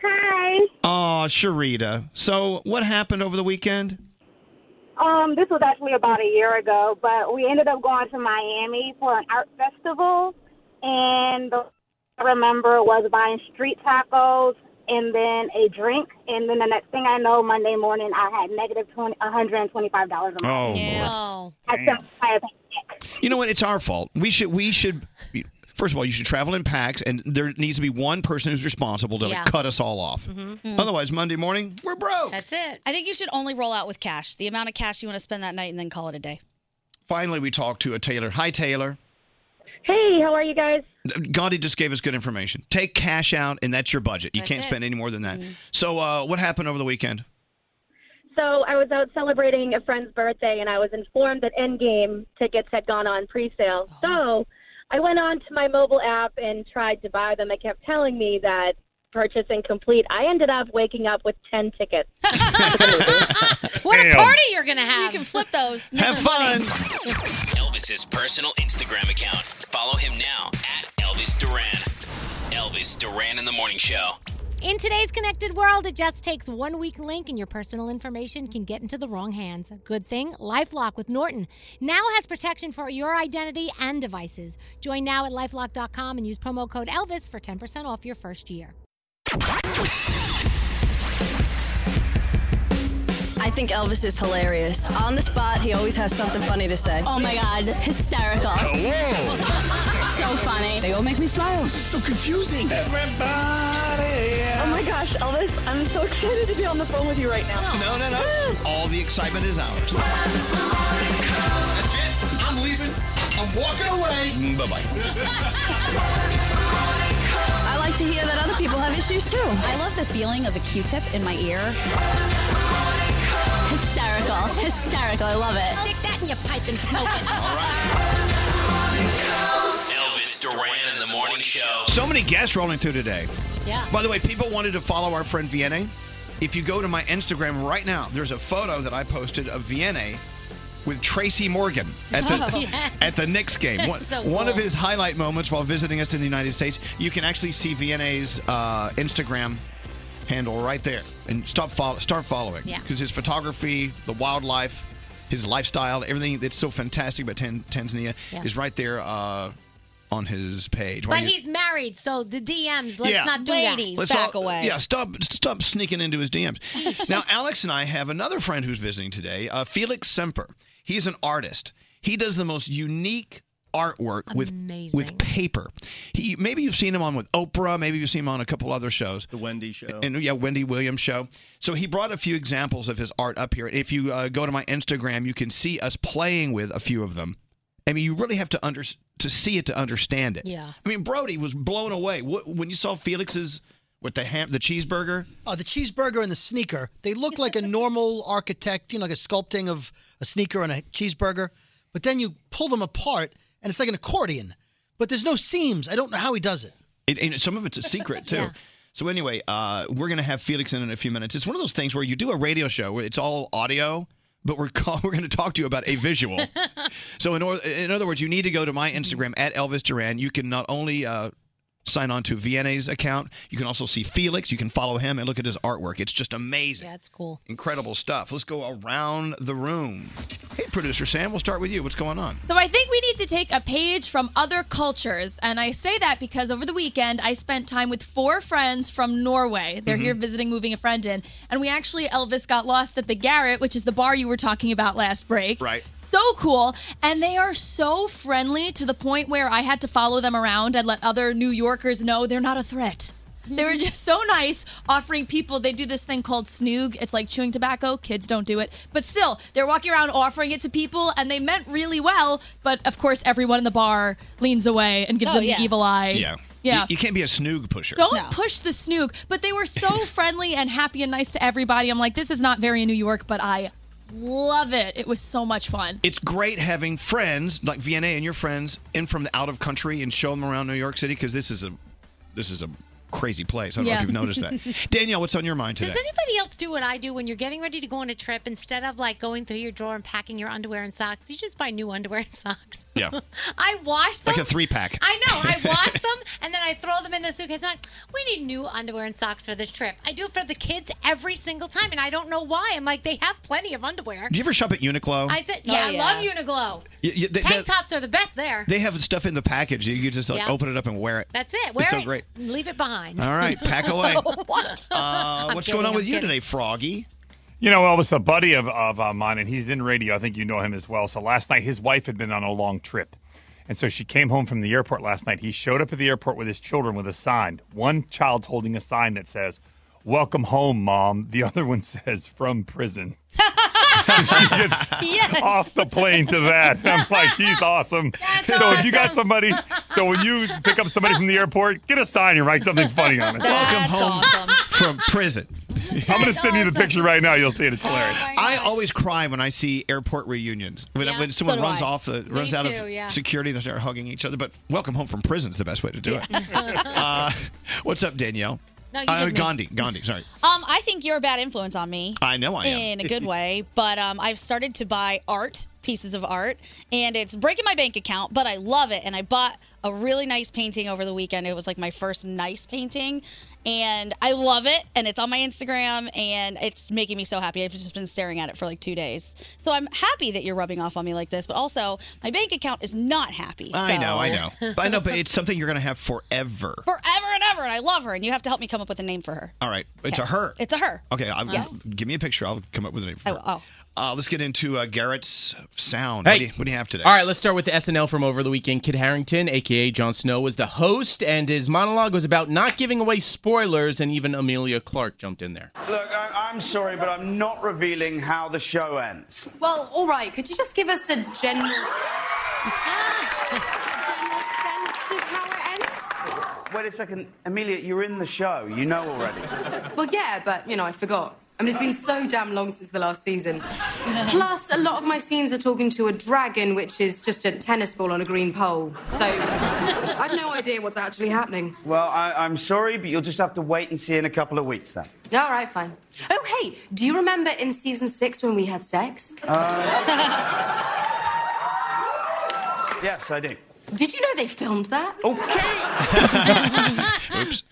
Hi.
Oh, Sharita. So, what happened over the weekend?
Um, this was actually about a year ago, but we ended up going to Miami for an art festival, and the I remember was buying street tacos and then a drink, and then the next thing I know, Monday morning I had negative twenty, one hundred and twenty-five dollars.
Oh,
Oh.
I felt tired.
You know what? It's our fault. We should. We should. First of all, you should travel in packs, and there needs to be one person who's responsible to like,
Yeah.
cut us all off. Otherwise, Monday morning, we're broke.
Mm-hmm. That's it.
Mm. I think you should only roll out with cash. The amount of cash you want to spend that night and then call it a day.
finally we talked to a Taylor. Hi, Taylor.
Hey, how are you guys?
Gandhi just gave us good information. Take cash out, and that's your budget. You
That's
can't
it. Mm-hmm.
spend any more than that. So, uh, what happened over the weekend?
So I was out celebrating a friend's birthday, and I was informed that Endgame tickets had gone on pre-sale. So I went on to my mobile app and tried to buy them. It kept telling me that purchase incomplete. I ended up waking up with ten tickets.
What
Damn.
a party you're gonna have! You can flip
those.
Have fun.
Elvis's personal Instagram account. Follow him now at Elvis Duran. Elvis Duran in the Morning Show.
In today's connected world, it just takes one weak link and your personal information can get into the wrong hands. Good thing Lifelock with Norton now has protection for your identity and devices. Join now at lifelock.com and use promo code Elvis for 10% off your first year.
I think Elvis is hilarious. On the spot, he always has something funny to say. Oh my god, hysterical. so funny. They all make me smile. This is so confusing.
Oh my gosh, Elvis! I'm so excited to be on the phone with you right now.
No, no, no. All the excitement is ours.
That's it. I'm leaving. I'm walking away.
Bye bye.
I like to hear that other people have issues too. I love the feeling of a Q-tip in my ear.
Hysterical. Hysterical. I love it.
Stick that in your pipe and smoke it. All right.
Elvis Duran in the Morning Show.
So many guests rolling through today.
Yeah.
By the way, people wanted to follow our friend Vienna. If you go to my Instagram right now, there's a photo that I posted of Vienna with Tracy Morgan at the
Oh, yes.
at the Knicks game. One,
So
one of
cool.
his highlight moments while visiting us in the United States. You can actually see Vienna's uh, Instagram handle right there, and stop follow, start following.
Yeah.
Because his photography, the wildlife, his lifestyle, everything that's so fantastic about Tan- Tanzania
Yeah.
is right there uh, on his page.
But
Why you-
he's married, so the DMs. Let's not do that.
Let's all- uh, Yeah, stop, stop sneaking into his DMs. now, Alex and I have another friend who's visiting today, uh, Felix Semper. He's an artist. He does the most unique artwork with with paper. He maybe you've seen him on with Oprah. Maybe you've seen him on a couple other shows. The
Wendy Show.
And yeah, Wendy Williams show. So he brought a few examples of his art up here. If you uh, go to my Instagram, you can see us playing with a few of them. I mean, you really have to under, to see it to understand it.
Yeah.
I mean, Brody was blown away Wh- when you saw Felix's with the ham, the cheeseburger.
Oh, the cheeseburger and the sneaker. They look like a normal architect, you know, like a sculpting of a sneaker and a cheeseburger. But then you pull them apart, and it's like an accordion. But there's no seams. I don't know how he does it.
It, and some of it's a secret too. So anyway, uh, we're gonna have Felix in in a few minutes. It's one of those things where you do a radio show where it's all audio, but we're call, we're gonna talk to you about a visual. so in or, in other words, you need to go to my Instagram at Elvis Duran. You can not only uh, sign on to VNA's account, you can also see Felix. You can follow him and look at his artwork. It's just amazing.
Yeah, it's cool.
Incredible stuff. Let's go around the room. Hey, producer Sam, we'll start with you. What's going on?
So I think we need to take a page from other cultures. And I say that because over the weekend, I spent time with four friends from Norway. They're
Mhm.
here visiting, moving a friend in. And we actually, Elvis, got lost at the Garrett, which is the bar you were talking about last break.
Right.
So cool. And they are so friendly to the point where I had to follow them around and let other New Yorkers know they're not a threat. They were just so nice offering people. They do this thing called snoog. It's like chewing tobacco. Kids don't do it. But still, they're walking around offering it to people and they meant really well. But of course, everyone in the bar leans away and gives
Oh,
them
yeah.
the evil eye.
Yeah.
Yeah.
You, you can't be a snoog pusher.
Don't push the snoog. But they were so friendly and happy and nice to everybody. I'm like, this is not very New York, but I love it. It was so much fun.
it's great having friends like VNA and your friends in from the out of country and show them around New York City because this is a this is a crazy place. I don't know
Yeah.
if you've noticed that. Danielle, what's on your mind today?
Does anybody else do what I do when you're getting ready to go on a trip? Instead of like going through your drawer and packing your underwear and socks, you just buy new underwear and socks.
yeah,
I wash them.
like a three pack.
I know. I wash them and then I throw them in the suitcase. I'm like, we need new underwear and socks for this trip. I do it for the kids every single time, and I don't know why. I'm like, they have plenty of underwear.
Do you ever shop at Uniqlo?
I said, yeah, I love Uniglow.
Y- y- they,
Tank
they-
tops are the best there.
they have stuff in the package. You can just like
Yeah.
open it up and wear it.
That's it. Wear
so
it.
great.
Leave it behind.
All right, pack away.
what?
Uh, what's going on with you today, Froggy?
You know, Elvis, a buddy of, of uh, mine, and he's in radio. I think you know him as well. So last night, his wife had been on a long trip. And so she came home from the airport last night. He showed up at the airport with his children with a sign. One child's holding a sign that says, Welcome home, mom. The other one says, From prison. she gets off the plane to that. I'm like, he's awesome. so if you got somebody, so when you pick up somebody from the airport, get a sign and write something funny on it.
Welcome home from prison.
I'm going to send you the picture right now. You'll see
Oh
it. It's hilarious.
I always cry when I see airport reunions. When,
Yeah,
when someone
so do
runs
I.
off, the,
Me
runs out
too,
of
yeah.
security, they start hugging each other. But welcome home from prison is the best way to do it. uh, what's up, Danielle?
No, you
uh,
didn't.
Gandhi. Gandhi. Sorry.
Um, I think you're a bad influence on me.
I know I am.
in a good way, but um, I've started to buy art pieces of art, and it's breaking my bank account, but I love it. And I bought a really nice painting over the weekend. It was like my first nice painting, and I love it. And it's on my Instagram, and it's making me so happy. I've just been staring at it for like two days, so I'm happy that you're rubbing off on me like this. But also, my bank account is not happy.
I know. I know.
so-
But I know. But it's something you're going to have forever.
forever and ever, and I love her. And you have to help me come up with a name for her.
All right. It's a
Okay.
her.
It's a her.
Okay. i
Yes.
Give me a picture. I'll come up with a name. for
Oh,
her.
oh.
Uh, let's get into uh, Garrett's sound.
Hey.
What, do you, what do you have today?
All right, let's start with the SNL from over the weekend. Kid Harrington, aka Jon Snow, was the host, and his monologue was about not giving away spoilers, and even Amelia Clark jumped in there.
Look, I- I'm sorry, but I'm not revealing how the show ends.
Well, all right. Could you just give us a general, sense of how it ends?
Wait a second, Amelia, you're in the show. You know already.
Well, yeah, but you know, I forgot. I mean, it's been so damn long since the last season. Plus, a lot of my scenes are talking to a dragon, which is just a tennis ball on a green pole. So I've no idea what's actually happening.
Well, I- I'm sorry, but you'll just have to wait and see in a couple of weeks then.
All right, fine. Oh, hey, do you remember in season six when we had sex?
Uh, Yes, I do.
Did you know they filmed that?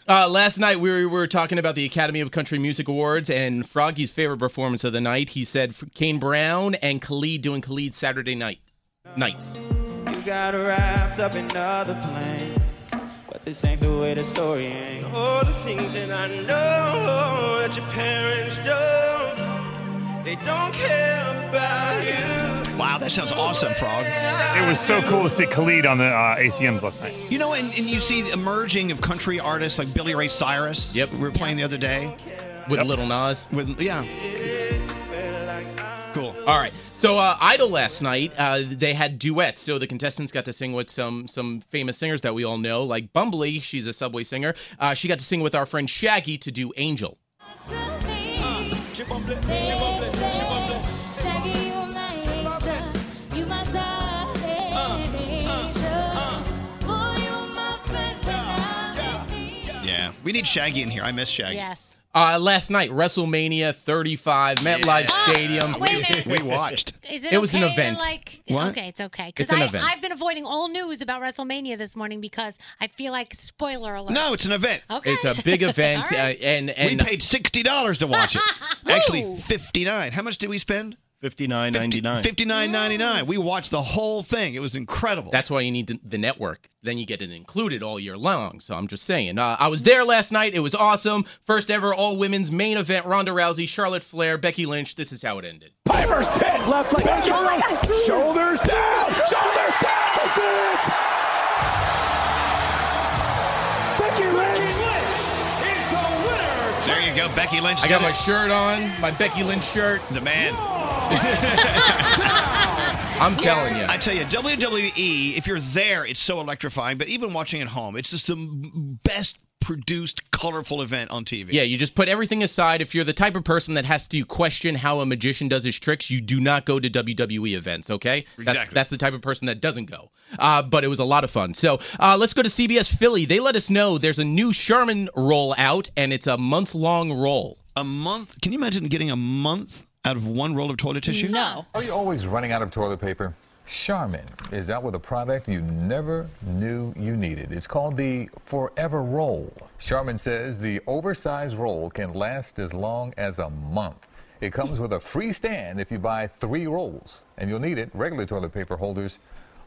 Uh, last night we were talking about the Academy of Country Music Awards and Froggy's favorite performance of the night. He said Kane Brown and Khalid doing Khalid Saturday night nights.
You got wrapped up in other plans, but this ain't the way the story ends. All the things that I know that your parents don't, they don't care about you.
Wow, that sounds awesome, Frog.
It was so cool to see Khalid on the uh, ACMs last night.
You know, and, and you see the emerging of country artists like Billy Ray Cyrus. Yep. We were playing the other day.
With Little Nas.
With yeah. Cool.
All right. So uh, Idol last night, uh, they had duets. So the contestants got to sing with some some famous singers that we all know, like Bumbly. She's a subway singer. Uh, she got to sing with our friend Shaggy to do Angel.
Yeah, we need Shaggy in here. I miss Shaggy.
Yes.
Uh, last night, WrestleMania 35, MetLife
Yeah.
Stadium.
Ah, Wait a minute.
We watched.
Is it,
was
okay
an
to,
event.
Like,
What?
okay, it's okay.
It's
Because
an event.
I've been avoiding all news about WrestleMania this morning because I feel like spoiler alert.
No, it's an event.
Okay.
It's a big event,
All right.
uh, and and
we paid sixty dollars to watch it. Actually, fifty nine. How much did we spend?
Fifty nine ninety nine.
Fifty nine ninety nine. We watched the whole thing. It was incredible.
That's why you need to- the network. Then you get it included all year long. So I'm just saying. Uh, I was there last night. It was awesome. First ever all women's main event: Ronda Rousey, Charlotte Flair, Becky Lynch. This is how it ended.
Piper's pit, left leg, shoulders down, shoulders down, they did it! Becky Lynch is the winner!
There you go, Becky Lynch.
I got my shirt on, my Becky Lynch shirt.
The man.
I'm telling you.
I tell you, WWE. If you're there, it's so electrifying. But even watching at home, it's just the m- best produced, colorful event on TV.
Yeah, you just put everything aside. If you're the type of person that has to question how a magician does his tricks, you do not go to WWE events, okay? That's,
Exactly.
that's the type of person that doesn't go. Uh, but it was a lot of fun. So uh, let's go to CBS Philly. They let us know there's a new Sherman roll out, and it's a month long roll.
A month? Can you imagine getting a month out of one roll of toilet tissue?
Are you always running out of toilet paper? Charmin is out with a product you never knew you needed. It's called the Forever Roll. Charmin says the oversized roll can last as long as a month. It comes with a free stand if you buy three rolls, and you'll need it. Regular toilet paper holders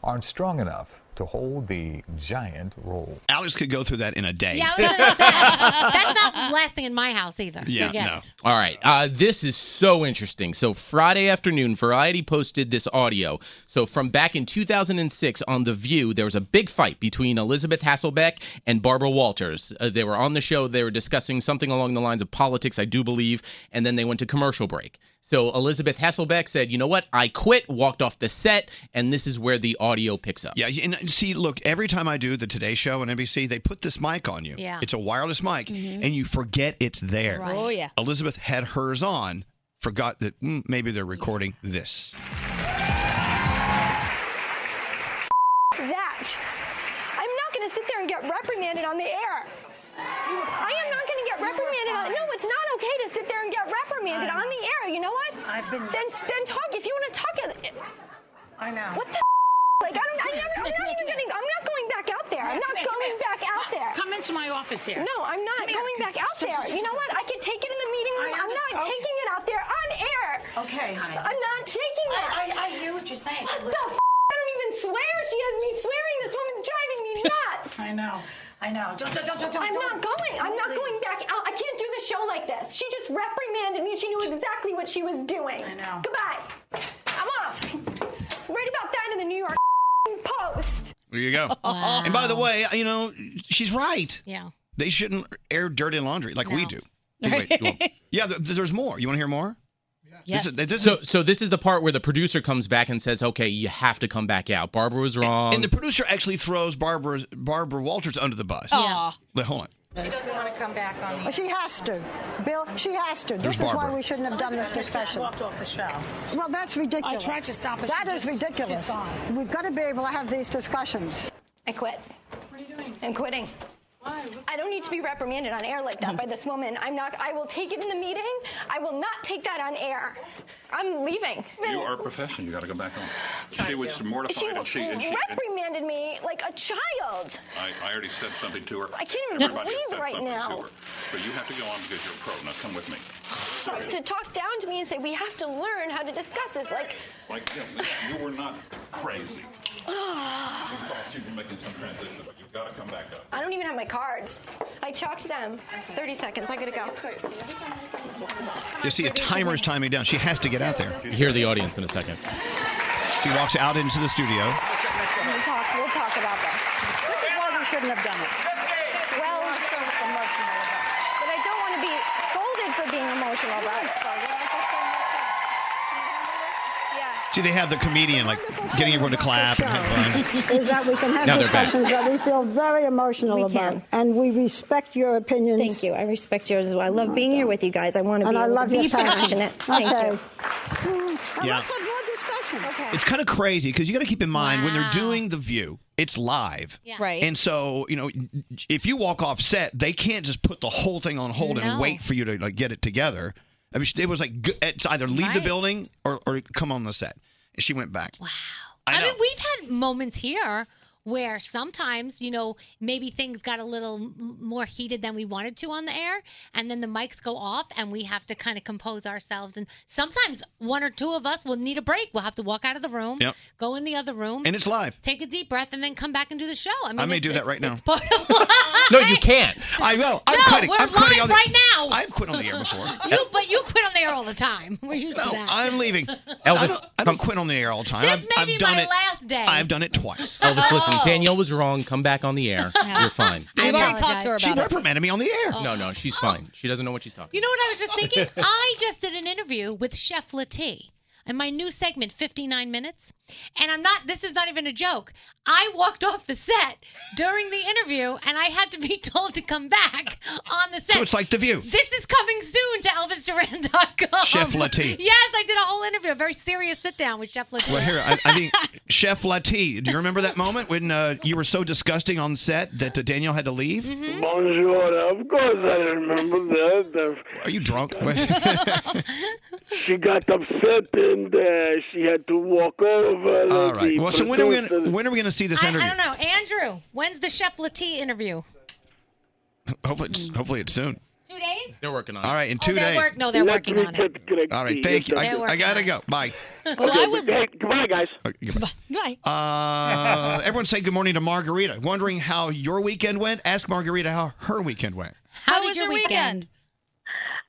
aren't strong enough to hold the giant roll.
Alex could go through that in a day.
Yeah, I was gonna say that's not lasting in my house either. Forget it.
All right. Uh, this is so interesting. So, Friday afternoon, Variety posted this audio. So, from back in 2006 on The View, there was a big fight between Elizabeth Hasselbeck and Barbara Walters. Uh, they were on the show, they were discussing something along the lines of politics, I do believe, and then they went to commercial break. So, Elizabeth Hasselbeck said, You know what? I quit, walked off the set, and this is where the audio picks up.
Yeah, and uh, see, look, every time I do the Today Show on NBC, they put this mic on you.
Yeah.
It's a wireless mic,
Mhm.
and you forget it's there.
Right. Oh, yeah.
Elizabeth had hers on, forgot that mm, maybe they're recording this.
that. I'm not going to sit there and get reprimanded on the air. I am not going to get reprimanded on. No, it's not okay to sit there and get reprimanded on the air. You know what? I've been. Then, then talk if you want to talk. it-
I know.
What the? Like I don't. I never, I'm not even getting. I'm not going back out there. I'm not going back out there.
Come into my office here.
No, I'm not
Come here.
going back out
Sit, sit,
there.
sit,
You know
sit.
what? I can take it in the meeting
I
room. I'm
understand.
not
Okay.
taking it out there on air.
Okay, honey.
I'm not taking
I-
that.
I- I hear what you're saying.
What the f- I don't even swear. She has me swearing. This woman's driving me nuts.
I know. I know. Don't, don't, don't, don't, don't.
I'm not going. I'm not going back out. I can't do the show like this. She just reprimanded me. She knew exactly what she was doing. I know. Goodbye. I'm off. Read about that in the New York Post.
There you go.
Wow.
And by the way, you know, she's Uh, right.
Yeah.
They shouldn't air dirty laundry like we do.
Right.
Wait, well, yeah, th- there's more. You want to hear more? Yes. This is- this is-
so, so this is the part where the producer comes back and says, "Okay, you have to come back out. Barbara was wrong."
and the producer actually throws Barbara Barbara Walters under the bus.
Aw.
But hold on.
She doesn't want to come back on
Well, she has to. Bill, she has to.
There's
This is why
Barbara.
we shouldn't have done this discussion.
walked off the show.
Well, that's ridiculous.
I tried to stop her.
That
She
is
just-
ridiculous.
she's gone.
We've got to be able to have these discussions.
I quit. What are you doing? I'm quitting. Why? I don't need to be reprimanded on air like that by this woman. I'm not. I will take it in the meeting. I will not take that on air. I'm leaving.
You are a professional. You got to go back home. She was mortified
She
and she and she. and-
reprimanded me like a child.
I, I already said something to her.
I can't even
Everybody has
breathe
said
right
something to
now.
her. But you have to go on because you're a pro. Now come with me.
To talk down to me and say we have to learn how to discuss this, like.
Like you, know, you were not crazy.
ah.
We thought you were making some transition, but you've got to come back up.
I don't even have my cards. I chalked them. 30 seconds. I gotta go.
You see, a timer's timing down. She has to get out there.
Hear the audience in a second.
She walks out into the studio.
We'll talk, we'll talk about this. This is why we shouldn't have done it.
Well, but I don't want to be scolded for being emotional about it.
See, they have the comedian like getting everyone to clap and have fun.
is that we can have
Now they're back.
discussions that we feel very emotional
We
about,
can.
and we respect your opinions.
Thank you. I respect yours as well. I love being here with you guys. I want to
And
be,
I
able
love
to
your
be
passion.
passionate. Thank
Okay.
you.
Mm,
Yeah.
Let's have more discussion. Okay.
It's kind of crazy because you got to keep in mind when they're doing the view, it's live.
Yeah. Right.
And so, you know, if you walk off set, they can't just put the whole thing on hold
No.
and wait for you to like get it together. I mean, it was like g- it's either leave the
Right.
building or, or come on the set. And she went back. Wow. I,
I
know.
mean, we've had moments here where sometimes, you know, maybe things got a little m- more heated than we wanted to on the air, and then the mics go off, and we have to kind of compose ourselves. And sometimes one or two of us will need a break. We'll have to walk out of the room,
Yep.
go in the other room,
And it's live.
Take a deep breath, and then come back and do the show. I, mean,
I may
it's-
do
it's-
that right now.
it's part of-
no, you can't. I will. I'm
no,
quitting.
we're
I'm
live
quitting on the-
right now.
I've quit on the air before.
you, but you quit on the air all the time. We're used to
No,
that.
I'm leaving. Elvis, I don't, I don't quit on the air all the time.
This
I've,
may
I've
be
done
my
it.
last day.
I've done it twice.
Elvis, listen, Danielle was wrong. Come back on the air.
Yeah.
You're fine.
We've already talked to her
she
about it.
reprimanded me on the air.
Oh.
No, no, she's fine. She doesn't know what she's talking.
You know what I was just thinking? I just did an interview with Chef Latee in my new segment, 59 Minutes. And I'm not, this is not even a joke. I walked off the set during the interview and I had to be told to come back on the set.
So it's like The View.
This is coming soon to ElvisDuran.com.
Chef Latee.
Yes, I did a whole interview, a very serious sit down with Chef Latee.
Well, here, I, I think Chef Latte. Do you remember that moment when uh, you were so disgusting on set that uh, Danielle had to leave?
Mm-hmm.
Bonjour. Of course, I remember that.
Are you drunk?
she got upset and uh, she had to walk over.
All
like
right.
the
Well, so when are we
producer.
gonna, when are we going to see this interview?
I don't know. Andrew, when's the Chef Latee interview?
Hopefully, it's, hopefully it's soon.
Two days?
They're working on
All right, in
Mm. Oh,
two
they're
days.
work- no, they're Let working me on it. get
All right, thank you.
They're
I, I
working
gotta
on it.
go. Bye.
Well, I would.
goodbye, guys.
Goodbye.
Uh, everyone say good morning to Margarita. Wondering how your weekend went? Ask Margarita how her weekend went.
How, was your weekend?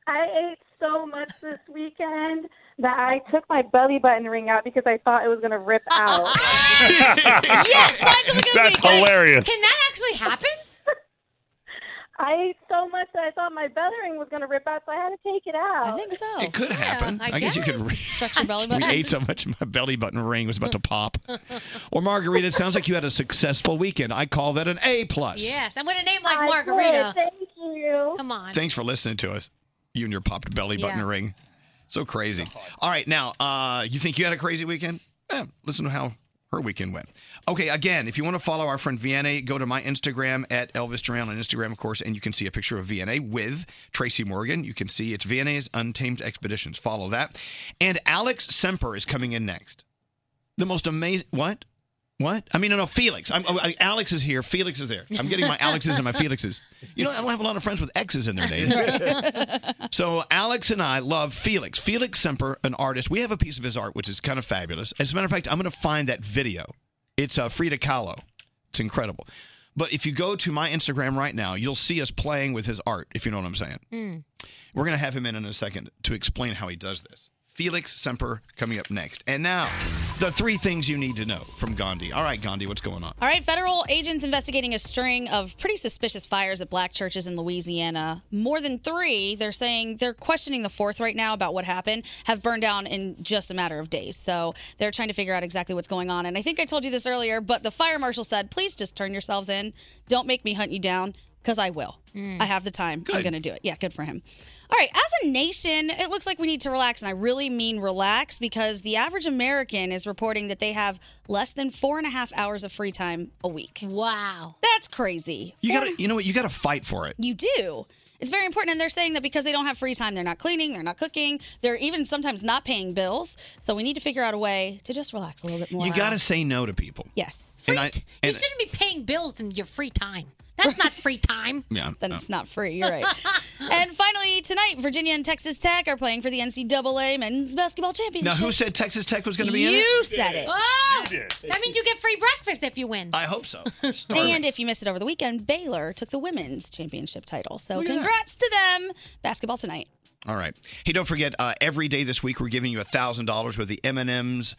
I ate so much this weekend that I took my belly button ring out because I thought it was going to rip out.
yes, sounds like a
That's
weekend.
hilarious.
Can that actually happen?
I ate so much that I thought my belly ring was going to rip out, so I had to take it out. I think so.
It could happen.
I
guess, you could.
Structure
Oh,
belly
we ate so much, my belly button ring was about to pop. Or Margarita, it sounds like you had a successful weekend. I call that an A plus.
Yes, I'm with a name like
I did.
Margarita.
Thank you.
Come on.
Thanks for listening to us. You and your popped belly button
Yeah.
ring. So crazy. All right, now, uh, you think you had a crazy weekend? Eh, listen to how her weekend went. Okay, again, if you want to follow our friend Vianney, go to my Instagram at Elvis Duran on Instagram, of course, and you can see a picture of Vianney with Tracy Morgan. You can see it's Vianney's Untamed Expeditions. Follow that. And Alex Semper is coming in next. The most amazing. What? What? I mean, no, no, Felix. I'm, I, Alex is here. Felix is there. I'm getting my Alexes and my Felixes. You know, I don't have a lot of friends with X's in their names. so Alex and I love Felix. Felix Semper, an artist. We have a piece of his art which is kind of fabulous. As a matter of fact, I'm going to find that video. It's uh, Frida Kahlo. It's incredible. But if you go to my Instagram right now, you'll see us playing with his art. If you know what I'm saying, we're going to have him in in a second to explain how he does this. Felix Semper coming up next. And now, the three things you need to know from Gandhi. All right, Gandhi, what's going on?
All right, federal agents investigating a string of pretty suspicious fires at black churches in Louisiana. More than three, they're saying they're questioning the fourth right now about what happened, have burned down in just a matter of days. So they're trying to figure out exactly what's going on. And I think I told you this earlier, but the fire marshal said, please just turn yourselves in. Don't make me hunt you down because I will. I have the time. I'm going to do it. Yeah, good for him. All right, as a nation, it looks like we need to relax, and I really mean relax because the average American is reporting that they have less than four and a half hours of free time a week.
Wow.
That's crazy.
You got to, you know what? You got to fight for it.
You do. It's very important. And they're saying that because they don't have free time, they're not cleaning, they're not cooking, they're even sometimes not paying bills. So we need to figure out a way to just relax a little bit more.
You got to say no to people.
Yes.
And I,
You
and-
shouldn't be paying bills in your free time. That's not free time.
yeah.
Then
no.
it's not free. You're right. and finally, tonight, Virginia and Texas Tech are playing for the NCAA men's basketball championship.
Now, who said Texas Tech was going to be in it?
You said it.
Oh, that means you get free breakfast if you win.
I hope so.
And if you missed it over the weekend, Baylor took the women's championship title. So
Look at that.
congrats to them. Basketball tonight.
All right. Hey, don't forget, uh, every day this week, we're giving you $1,000 with the M&M's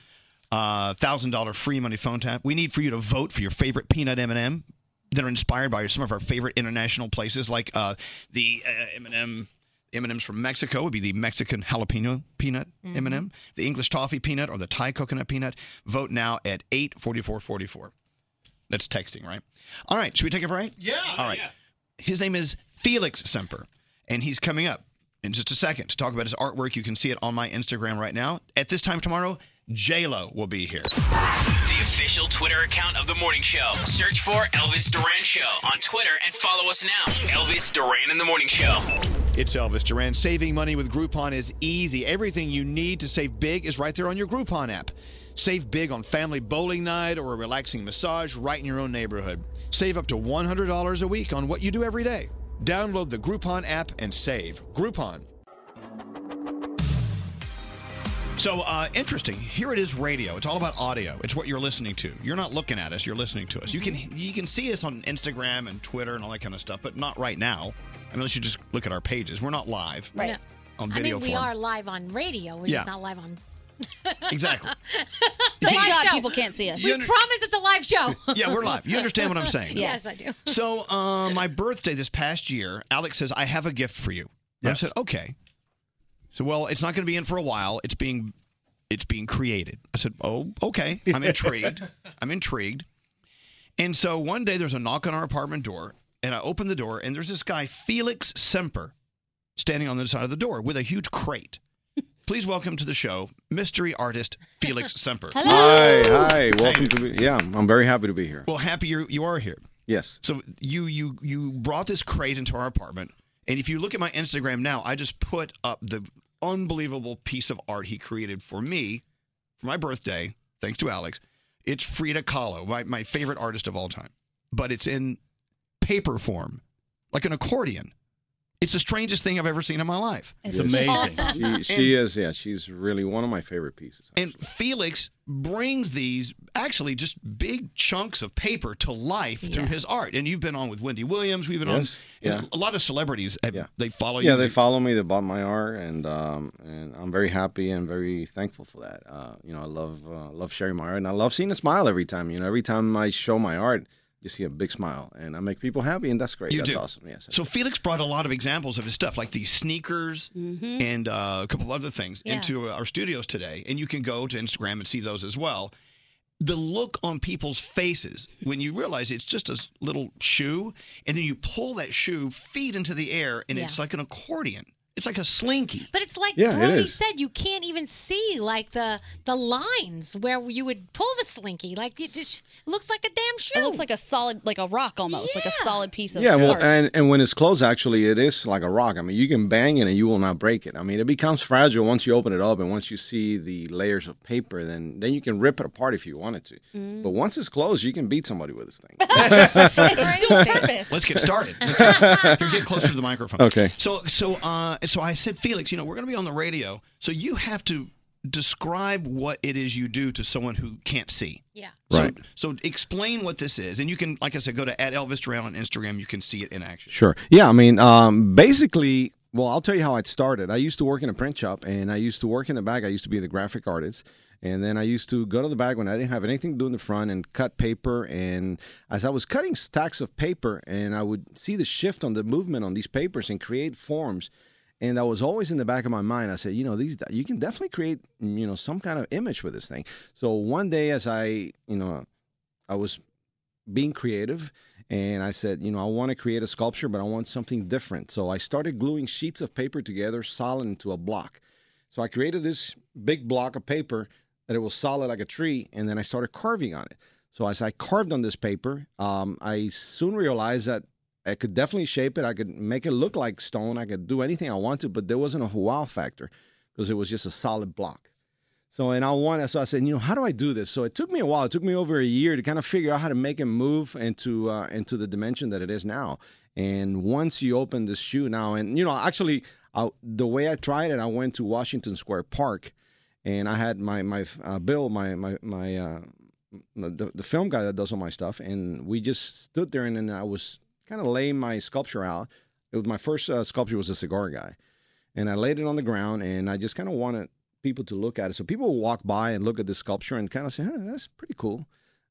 uh, $1,000 free money phone tap. We need for you to vote for your favorite peanut M&M that are inspired by some of our favorite international places, like uh, the uh, M&M M&Ms from Mexico would be the Mexican jalapeno peanut
Mm-hmm.
M&M, the English toffee peanut, or the Thai coconut peanut. Vote now at eight forty four forty four. That's texting, right? All right, should we take a break? Yeah. All right. His name is Felix Semper, and he's coming up in just a second to talk about his artwork. You can see it on my Instagram right now. At this time tomorrow, J-Lo will be here.
The official Twitter account of the morning show. Search for Elvis Duran Show on Twitter and follow us now. Elvis Duran in the morning show.
It's Elvis Duran. Saving money with Groupon is easy. Everything you need to save big is right there on your Groupon app. Save big on family bowling night or a relaxing massage right in your own neighborhood. Save up to $100 a week on what you do every day. Download the Groupon app and save. Groupon. So uh, interesting. Here it is, radio. It's all about audio. It's what you're listening to. You're not looking at us. You're listening to us. You can you can see us on Instagram and Twitter and all that kind of stuff, but not right now. Unless you just look at our pages. We're not live.
Right.
On
I
video
mean, we
form.
are live on radio. We're
Yeah.
just not live on.
Exactly.
Thank
God people can't see us.
We
You under-
promise it's a live show.
Yeah, we're live. You understand what I'm saying?
yes, I do.
So, uh, my birthday this past year, Alex says, I have a gift for you. I said, okay. So, well, it's not going to be in for a while. It's being it's being created. I said, oh, okay. I'm intrigued. I'm intrigued. And so one day there's a knock on our apartment door, and I open the door, and there's this guy, Felix Semper, standing on the side of the door with a huge crate. Please welcome to the show, mystery artist Felix Semper.
Hi, hi. Welcome to be, yeah, I'm very happy to be here.
Well, happy you you are here.
Yes.
So you you you brought this crate into our apartment, and if you look at my Instagram now, I just put up the unbelievable piece of art he created for me for my birthday, thanks to Alex. It's Frida Kahlo, my my favorite artist of all time, but it's in paper form, like an accordion. It's the strangest thing I've ever seen in my life.
Yes. She, she is, yeah, she's really one of my favorite pieces.
And Felix brings these actually just big chunks of paper to life through his art. And you've been on with Wendy Williams. We've been
Yes,
on
yeah.
and a lot of celebrities. Have, They follow you.
Yeah, they follow me. They bought my art, and um, and I'm very happy and very thankful for that. Uh, you know, I love uh, love sharing my art, and I love seeing a smile every time. You know, every time I show my art, you see a big smile, and I make people happy, and that's great.
You
that's
do.
awesome. Yes.
So Felix brought a lot of examples of his stuff, like these sneakers and uh, a couple other things,
Yeah.
into uh, our studios today. And you can go to Instagram and see those as well. The look on people's faces when you realize it's just a s- little shoe, and then you pull that shoe, feet into the air, and
Yeah.
it's like an accordion. It's like a slinky.
But it's like
Yeah, it
Brody
is.
said, you can't even see like the the lines where you would pull the slinky. Like it just looks like a damn shoe. It looks like
a solid, like a rock almost, like a solid piece of
yeah, well, uh,
art.
and, and when it's closed, actually, it is like a rock. I mean, you can bang it and you will not break it. I mean, it becomes fragile once you open it up and once you see the layers of paper. Then then you can rip it apart if you wanted to. But once it's closed, you can beat somebody with this thing.
It's dual purpose. Let's get started. Let's get- here, get closer to the microphone.
Okay.
So so uh so I said Felix, you know, we're going to be on the radio, so you have to describe what it is you do to someone who can't see.
Yeah.
Right.
So, so explain what this is, and you can, like I said, go to at Elvis Duran on Instagram. You can see it in action.
Sure. Yeah, I mean, um, basically, well, I'll tell you how it started. I used to work in a print shop, and I used to work in the back. I used to be the graphic artist, and then I used to go to the back when I didn't have anything to do in the front and cut paper. And as I was cutting stacks of paper, and I would see the shift on the movement on these papers and create forms. And that was always in the back of my mind. I said, you know, these you can definitely create, you know, some kind of image with this thing. So one day, as I, you know, I was being creative and I said, you know, I want to create a sculpture, but I want something different. So I started gluing sheets of paper together, solid into a block. So I created this big block of paper that it was solid like a tree, and then I started carving on it. So as I carved on this paper, um, I soon realized that I could definitely shape it. I could make it look like stone. I could do anything I wanted, but there wasn't a wow factor because it was just a solid block. So and I wanted, so I said, you know, how do I do this? So it took me a while. It took me over a year to kind of figure out how to make it move into uh, into the dimension that it is now. And once you open this shoe now, and you know, actually, I, the way I tried it, I went to Washington Square Park, and I had my my uh, Bill, my my my uh, the, the film guy that does all my stuff, and we just stood there, and then I was kind of laying my sculpture out. It was my first uh, sculpture was a cigar guy, and I laid it on the ground, and I just kind of wanted people to look at it. So people would walk by and look at the sculpture and kind of say, huh, "That's pretty cool."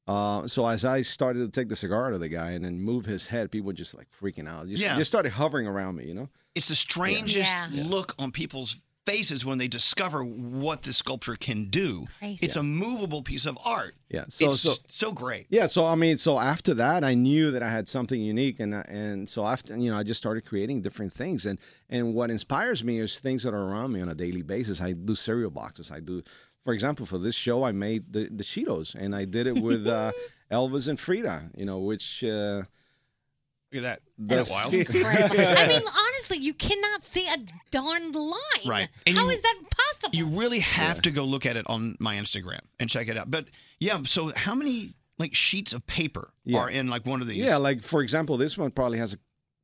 Uh, so as I started to take the cigar out of the guy and then move his head, people were just like freaking out. Just,
Yeah.
just started hovering around me, you know.
It's the strangest
Yeah. Yeah.
look on people's faces when they discover what the sculpture can do.
Crazy.
It's a movable piece of art.
Yeah, so-
it's
so-
so great.
Yeah, so I mean, so after that, I knew that I had something unique, and I- and so after you know, I just started creating different things, and and what inspires me is things that are around me on a daily basis. I do cereal boxes. I do, for example, for this show, I made the the Cheetos, and I did it with uh, Elvis and Frida. You know, which uh,
look at that.
That's
wild.
I mean, honestly, you cannot see a darn line.
Right.
How
And
is
you-
that possible?
You really have to go look at it on my Instagram and check it out. But yeah, so how many like sheets of paper
Yeah.
are in like one of these?
yeah, like for example, this one probably has a.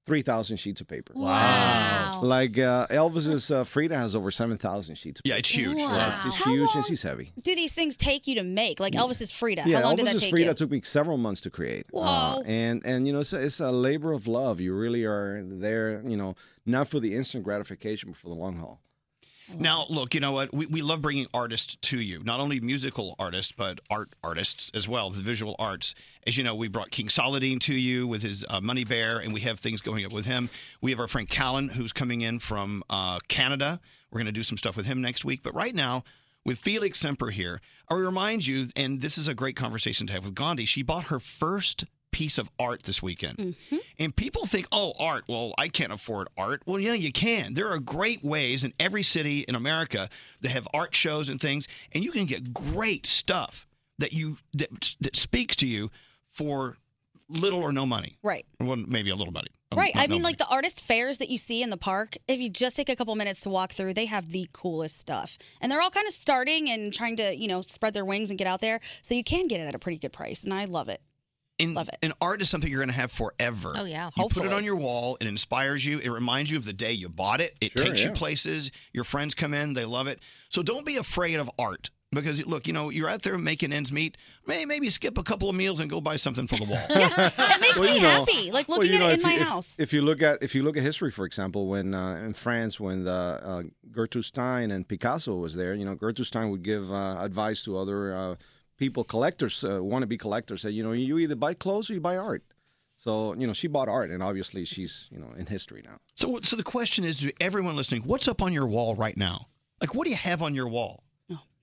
3,000 sheets of paper.
Wow.
Like uh, Elvis's uh, Frida has over 7,000 sheets of paper.
Yeah, it's huge.
Wow.
It's huge and she's heavy.
Do these things take you to make? Like Elvis's Frida.
Yeah,
How long
Elvis
did that
is
take
free.
you?
That took me several months to create. Uh,
Wow.
and and you know it's a, it's a labor of love. You really are there. You know, not for the instant gratification, but for the long haul.
Now, look, you know what? We, we love bringing artists to you, not only musical artists, but art artists as well, the visual arts. As you know, we brought King Saladin to you with his uh, Money Bear, and we have things going up with him. We have our friend Callan, who's coming in from uh, Canada. We're going to do some stuff with him next week. But right now, with Felix Semper here, I remind you, and this is a great conversation to have with Gandhi. She bought her first piece of art this weekend.
Mm-hmm.
And people think, oh, art, well, I can't afford art. Well, yeah, you can. There are great ways in every city in America that have art shows and things, and you can get great stuff that you that, that speaks to you for little or no money.
Right.
Well, maybe a little money. Um,
Right.
not
I
no
mean,
money.
like the artist fairs that you see in the park, if you just take a couple minutes to walk through, they have the coolest stuff. And they're all kind of starting and trying to, you know, spread their wings and get out there. So you can get it at a pretty good price. And I love it.
And, and art is something you're going to have forever.
Oh, yeah.
You put
Hopefully.
it on your wall, it inspires you, it reminds you of the day you bought it, it
Sure,
takes you
yeah.
places, your friends come in, they love it. So don't be afraid of art. Because look, you know, you're out there making ends meet. May maybe skip a couple of meals and go buy something for the wall.
That makes
Well,
me
you know-
happy. Like
Well,
looking
you know,
at it in
if
my
you- if-
house.
If you look at if you look at history, for example, when uh, in France, when the uh, Gertrude Stein and Picasso was there, you know, Gertrude Stein would give uh, advice to other uh, people, collectors, uh, wannabe collectors, say, you know, you either buy clothes or you buy art. So you know, she bought art, and obviously, she's you know in history now.
So, so the question is to everyone listening: What's up on your wall right now? Like, what do you have on your wall?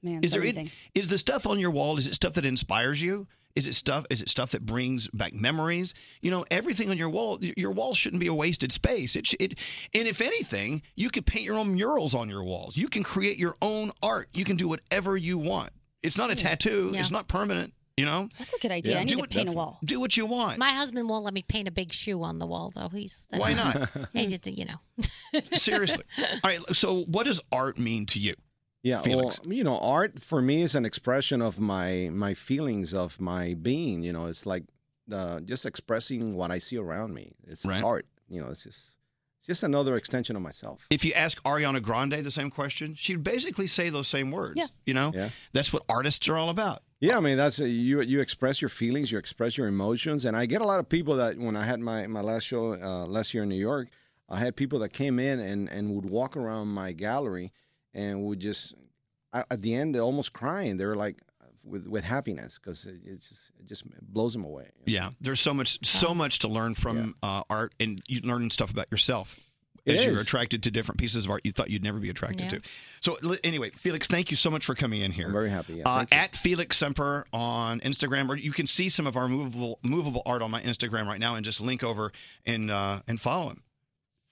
Man,
Is
so
there
many
it-
things.
is the stuff on your wall? Is it stuff that inspires you? Is it stuff? Is it stuff that brings back memories? You know, everything on your wall. y- Your wall shouldn't be a wasted space. It, sh- it, and if anything, you could paint your own murals on your walls. You can create your own art. You can do whatever you want. It's not a tattoo.
Yeah.
It's not permanent. You know.
Hmm. That's a good idea. I need to paint a wall.
Do what you want.
My husband won't let me paint a big shoe on the wall, though. He's
Why not?
He did- you know.
Seriously. All right. So, what does art mean to you?
Yeah,
Felix.
well, you know, art for me is an expression of my my feelings of my being. You know, it's like uh, just expressing what I see around me. It's it's art. You know, it's just it's just another extension of myself.
If you ask Ariana Grande the same question, she'd basically say those same words. Yeah. You know,
Yeah.
that's what artists are all about.
Yeah, I mean that's a, you. You express your feelings, you express your emotions, and I get a lot of people that when I had my my last show uh, last year in New York, I had people that came in and and would walk around my gallery and would just at at the end they're almost crying. They were like with with happiness because it, it just it just blows them away.
Yeah. There's so much, so much to learn from uh, art and you learn stuff about yourself
It
as you're
is.
attracted to different pieces of art you thought you'd never be attracted
Yeah.
to. So li- anyway, Felix, thank you so much for coming in here. I'm
very happy. Yeah,
uh,
thank you.
at Felix Semper on Instagram, or you can see some of our movable movable art on my Instagram right now, and just link over and uh, and follow him.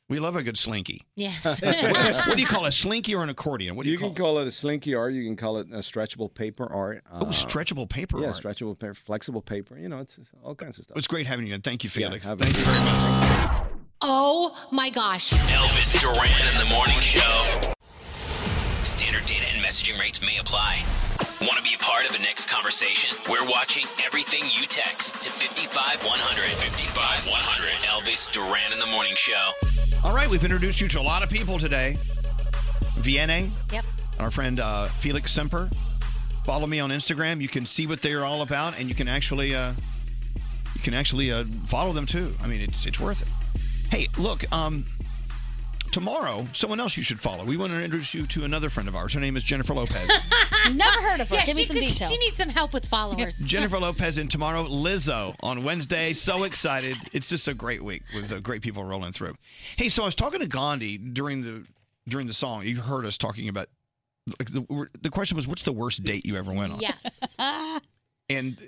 We love a good slinky.
Yes.
what, what do you call a slinky or an accordion? What do you,
you can call it a slinky art. You can call it a stretchable paper art. uh,
Oh, stretchable paper
yeah,
art.
stretchable paper, flexible paper. You know, it's, it's all kinds of stuff.
It's great having you. and Thank you, Felix.
have
Thank you very much.
Oh my gosh.
Elvis Duran in the morning show. Standard data and messaging rates may apply. Want to be a part of the next conversation? We're watching everything you text to 55100. 55100. Elvis Duran in the morning show.
All right, we've introduced you to a lot of people today. Vienna,
Yep.
our friend uh, Felix Semper. Follow me on Instagram. You can see what they are all about, and you can actually uh, you can actually uh, follow them too. I mean, it's it's worth it. Hey, look, um, tomorrow someone else you should follow. We want to introduce you to another friend of ours. Her name is Jennifer Lopez.
Never heard of her.
Yeah,
Give me
she
some
could-
details.
She needs some help with followers.
Jennifer Lopez and tomorrow Lizzo on Wednesday. So excited. It's just a great week with the great people rolling through. Hey, so I was talking to Gandhi during the during the song. You heard us talking about like the, the question was what's the worst date you ever went on?
Yes.
And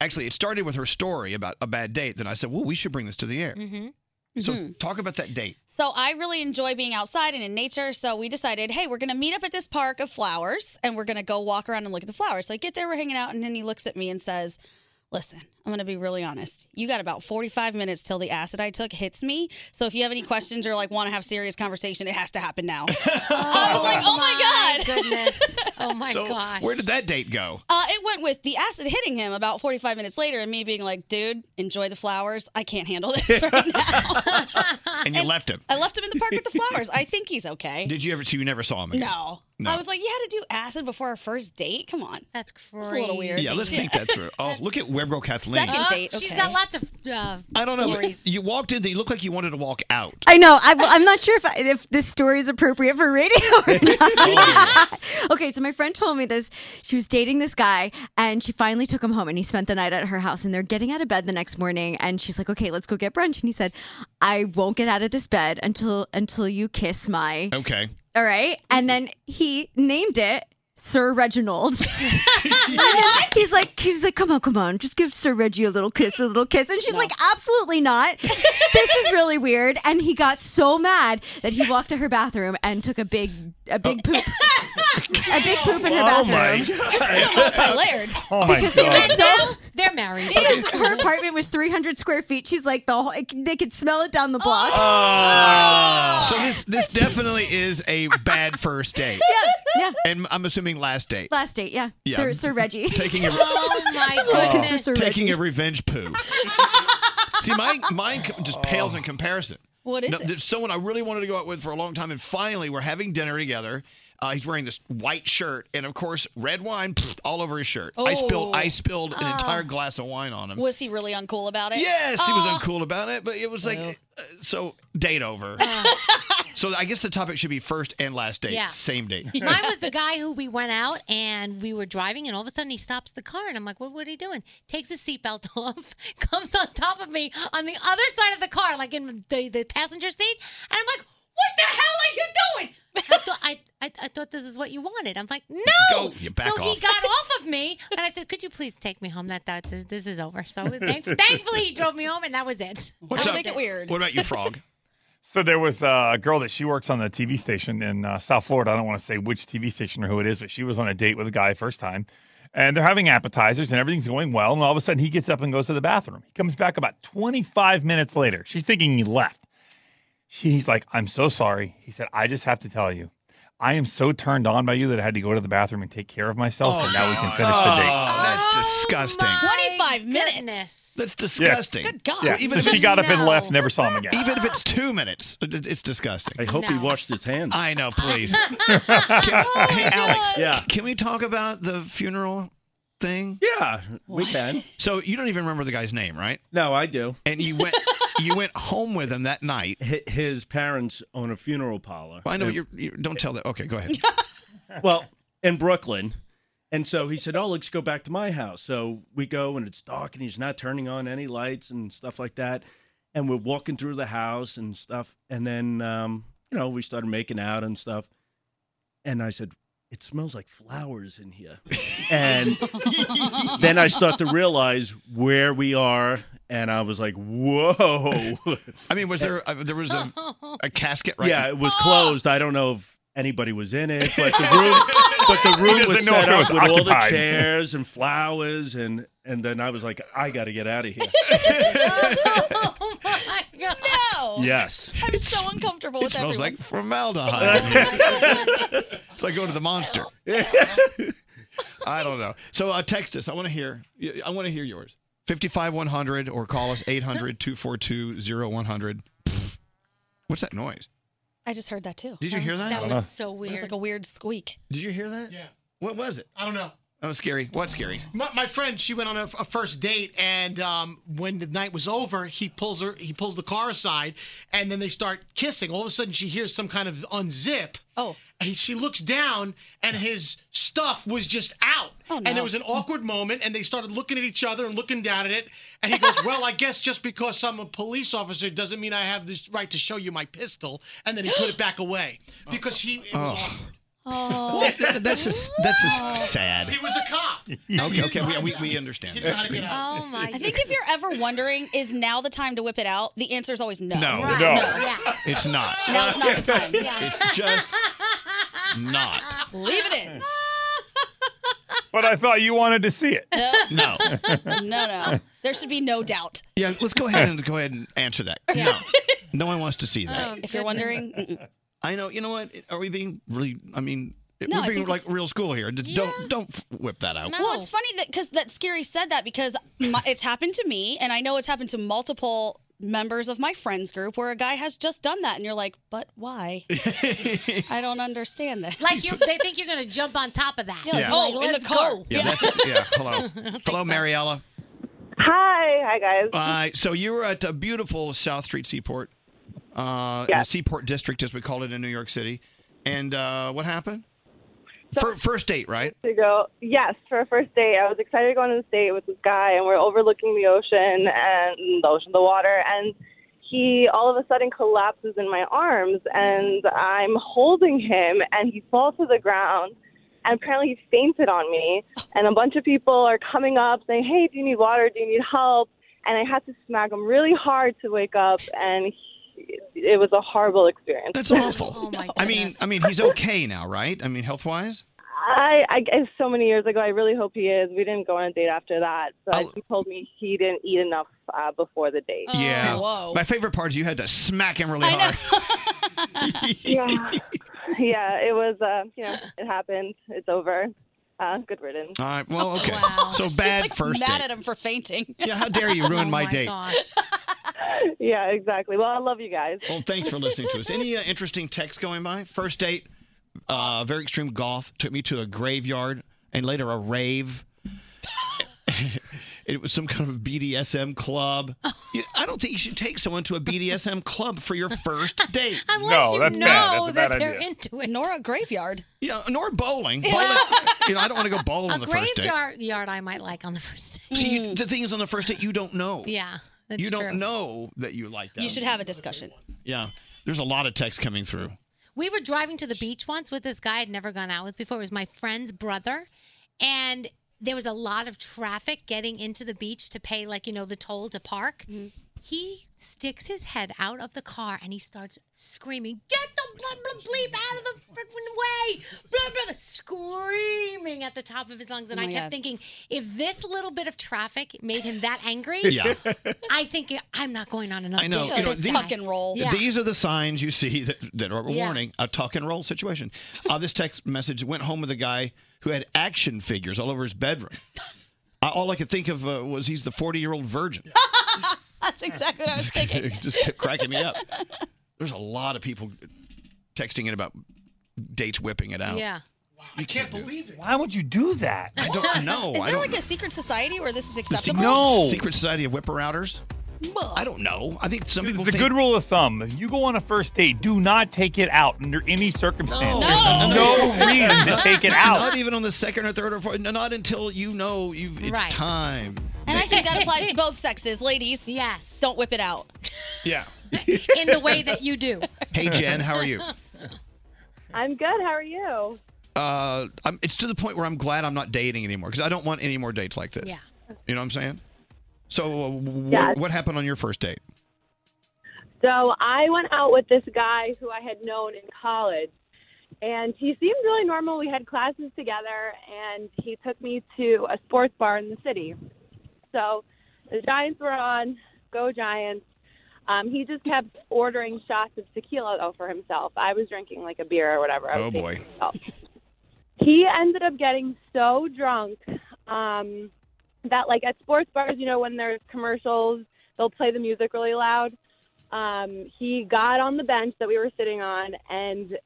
actually it started with her story about a bad date. Then I said, "Well, we should bring this to the air."
Mm-hmm.
So talk about that date.
So I really enjoy being outside and in nature. So we decided, hey, we're gonna meet up at this park of flowers, and we're gonna go walk around and look at the flowers. So I get there, we're hanging out, and then he looks at me and says, "Listen, I'm gonna be really honest. You got about 45 minutes till the acid I took hits me. So if you have any questions or like want to have serious conversation, it has to happen now." I was like, "Oh my,
god, goodness, oh my
so
gosh."
where did that date go?
Uh, it went with the acid hitting him about 45 minutes later, and me being like, "Dude, enjoy the flowers. I can't handle this." right now." Uh,
And you left him.
I left him in the park with the flowers. I think he's okay.
Did you ever so you never saw him again?
No.
Oh No.
I was like, you had to do acid before our first date? Come on.
That's
crazy. a little weird.
Yeah, let's think that through. Oh, look at web girl Kathleen.
Second date.
Oh, She's
okay.
got lots of uh,
I don't know.
stories.
You walked in. You looked like you wanted to walk out.
I know. I, I'm not sure if I, if this story is appropriate for radio
Oh,
or not. okay, so my friend told me this. She was dating this guy, and she finally took him home, and he spent the night at her house. And they're getting out of bed the next morning, and she's like, "Okay, let's go get brunch." And he said, "I won't get out of this bed until until you kiss my."
Okay. Oh,
All right, and then he named it. Sir Reginald. And then He's like, he's like, come on, come on, just give Sir Reggie a little kiss, a little kiss. And she's like, absolutely not. this is really weird. And he got so mad that he walked to her bathroom and took a big, a big poop, a big poop in her
Oh,
bathroom.
my
multi-layered.
Oh
my
because it
God.
was so.
They're married.
Because her apartment was 300 square feet. She's like the whole, they could smell it down the block.
Oh.
Ah. So this this definitely is a bad first date.
Yeah.
And I'm assuming last date.
Last date, yeah.
Yeah.
Sir, Sir Reggie.
Taking a taking a revenge poo. See, my mine co- just pales in comparison.
What is
No,
it?
There's someone I really wanted to go out with for a long time, and finally we're having dinner together. Uh, he's wearing this white shirt, and of course, red wine pfft, all over his shirt. I spilled I
Oh.
spilled an
Ah.
entire glass of wine on him.
Was he really uncool about it?
Um, Yes, he was
Oh,
uncool about it, but it was like uh, so date over. so I guess the topic should be first and last date,
Yeah.
same date.
Mine was the guy who we went out and we were driving, and all of a sudden he stops the car, and I'm like, "What? What are you doing?" Takes his seatbelt off, comes on top of me on the other side of the car, like in the, the passenger seat, and I'm like, "What the hell are you doing?" I, thought I, I, I thought this is what you wanted. I'm like, "No!"
Go, you back
so he
off.
got off of me, and I said, "Could you please take me home?" That that this is over. So thank, thankfully he drove me home, and that was it.
What's
That
up?
was
Make it weird. What about you, Frog? So there was uh, a girl that she works on the TV station in uh, South Florida. I don't want to say which TV station or who it is, but she was on a date with a guy first time, and they're having appetizers and everything's going well. And all of a sudden, he gets up and goes to the bathroom. He comes back about 25 minutes later. She's thinking he left. She's like, "I'm so sorry." He said, "I just have to tell you." I am so turned on by you that I had to go to the bathroom and take care of myself,
Oh,
and now we can finish the date.
Oh, that's disgusting.
25 minutes.
That's disgusting.
Good God.
Yeah, so she got up and left, never saw him again.
Even if it's two minutes, it- it- it's disgusting. I
hope he No. washed his hands.
I know, please. Can- hey, Alex, c- can we talk about the funeral thing?
Yeah, we can.
So you don't even remember the guy's name, right?
No, I do.
And you went you went home with him that night.
His parents own a funeral parlor.
Well, I know you're, you don't tell that. Okay, go ahead.
well, in Brooklyn. And so he said, Oh, let's go back to my house. So we go and it's dark and he's not turning on any lights and stuff like that. And we're walking through the house and stuff. And then, um, you know, we started making out and stuff. And I said, It smells like flowers in here. and then I start to realize where we are. And I was like, Whoa.
I mean, was there uh, there was a, a casket, right?
Yeah, it was closed. I don't know if anybody was in it, but the room, but the room
He
was
doesn't know
set
if it
up
was
with all the
occupied.
chairs and flowers, and and then I was like, I got to get out of here.
Oh
No.
yes.
I'm so uncomfortable
It
with
smells
everyone.
like formaldehyde. in here. it's like going to the monster. I don't know. So uh, text us. I want to hear. I want to hear yours. 55100 or call us 800-242-0100. Pfft. What's that noise?
I just heard that too.
Did you hear that?
That
I don't know.
was so weird. It was like a weird squeak.
Did you hear that? Yeah. What was it?
I don't know.
That was scary. What's scary?
My, my friend, she went on a, a first date, and um, when the night was over, he pulls her, he pulls the car aside, and then they start kissing. All of a sudden, she hears some kind of unzip. Oh. And he- she looks down, and his stuff was just out. Oh,
no.
And there was an awkward moment, and they started looking at each other and looking down at it. And he goes, "Well, I guess just because I'm a police officer doesn't mean I have the right to show you my pistol." And then he put it back away because he it was
Oh.
awkward.
Oh.
That- that- that's just that's
Ah.
just sad.
He was a cop.
Okay, okay, we, we, we understand.
He knew how to get out.
Oh my! I think if you're ever wondering, is now the time to whip it out? The answer is always no.
No,
Right.
no.
Yeah.
It's not.
Now's not the time.
It's just not.
Leave it in.
But I thought you wanted to see it.
No.
No, no. There should be no doubt.
Yeah, let's go ahead and go ahead and answer that. No, no one wants to see that.
if
Um,
you're wondering, mm-mm.
I know. You know what? Are we being really? I mean,
No, I
we're being
think
like
it's-
real school here. D- Don't don't f- whip that out.
Well, it's funny that because that scary said that because my, it's happened to me, and I know it's happened to multiple members of my friends group where a guy has just done that, and you're like, but why? I don't understand this.
Like you, they think you're gonna jump on top of that.
Yeah, like, Yeah.
Like,
oh, in
let's
the car.
go.
Yeah, that's yeah. Hello, hello, Mariella.
Hi, hi guys.
Uh, so you were at a beautiful South Street Seaport, uh, in the
Yes.
Seaport District, as we call it in New York City. And uh, what happened? Fir- first date, right?
To go, yes, for a first date, I was excited to go on this date with this guy, and we're overlooking the ocean and the ocean, the water, and he all of a sudden collapses in my arms, and I'm holding him, and he falls to the ground, and apparently he fainted on me, and a bunch of people are coming up saying, "Hey, do you need water? Do you need help?" And I had to smack him really hard to wake up, and he, it was a horrible experience.
That's awful. Oh my I mean, I mean, he's okay now, right? I mean, health wise.
I, I it's so many years ago. I really hope he is. We didn't go on a date after that, but
Oh.
he told me he didn't eat enough uh, before the date.
yeah. My favorite part is you had to smack him really hard.
yeah, yeah. It was. Uh, you know, it happened. It's over. Uh, good riddance.
All right. Well, okay. So
She's
bad
like
first
mad
date.
at
him for fainting.
Yeah, how dare you
Oh
ruin my, date?
yeah, exactly. Well, I love you guys.
Well, thanks for listening to us. Any uh, interesting texts going by? First date, uh, very extreme golf. Took me to a graveyard and later a rave. it was some kind of BDSM club. You- I don't think you should take someone to a BDSM club for your first date.
Unless No, you that's bad. know That's a bad that they're idea.
into it.
Nor a graveyard.
Yeah, nor bowling. you know, I don't want to go bowl
a
on the first date.
graveyard yard I might like on the first date.
See, you, the thing is, on the first date, you don't know.
Yeah, that's
you
true.
don't know that you like that.
You should have a discussion.
Yeah, there's a lot of texts coming through.
We were driving to the beach once with this guy I'd never gone out with before. It was my friend's brother. And there was a lot of traffic getting into the beach to pay, like, you know, the toll to park.
Mm-hmm.
He sticks his head out of the car and he starts screaming, Get the blah, blah, bleep out of the freaking way! Blah, blah, screaming at the top of his lungs. And
Oh
I
my
kept
God.
thinking, if this little bit of traffic made him that angry,
Yeah.
I think I'm not going on another
I know.
date.
You know,
with this
these-
guy. Yeah.
These are the signs you see that, that are a
Yeah.
warning, a tuck and roll situation. Uh, this text message went home with a guy who had action figures all over his bedroom. I, all I could think of uh, was he's the 40 year old virgin.
That's exactly what I was thinking.
it just kept cracking me up. There's a lot of people texting in about dates whipping it out. You can't, believe it.
Why would you do that?
I don't know.
Is
I
there
don't
like a secret society where this is
The sec-
acceptable?
Secret Society of Whipper Outers? I don't know. I think some people
It's a
think-
good rule of thumb. If you go on a first date, do not take it out under any circumstance.
No.
There's no, reason to take it out.
Not even on the second or third or fourth. Not until you know you've, it's
Right.
time.
And I think that applies to both sexes, ladies. Yes. Don't whip it out.
Yeah.
in the way that you do.
Hey, Jen, how are you?
I'm good. How are you?
Uh, I'm, it's to the point where I'm glad I'm not dating anymore because I don't want any more dates like this.
Yeah.
You know what I'm saying? So, uh, wh-
Yeah.
what happened on your first date?
So I went out with this guy who I had known in college, and he seemed really normal. We had classes together, and he took me to a sports bar in the city. So the Giants were on, go Giants. Um, he just kept ordering shots of tequila though for himself. I was drinking like a beer or whatever. I was
Oh,
taking
boy.
myself. He ended up getting so drunk um, that, like, at sports bars, you know, when there's commercials, they'll play the music really loud um, he got on the bench that we were sitting on and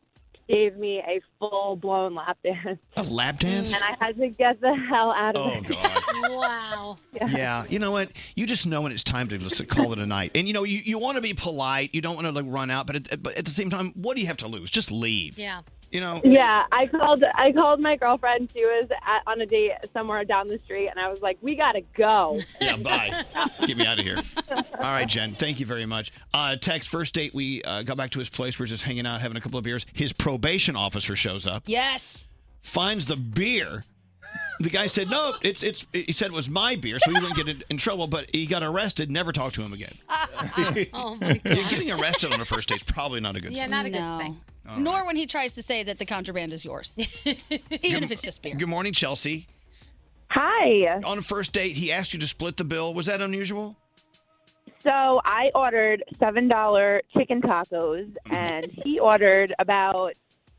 gave me a full blown lap dance.
Oh,
A lap dance?
And I had to get the hell out of
Oh,
it.
God.
wow.
Yeah, you know what? You just know when it's time to just call it a night. And you know, you, you want to be polite. You don't want to like run out, but at, but at the same time, what do you have to lose? Just leave.
Yeah.
You know.
Yeah, I called. I called my girlfriend. She was at, on a date somewhere down the street, and I was like, "We gotta go."
Yeah, bye. Get me out of here. All right, Jen. Thank you very much. Uh, text first date. We uh, got back to his place. We're just hanging out, having a couple of beers. His probation officer shows up.
Yes.
finds the beer. The guy said, "No, it's it's." He said it was my beer, so he wouldn't get in, in trouble. But he got arrested. Never talked to him again.
Oh, my God.
Getting arrested on a first date is probably not a good.
Yeah,
thing.
not a good thing.
All
Nor when he tries to say that the contraband is yours, even if it's just beer.
Good morning, Chelsea.
Hi.
On a first date, he asked you to split the bill. Was that unusual?
So I ordered seven dollar chicken tacos, and he ordered about,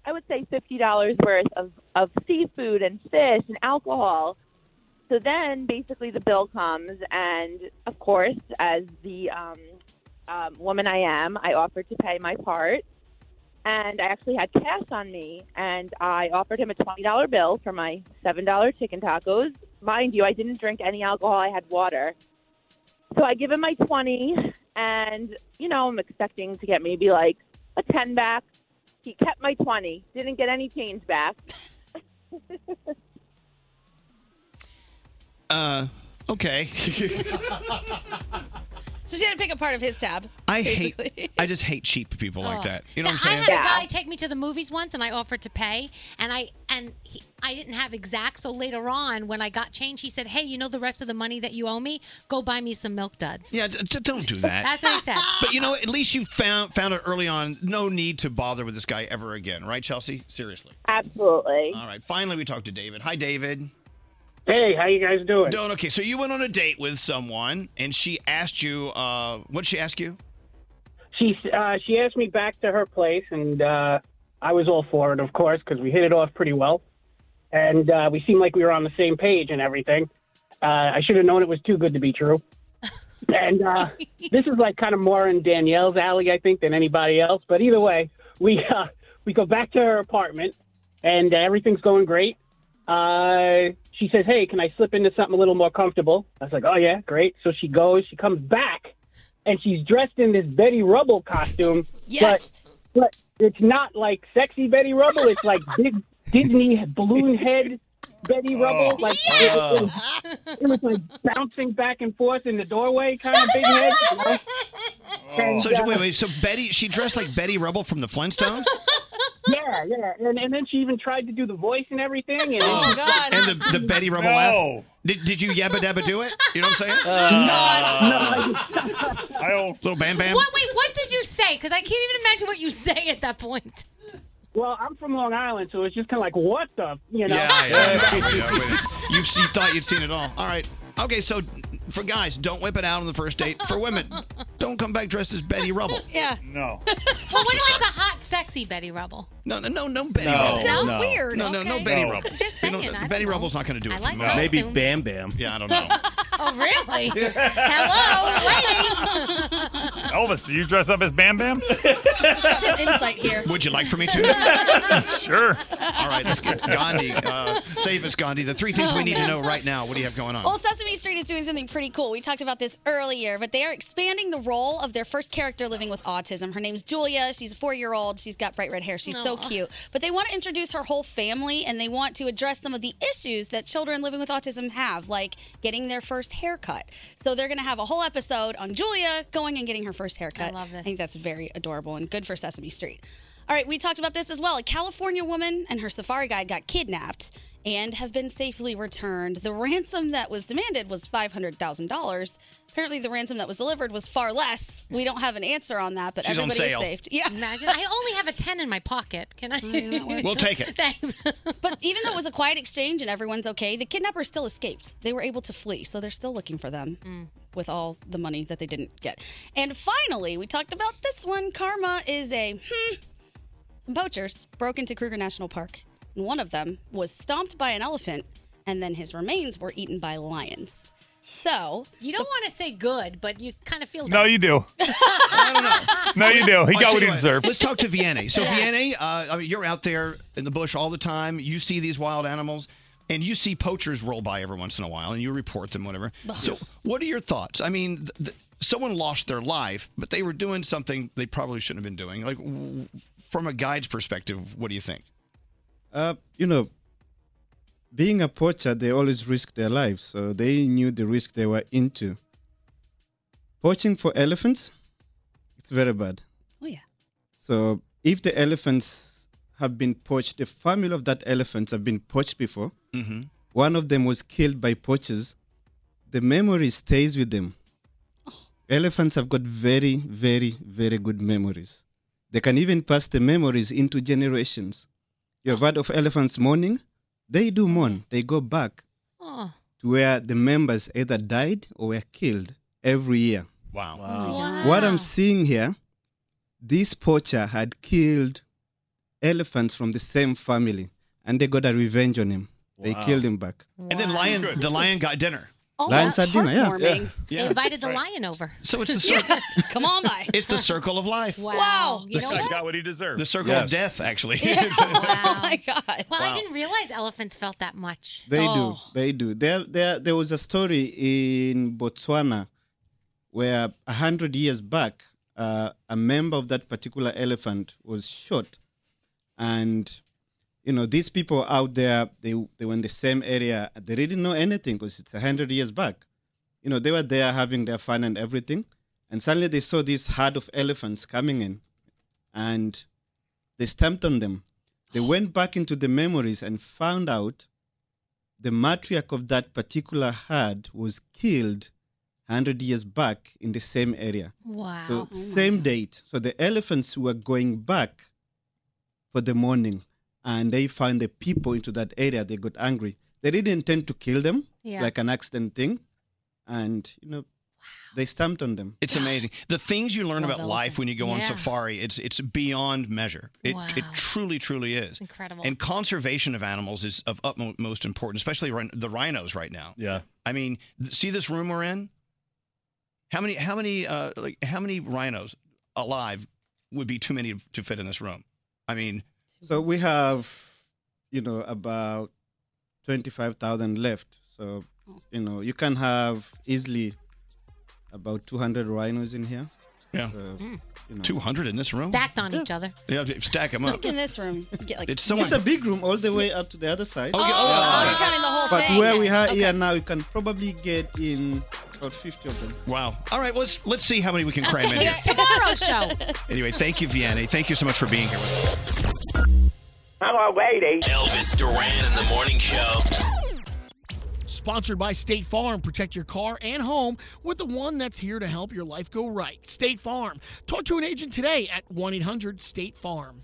I would say, fifty dollars worth of of seafood and fish and alcohol. So then, basically, the bill comes, and of course, as the um, um, woman I am, I offered to pay my part, and I actually had cash on me, and I offered him a twenty dollar bill for my seven dollar chicken tacos. Mind you, I didn't drink any alcohol; I had water. So I give him my 20, and, you know, I'm expecting to get maybe like a 10 back. He kept my 20, didn't get any change back.
Uh, okay.
So she had to pick up part of his tab.
I
basically.
hate. I just hate cheap people like
Oh.
that. You know
Yeah,
what I'm
I
saying?
had a guy take me to the movies once, and I offered to pay, and I and he, I didn't have exact. So later on, when I got change, he said, "Hey, you know the rest of the money that you owe me? Go buy me some milk duds."
Yeah, d- d- don't do that.
That's what he said.
But you know, at least you found found it early on. No need to bother with this guy ever again, right, Chelsea? Seriously.
Absolutely.
All right. Finally, we talked to David. Hi, David.
Hey, how you guys doing?
Doing okay. So you went on a date with someone, and she asked you. Uh, what did she ask you?
She uh, she asked me back to her place, and uh, I was all for it, of course, because we hit it off pretty well, and uh, we seemed like we were on the same page and everything. Uh, I should have known it was too good to be true. and uh, this is like kind of more in Danielle's alley, I think, than anybody else. But either way, we uh, we go back to her apartment, and uh, everything's going great. Uh, she says, "Hey, can I slip into something a little more comfortable?" I was like, "Oh yeah, great." So she goes, she comes back, and she's dressed in this Betty Rubble costume.
Yes.
But, but it's not like sexy Betty Rubble. It's like big Disney balloon head Betty
Oh.
Rubble. like it was- it, was, it was like bouncing back and forth in the doorway, kind of big head. you know? And,
Oh. So
uh,
wait, wait. So Betty, she dressed like Betty Rubble from the Flintstones.
Yeah, yeah. And, and then she even tried to do the voice and everything. And
Oh, And the, the Betty Rubble laugh. Did, did you yabba dabba do it? You know what I'm saying?
Uh, no.
I don't. Little bam bam.
What? Wait, what did you say? Because I can't even imagine what you say at that point.
Well, I'm from Long Island, so it's just kind of like, what the, you know?
Yeah, yeah, yeah, yeah, yeah. You've seen, thought you'd seen it all. All right. Okay, so for guys, don't whip it out on the first date. For women, don't come back dressed as Betty Rubble.
Yeah.
No.
Well, what about the hot, sexy Betty Rubble?
No, no, no, no Betty
No,
Rubble.
No? no. Weird,
No, no, no
okay.
Betty
No.
Rubble.
Just
You know,
saying, I don't
Betty
know.
Rubble's not going to do
I
it for
like
me.
Maybe Bam Bam.
Yeah, I don't know.
Oh, really? Hello, lady.
Elvis, do you dress up as Bam Bam?
Just got some insight here.
Would you like for me to? sure. All right, let's get Gandhi. Uh, save us, Gandhi. The three things
Oh,
we need
man.
to know right now. What do you have going on?
Well, Sesame Street is doing something pretty cool. We talked about this earlier, but they are expanding the role of their first character living with autism. Her name's Julia. She's a four year old. She's got bright red hair. She's so
Aw.
cute. But they want to introduce her whole family and they want to address some of the issues that children living with autism have, like getting their first haircut. So they're going to have a whole episode on Julia going and getting her first haircut. I love this. I think that's very adorable and good for Sesame Street. All right, we talked about this as well. A California woman and her safari guide got kidnapped and have been safely returned. The ransom that was demanded was $500,000. Apparently, the ransom that was delivered was far less. We don't have an answer on that, but
She's on
everybody is
sale.
saved. Yeah.
Imagine I only have a ten in my pocket. Can I?
We'll take it.
Thanks.
But even though it was a quiet exchange and everyone's okay, the kidnappers still escaped. They were able to flee, so they're still looking for them
Mm.
with all the money that they didn't get. And finally, we talked about this one. Karma is a hmm. Some poachers broke into Kruger National Park, and one of them was stomped by an elephant, and then his remains were eaten by lions. So
you don't want to say good, but you kind of feel.
No,
that.
you do. No, you do.
Well,
He got
tell
what he
you
deserved.
Let's talk to Vianney. So, Vianney, uh, I mean, you're out there in the bush all the time. You see these wild animals, and you see poachers roll by every once in a while, and you report them, whatever. So, what are your thoughts? I mean, th- th- someone lost their life, but they were doing something they probably shouldn't have been doing. Like, w- from a guide's perspective, what do you think?
Uh, you know, being a poacher, they always risk their lives, so they knew the risk they were into. Poaching for elephants, it's very bad.
Oh, yeah.
So if the elephants have been poached, the family of that elephants have been poached before.
Mm-hmm.
One of them was killed by poachers. The memory stays with them.
Oh.
Elephants have got very, very, very good memories. They can even pass the memories into generations. You have heard of elephants mourning? They do mourn. They go back
Oh.
to where the members either died or were killed every year.
Wow.
Oh What I'm seeing here, this poacher had killed elephants from the same family and they got a revenge on him. They
Wow.
killed him back.
And then, lion, the lion got dinner.
Oh, Lions that's had dinner, yeah. heartwarming.
They invited the lion over.
So it's the circle.
Come on by.
It's the circle of life.
Wow. You know
The
what?
circle-
Got what he deserved.
The circle
Yes.
of death, actually.
oh my
god!
Well, I
Wow.
didn't realize elephants felt that much.
They
Oh.
do. They do. There, there, there was a story in Botswana where a hundred years back, uh, a member of that particular elephant was shot, and you know these people out there, they they were in the same area. They didn't know anything because it's a hundred years back. You know they were there having their fun and everything, and suddenly they saw this herd of elephants coming in, and they stamped on them. They went back into the memories and found out the matriarch of that particular herd was killed 100 years back in the same area.
Wow.
So,
Oh my
same date. So, the elephants were going back for the morning and they found the people into that area. They got angry. They didn't intend to kill them,
Yeah.
like an accident thing. And, you know, they stamped on them.
It's amazing. The things you learn
Love
about life when you go on
Yeah.
safari, it's it's beyond measure. It it truly truly is.
Incredible.
And conservation of animals is of utmost importance, especially rhin- the rhinos right now.
Yeah.
I mean, th- see this room we're in? How many how many uh like how many rhinos alive would be too many to fit in this room? I mean,
So, we have, you know, about 25,000 left. So,
Oh.
you know, you can have easily about 200 rhinos in here.
Yeah.
So,
Hmm.
Mm.
you know.
200 in this room?
Oh, Stacked on each other.
you have to stack them up.
Look in this room. You get like
It's so
it's a big room all the way up to the other side.
Oh, yeah, oh, Oh, okay. you're counting the whole
but
thing.
where we are
Okay.
here now, you can probably get in about 50 of them.
Wow. All right, let's let's see how many we can cram in
Okay,
here.
Tomorrow's show.
Anyway, thank you Vianney. Thank you so much for being here with us.
Hello, lady. Elvis Duran in the morning show.
Sponsored by State Farm. Protect your car and home with the one that's here to help your life go right. State Farm. Talk to an agent today at 1 800 State Farm.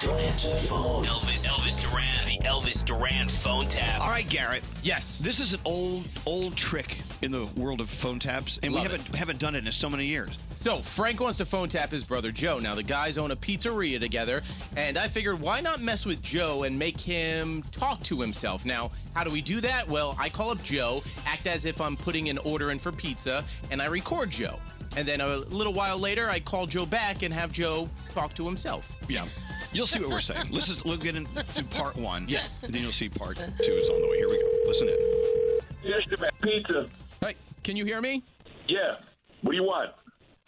Don't answer the phone. Elvis, Elvis Duran, the Elvis Duran phone tap.
All right, Garrett. Yes. This is an old, old trick in the world of phone taps, and
Love
we haven't haven't done it in so many years.
So Frank wants to phone tap his brother Joe. Now the guys own a pizzeria together, and I figured why not mess with Joe and make him talk to himself. Now, how do we do that? Well, I call up Joe, act as if I'm putting an order in for pizza, and I record Joe. And then a little while later, I call Joe back and have Joe talk to himself.
Yeah. You'll see what we're saying. Let's just we'll get into part one. Yes. And then you'll see part two is on the way. Here we go. Listen in.
Yesterday, pizza. Hey, can you hear me?
Yeah. What do you want?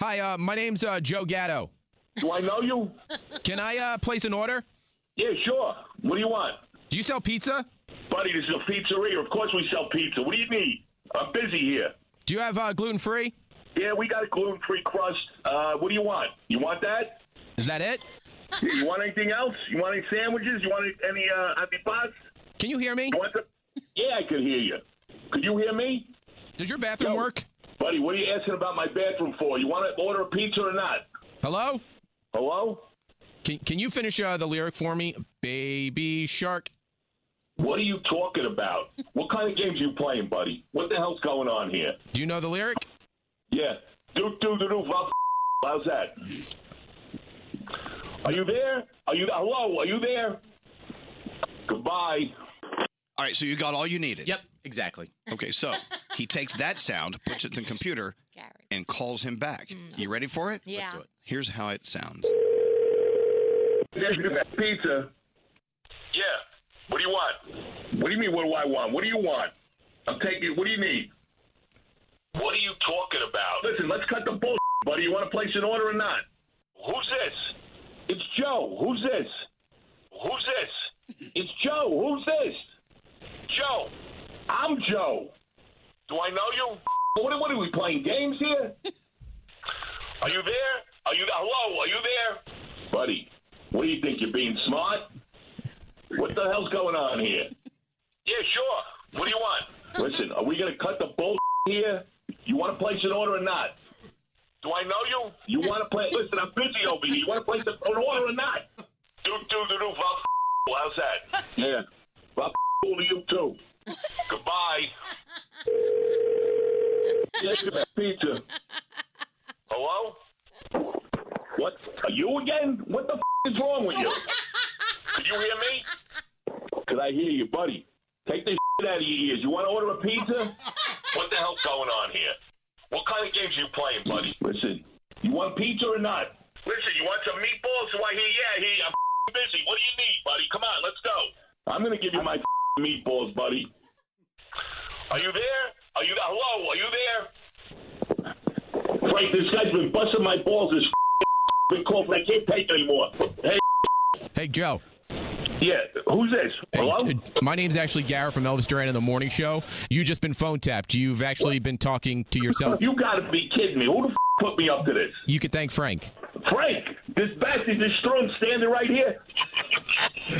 Hi, uh, my name's uh, Joe Gatto.
Do I know you?
Can I uh, place an order?
Yeah, sure. What do you want?
Do you sell pizza?
Buddy, this is a pizzeria. Of course we sell pizza. What do you need? I'm busy here.
Do you have uh, gluten free?
Yeah, we got a gluten free crust. Uh, what do you want? You want that?
Is that it?
Yeah, you want anything else? You want any sandwiches? You want any uh, antipas?
Can you hear me?
You want the- Yeah, I can hear you. Could you hear me?
Does your bathroom work?
Buddy, what are you asking about my bathroom for? You want to order a pizza or not?
Hello?
Hello?
Can, can you finish uh, the lyric for me? Baby shark.
What are you talking about? What kind of games you playing, buddy? What the hell's going on here?
Do you know the lyric?
Yeah. Do do do do. va- How's that? Are you there? Are you hello? Are you there? Goodbye.
All right, so you got all you needed.
Yep, exactly.
Okay, so He takes that sound, puts it in the computer, and calls him back. You ready for it?
Yeah. Let's do it.
Here's how it sounds.
Pizza. Yeah. What do you want? What do you mean? What do I want? What do you want? I'm taking. What do you need? What are you talking about? Listen, let's cut the bullshit, buddy. You want to place an order or not? Who's this? It's Joe. Who's this? Who's this? It's Joe. Who's this? Joe. I'm Joe. Do I know you? What, what are we playing games here? are you there? Are you hello? Are you there, buddy? What do you think? You're being smart? What the hell's going on here? Yeah, sure. What do you want? Listen, are we going to cut the bull here? You want to place an order or not? Do I know you? You want to play? Listen, I'm busy over here. You want to place an order or not? Do do do do. Well, how's that? Yeah. Well, to you too. Goodbye. Take your pizza. Hello? What? Are you again? What the f- is wrong with you? Could you hear me? Could I hear you, buddy? Take this shit out of your ears. You want to order a pizza? what the hell's going on here? What kind of games are you playing, buddy? Listen, you want pizza or not? Listen, you want some meatballs? Do I hear? Yeah, I hear. you. I'm f***ing busy. What do you need, buddy? Come on, let's go. I'm gonna give you my f***ing meatballs, buddy. Are you there? Are you hello? Are you there? Frank, this guy's been busting my balls. This f***ing been called, and I can't take it anymore. Hey,
Hey, Joe.
Yeah, who's this? Hello?
my name's actually Garrett from Elvis Duran and the Morning Show. You just been phone tapped. You've actually been talking to yourself.
you gotta be kidding me. Who the f- put me up to this?
You can thank Frank.
Frank, this bastard just thrown standing right here.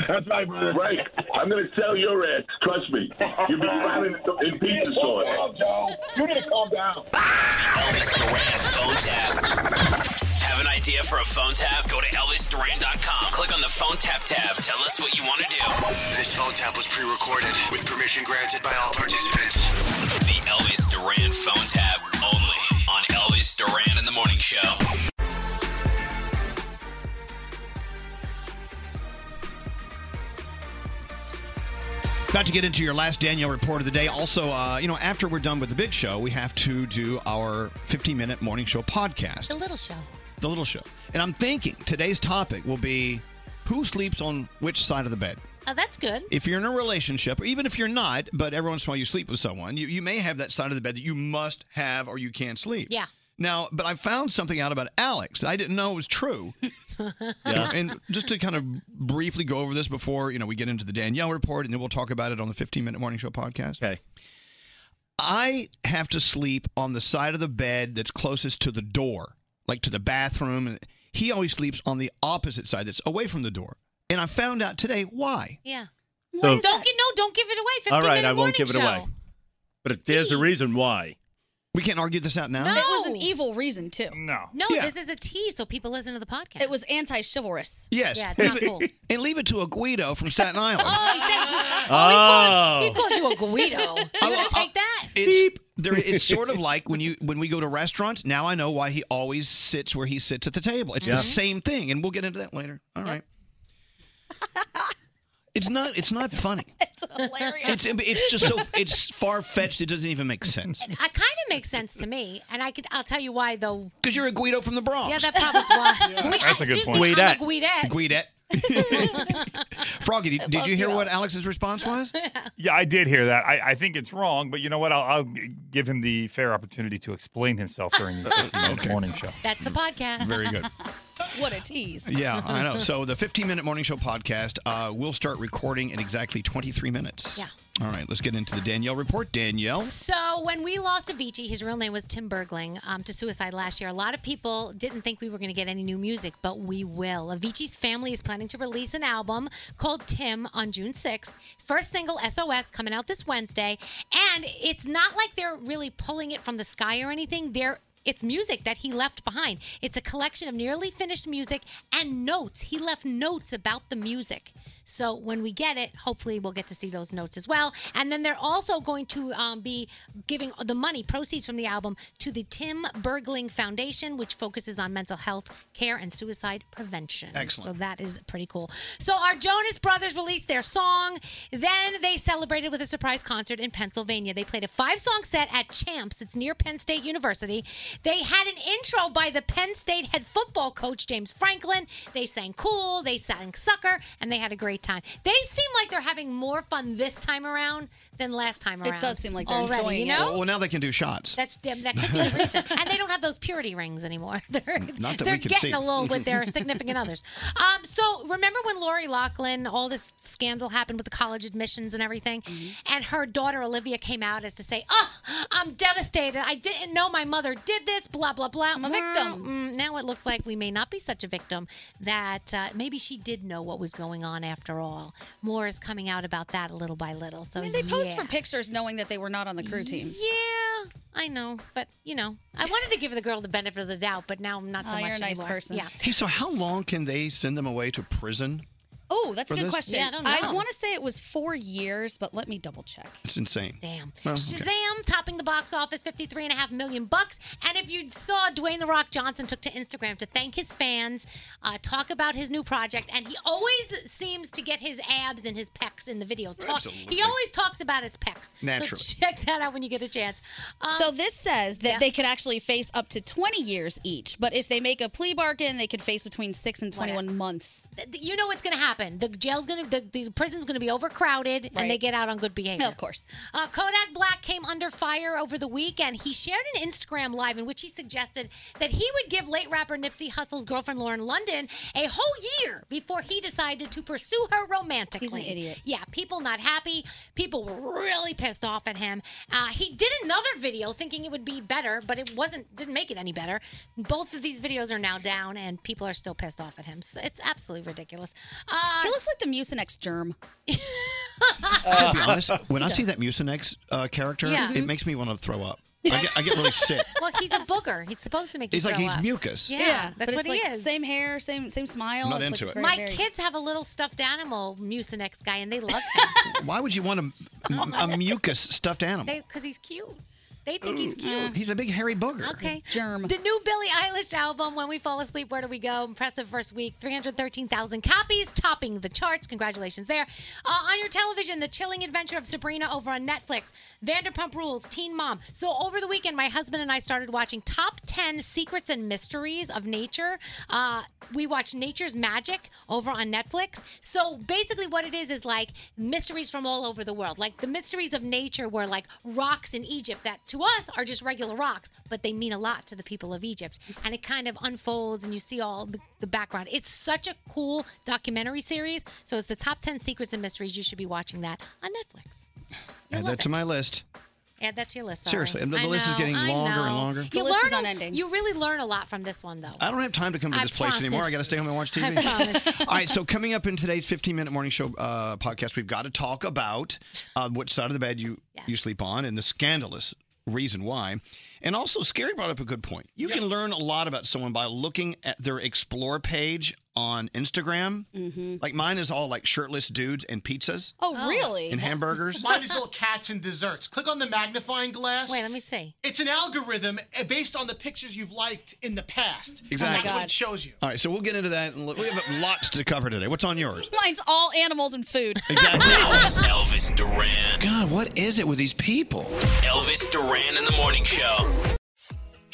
That's my brother. Right. I'm going to sell your ass. Trust me. You'll be running in, in pizza sauce. You need to calm down.
Elvis Duran phone tap. Have an idea for a phone tap? Go to ElvisDuran.com. Click on the phone tap tab. Tell us what you want to do.
This phone tap was pre recorded with permission granted by all participants.
The Elvis Duran phone tap only on Elvis Duran and the Morning Show.
About to get into your last Danielle report of the day. Also, uh, you know, after we're done with the big show, we have to do our 15 minute morning show podcast,
The little show.
The Little Show. And I'm thinking today's topic will be who sleeps on which side of the bed?
Oh, that's good.
If you're in a relationship, or even if you're not, but every once in a while you sleep with someone, you, you may have that side of the bed that you must have or you can't sleep.
Yeah.
Now, but I found something out about Alex that I didn't know was true. And just to kind of briefly go over this before, you know, we get into the Danielle report and then we'll talk about it on the 15 minute morning show podcast.
Okay.
I have to sleep on the side of the bed that's closest to the door, like to the bathroom. And he always sleeps on the opposite side that's away from the door. And I found out today why.
Yeah.
So-
don't get no, don't give it away. 15
All right,
minute
I won't
morning
give it
show.
away. But if there's a reason why,
we can't argue this out now.
It was an evil reason too.
No.
No, this is a tease, so people listen to the podcast. It
was anti-chivalrous.
Yes.
Yeah, it's not
Leave
cool.
it- and leave it to a Guido from Staten Island.
Oh, he, called, he called you a Guido. You gonna take that?
It's there, it's sort of like when you when we go to restaurants. Now I know why he always sits where he sits at the table. It's
Yeah.
the same thing, and we'll get into that later. All right. it's not. It's not funny. It's it's just so it's far fetched. It doesn't even make sense.
It kind of makes sense to me, and I could. I'll tell you why though.
Because you're a Guido from the Bronx.
Yeah, that probably's why. Gui- excuse Me, I'm a Guidette.
Froggy, did, did you hear what Alex's response was?
Yeah, I did hear that. I, I think it's wrong, but you know what? I'll, I'll g- give him the fair opportunity to explain himself during the 15 minute morning show.
That's the podcast.
Very good.
what a tease.
Yeah, I know. So the 15 minute morning show podcast, uh, we'll start recording in exactly 23 minutes.
Yeah.
All right, let's get into the Danielle report. Danielle.
So when we lost Avicii, his real name was Tim Bergling, um, to suicide last year. A lot of people didn't think we were going to get any new music, but we will. Avicii's family is planning to release an album called Tim on June 6th. First single, SOS, coming out this Wednesday. And it's not like they're really pulling it from the sky or anything. They're It's music that he left behind. It's a collection of nearly finished music and notes. He left notes about the music. So when we get it, hopefully we'll get to see those notes as well. And then they're also going to um, be giving the money, proceeds from the album, to the Tim Bergling Foundation, which focuses on mental health care and suicide prevention.
Excellent.
So that is pretty cool. So our Jonas Brothers released their song. Then they celebrated with a surprise concert in Pennsylvania. They played a five-song set at Champs. It's near Penn State University. They had an intro by the Penn State head football coach James Franklin. They sang "Cool," they sang "Sucker," and they had a great time. They seem like they're having more fun this time around than last time around.
It does seem like they're
Already,
enjoying
you know?
Well, now they can do shots.
That's that could be the reason. and they don't have those purity rings anymore. They're
Not that
they're
we can
getting
see.
a little with their significant others. Um, so remember when Lori Lachlan, all this scandal happened with the college admissions and everything,
Mm-hmm.
and her daughter Olivia came out as to say, "Oh, I'm devastated. I didn't know my mother did this. Blah blah blah. I'm a victim." now it looks like we may not be such a victim. That uh, maybe she did know what was going on after all. More is coming out about that little by little. So
And they post
yeah.
for pictures knowing that they were not on the crew team.
Yeah, I know, but you know, I wanted to give the girl the benefit of the doubt, but now I'm not so
Oh,
much
you're a nice
anymore.
person.
Yeah.
Hey, so how long can they send them away to prison?
Oh, that's a
For
good
this-
question.
Yeah, I don't know.
want to say it was four years, but let me double check.
It's insane.
Damn.
Well, okay.
Shazam topping the box office, fifty-three and a half million bucks. And if you saw Dwayne The Rock Johnson took to Instagram to thank his fans, uh, talk about his new project, and he always seems to get his abs and his pecs in the video. Talk,
Absolutely.
he always talks about his pecs.
Naturally.
So check that out when you get a chance. Um,
so this says that they could actually face up to 20 years each, but if they make a plea bargain, they could face between six and 21 months.
th- you know what's going to happen. The jail's going to, the, the prison's going to be overcrowded,
Right.
and they get out on good behavior.
Of course.
Uh, Kodak Black came under fire over the weekend. He shared an Instagram live in which he suggested that he would give late rapper Nipsey Hussle's girlfriend Lauren London a whole year before he decided to pursue her romantically.
He's an idiot.
Yeah, people not happy. People were really pissed off at him. Uh, he did another video thinking it would be better, but it wasn't. Didn't make it any better. Both of these videos are now down, and people are still pissed off at him. So it's absolutely ridiculous. Uh,
he looks like the Mucinex germ.
I'll be honest. When
He
I see
does.
that Mucinex uh, character,
Yeah. Mm-hmm.
it makes me want to throw up. I get, I get really sick.
well, he's a booger. He's supposed to make you
He's like
throw
he's
up.
mucus.
Yeah,
but
that's what
it's
he
like
is.
Same hair, same same smile.
I'm not
It's, like,
into it.
very,
My
very-
kids have a little stuffed animal Mucinex guy, and they love him
Why would you want a,
Oh
a mucus stuffed animal?
because he's cute. They think he's
Ooh.
cute.
He's a big hairy booger.
Okay. The new Billie Eilish album, When We Fall Asleep, Where Do We Go? Impressive first week, 313,000 copies, topping the charts. Congratulations there. Uh, on your television, The Chilling Adventure of Sabrina over on Netflix, Vanderpump Rules, Teen Mom. So over the weekend, my husband and I started watching Top 10 Secrets and Mysteries of Nature. Uh, we watched Nature's Magic over on Netflix. So basically, what it is is like mysteries from all over the world. Like the mysteries of nature were like rocks in Egypt that to us are just regular rocks, but they mean a lot to the people of Egypt. And it kind of unfolds and you see all the, the background. It's such a cool documentary series. So it's the top 10 secrets and mysteries. You should be watching that on Netflix.
Add that to my list.
Add that to your list.
Seriously, and the-
I
the list is
know,
getting
I
longer and
know.
longer. The
You,
list
learn
is
a-
unending.
you really learn a lot from this one, though.
I don't have time to come to
I
this place anymore.
promise.
I got to stay home and watch TV. All right, so coming up in today's 15 minute morning show uh, podcast, we've got to talk about uh, which side of the bed you, you sleep on and the scandalous reason why. And also, Scary brought up a good point. You can learn a lot about someone by looking at their explore page on Instagram.
Mm-hmm.
Like mine is all like shirtless dudes and pizzas.
Oh, Oh. really?
And hamburgers.
Mine is all cats and desserts. Click on the magnifying glass. Wait, let
me see.
It's an algorithm uh, based on the pictures you've liked in the past.
Exactly.
That's what it shows you.
All right, so we'll get into that. And look, we have lots to cover today. What's on yours?
Mine's all animals and food.
Elvis, Elvis Duran.
God, what is it with these people?
Elvis Duran in the morning show.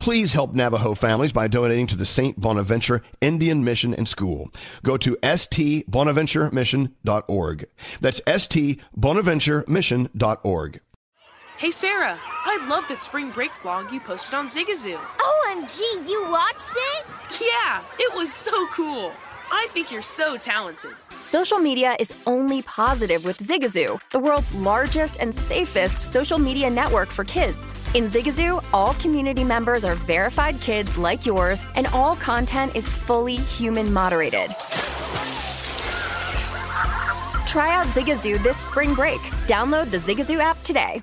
Please help Navajo families by donating to the St. Bonaventure Indian Mission and School. Go to stbonaventuremission.org. That's stbonaventuremission.org.
Hey Sarah, I love that spring break vlog you posted on Zigazoo.
OMG, you watched it?
Yeah, it was so cool. I think you're so talented.
Social media is only positive with Zigazoo, the world's largest and safest social media network for kids. In Zigazoo, all community members are verified kids like yours, and all content is fully human moderated. Try out Zigazoo this spring break. Download the Zigazoo app today.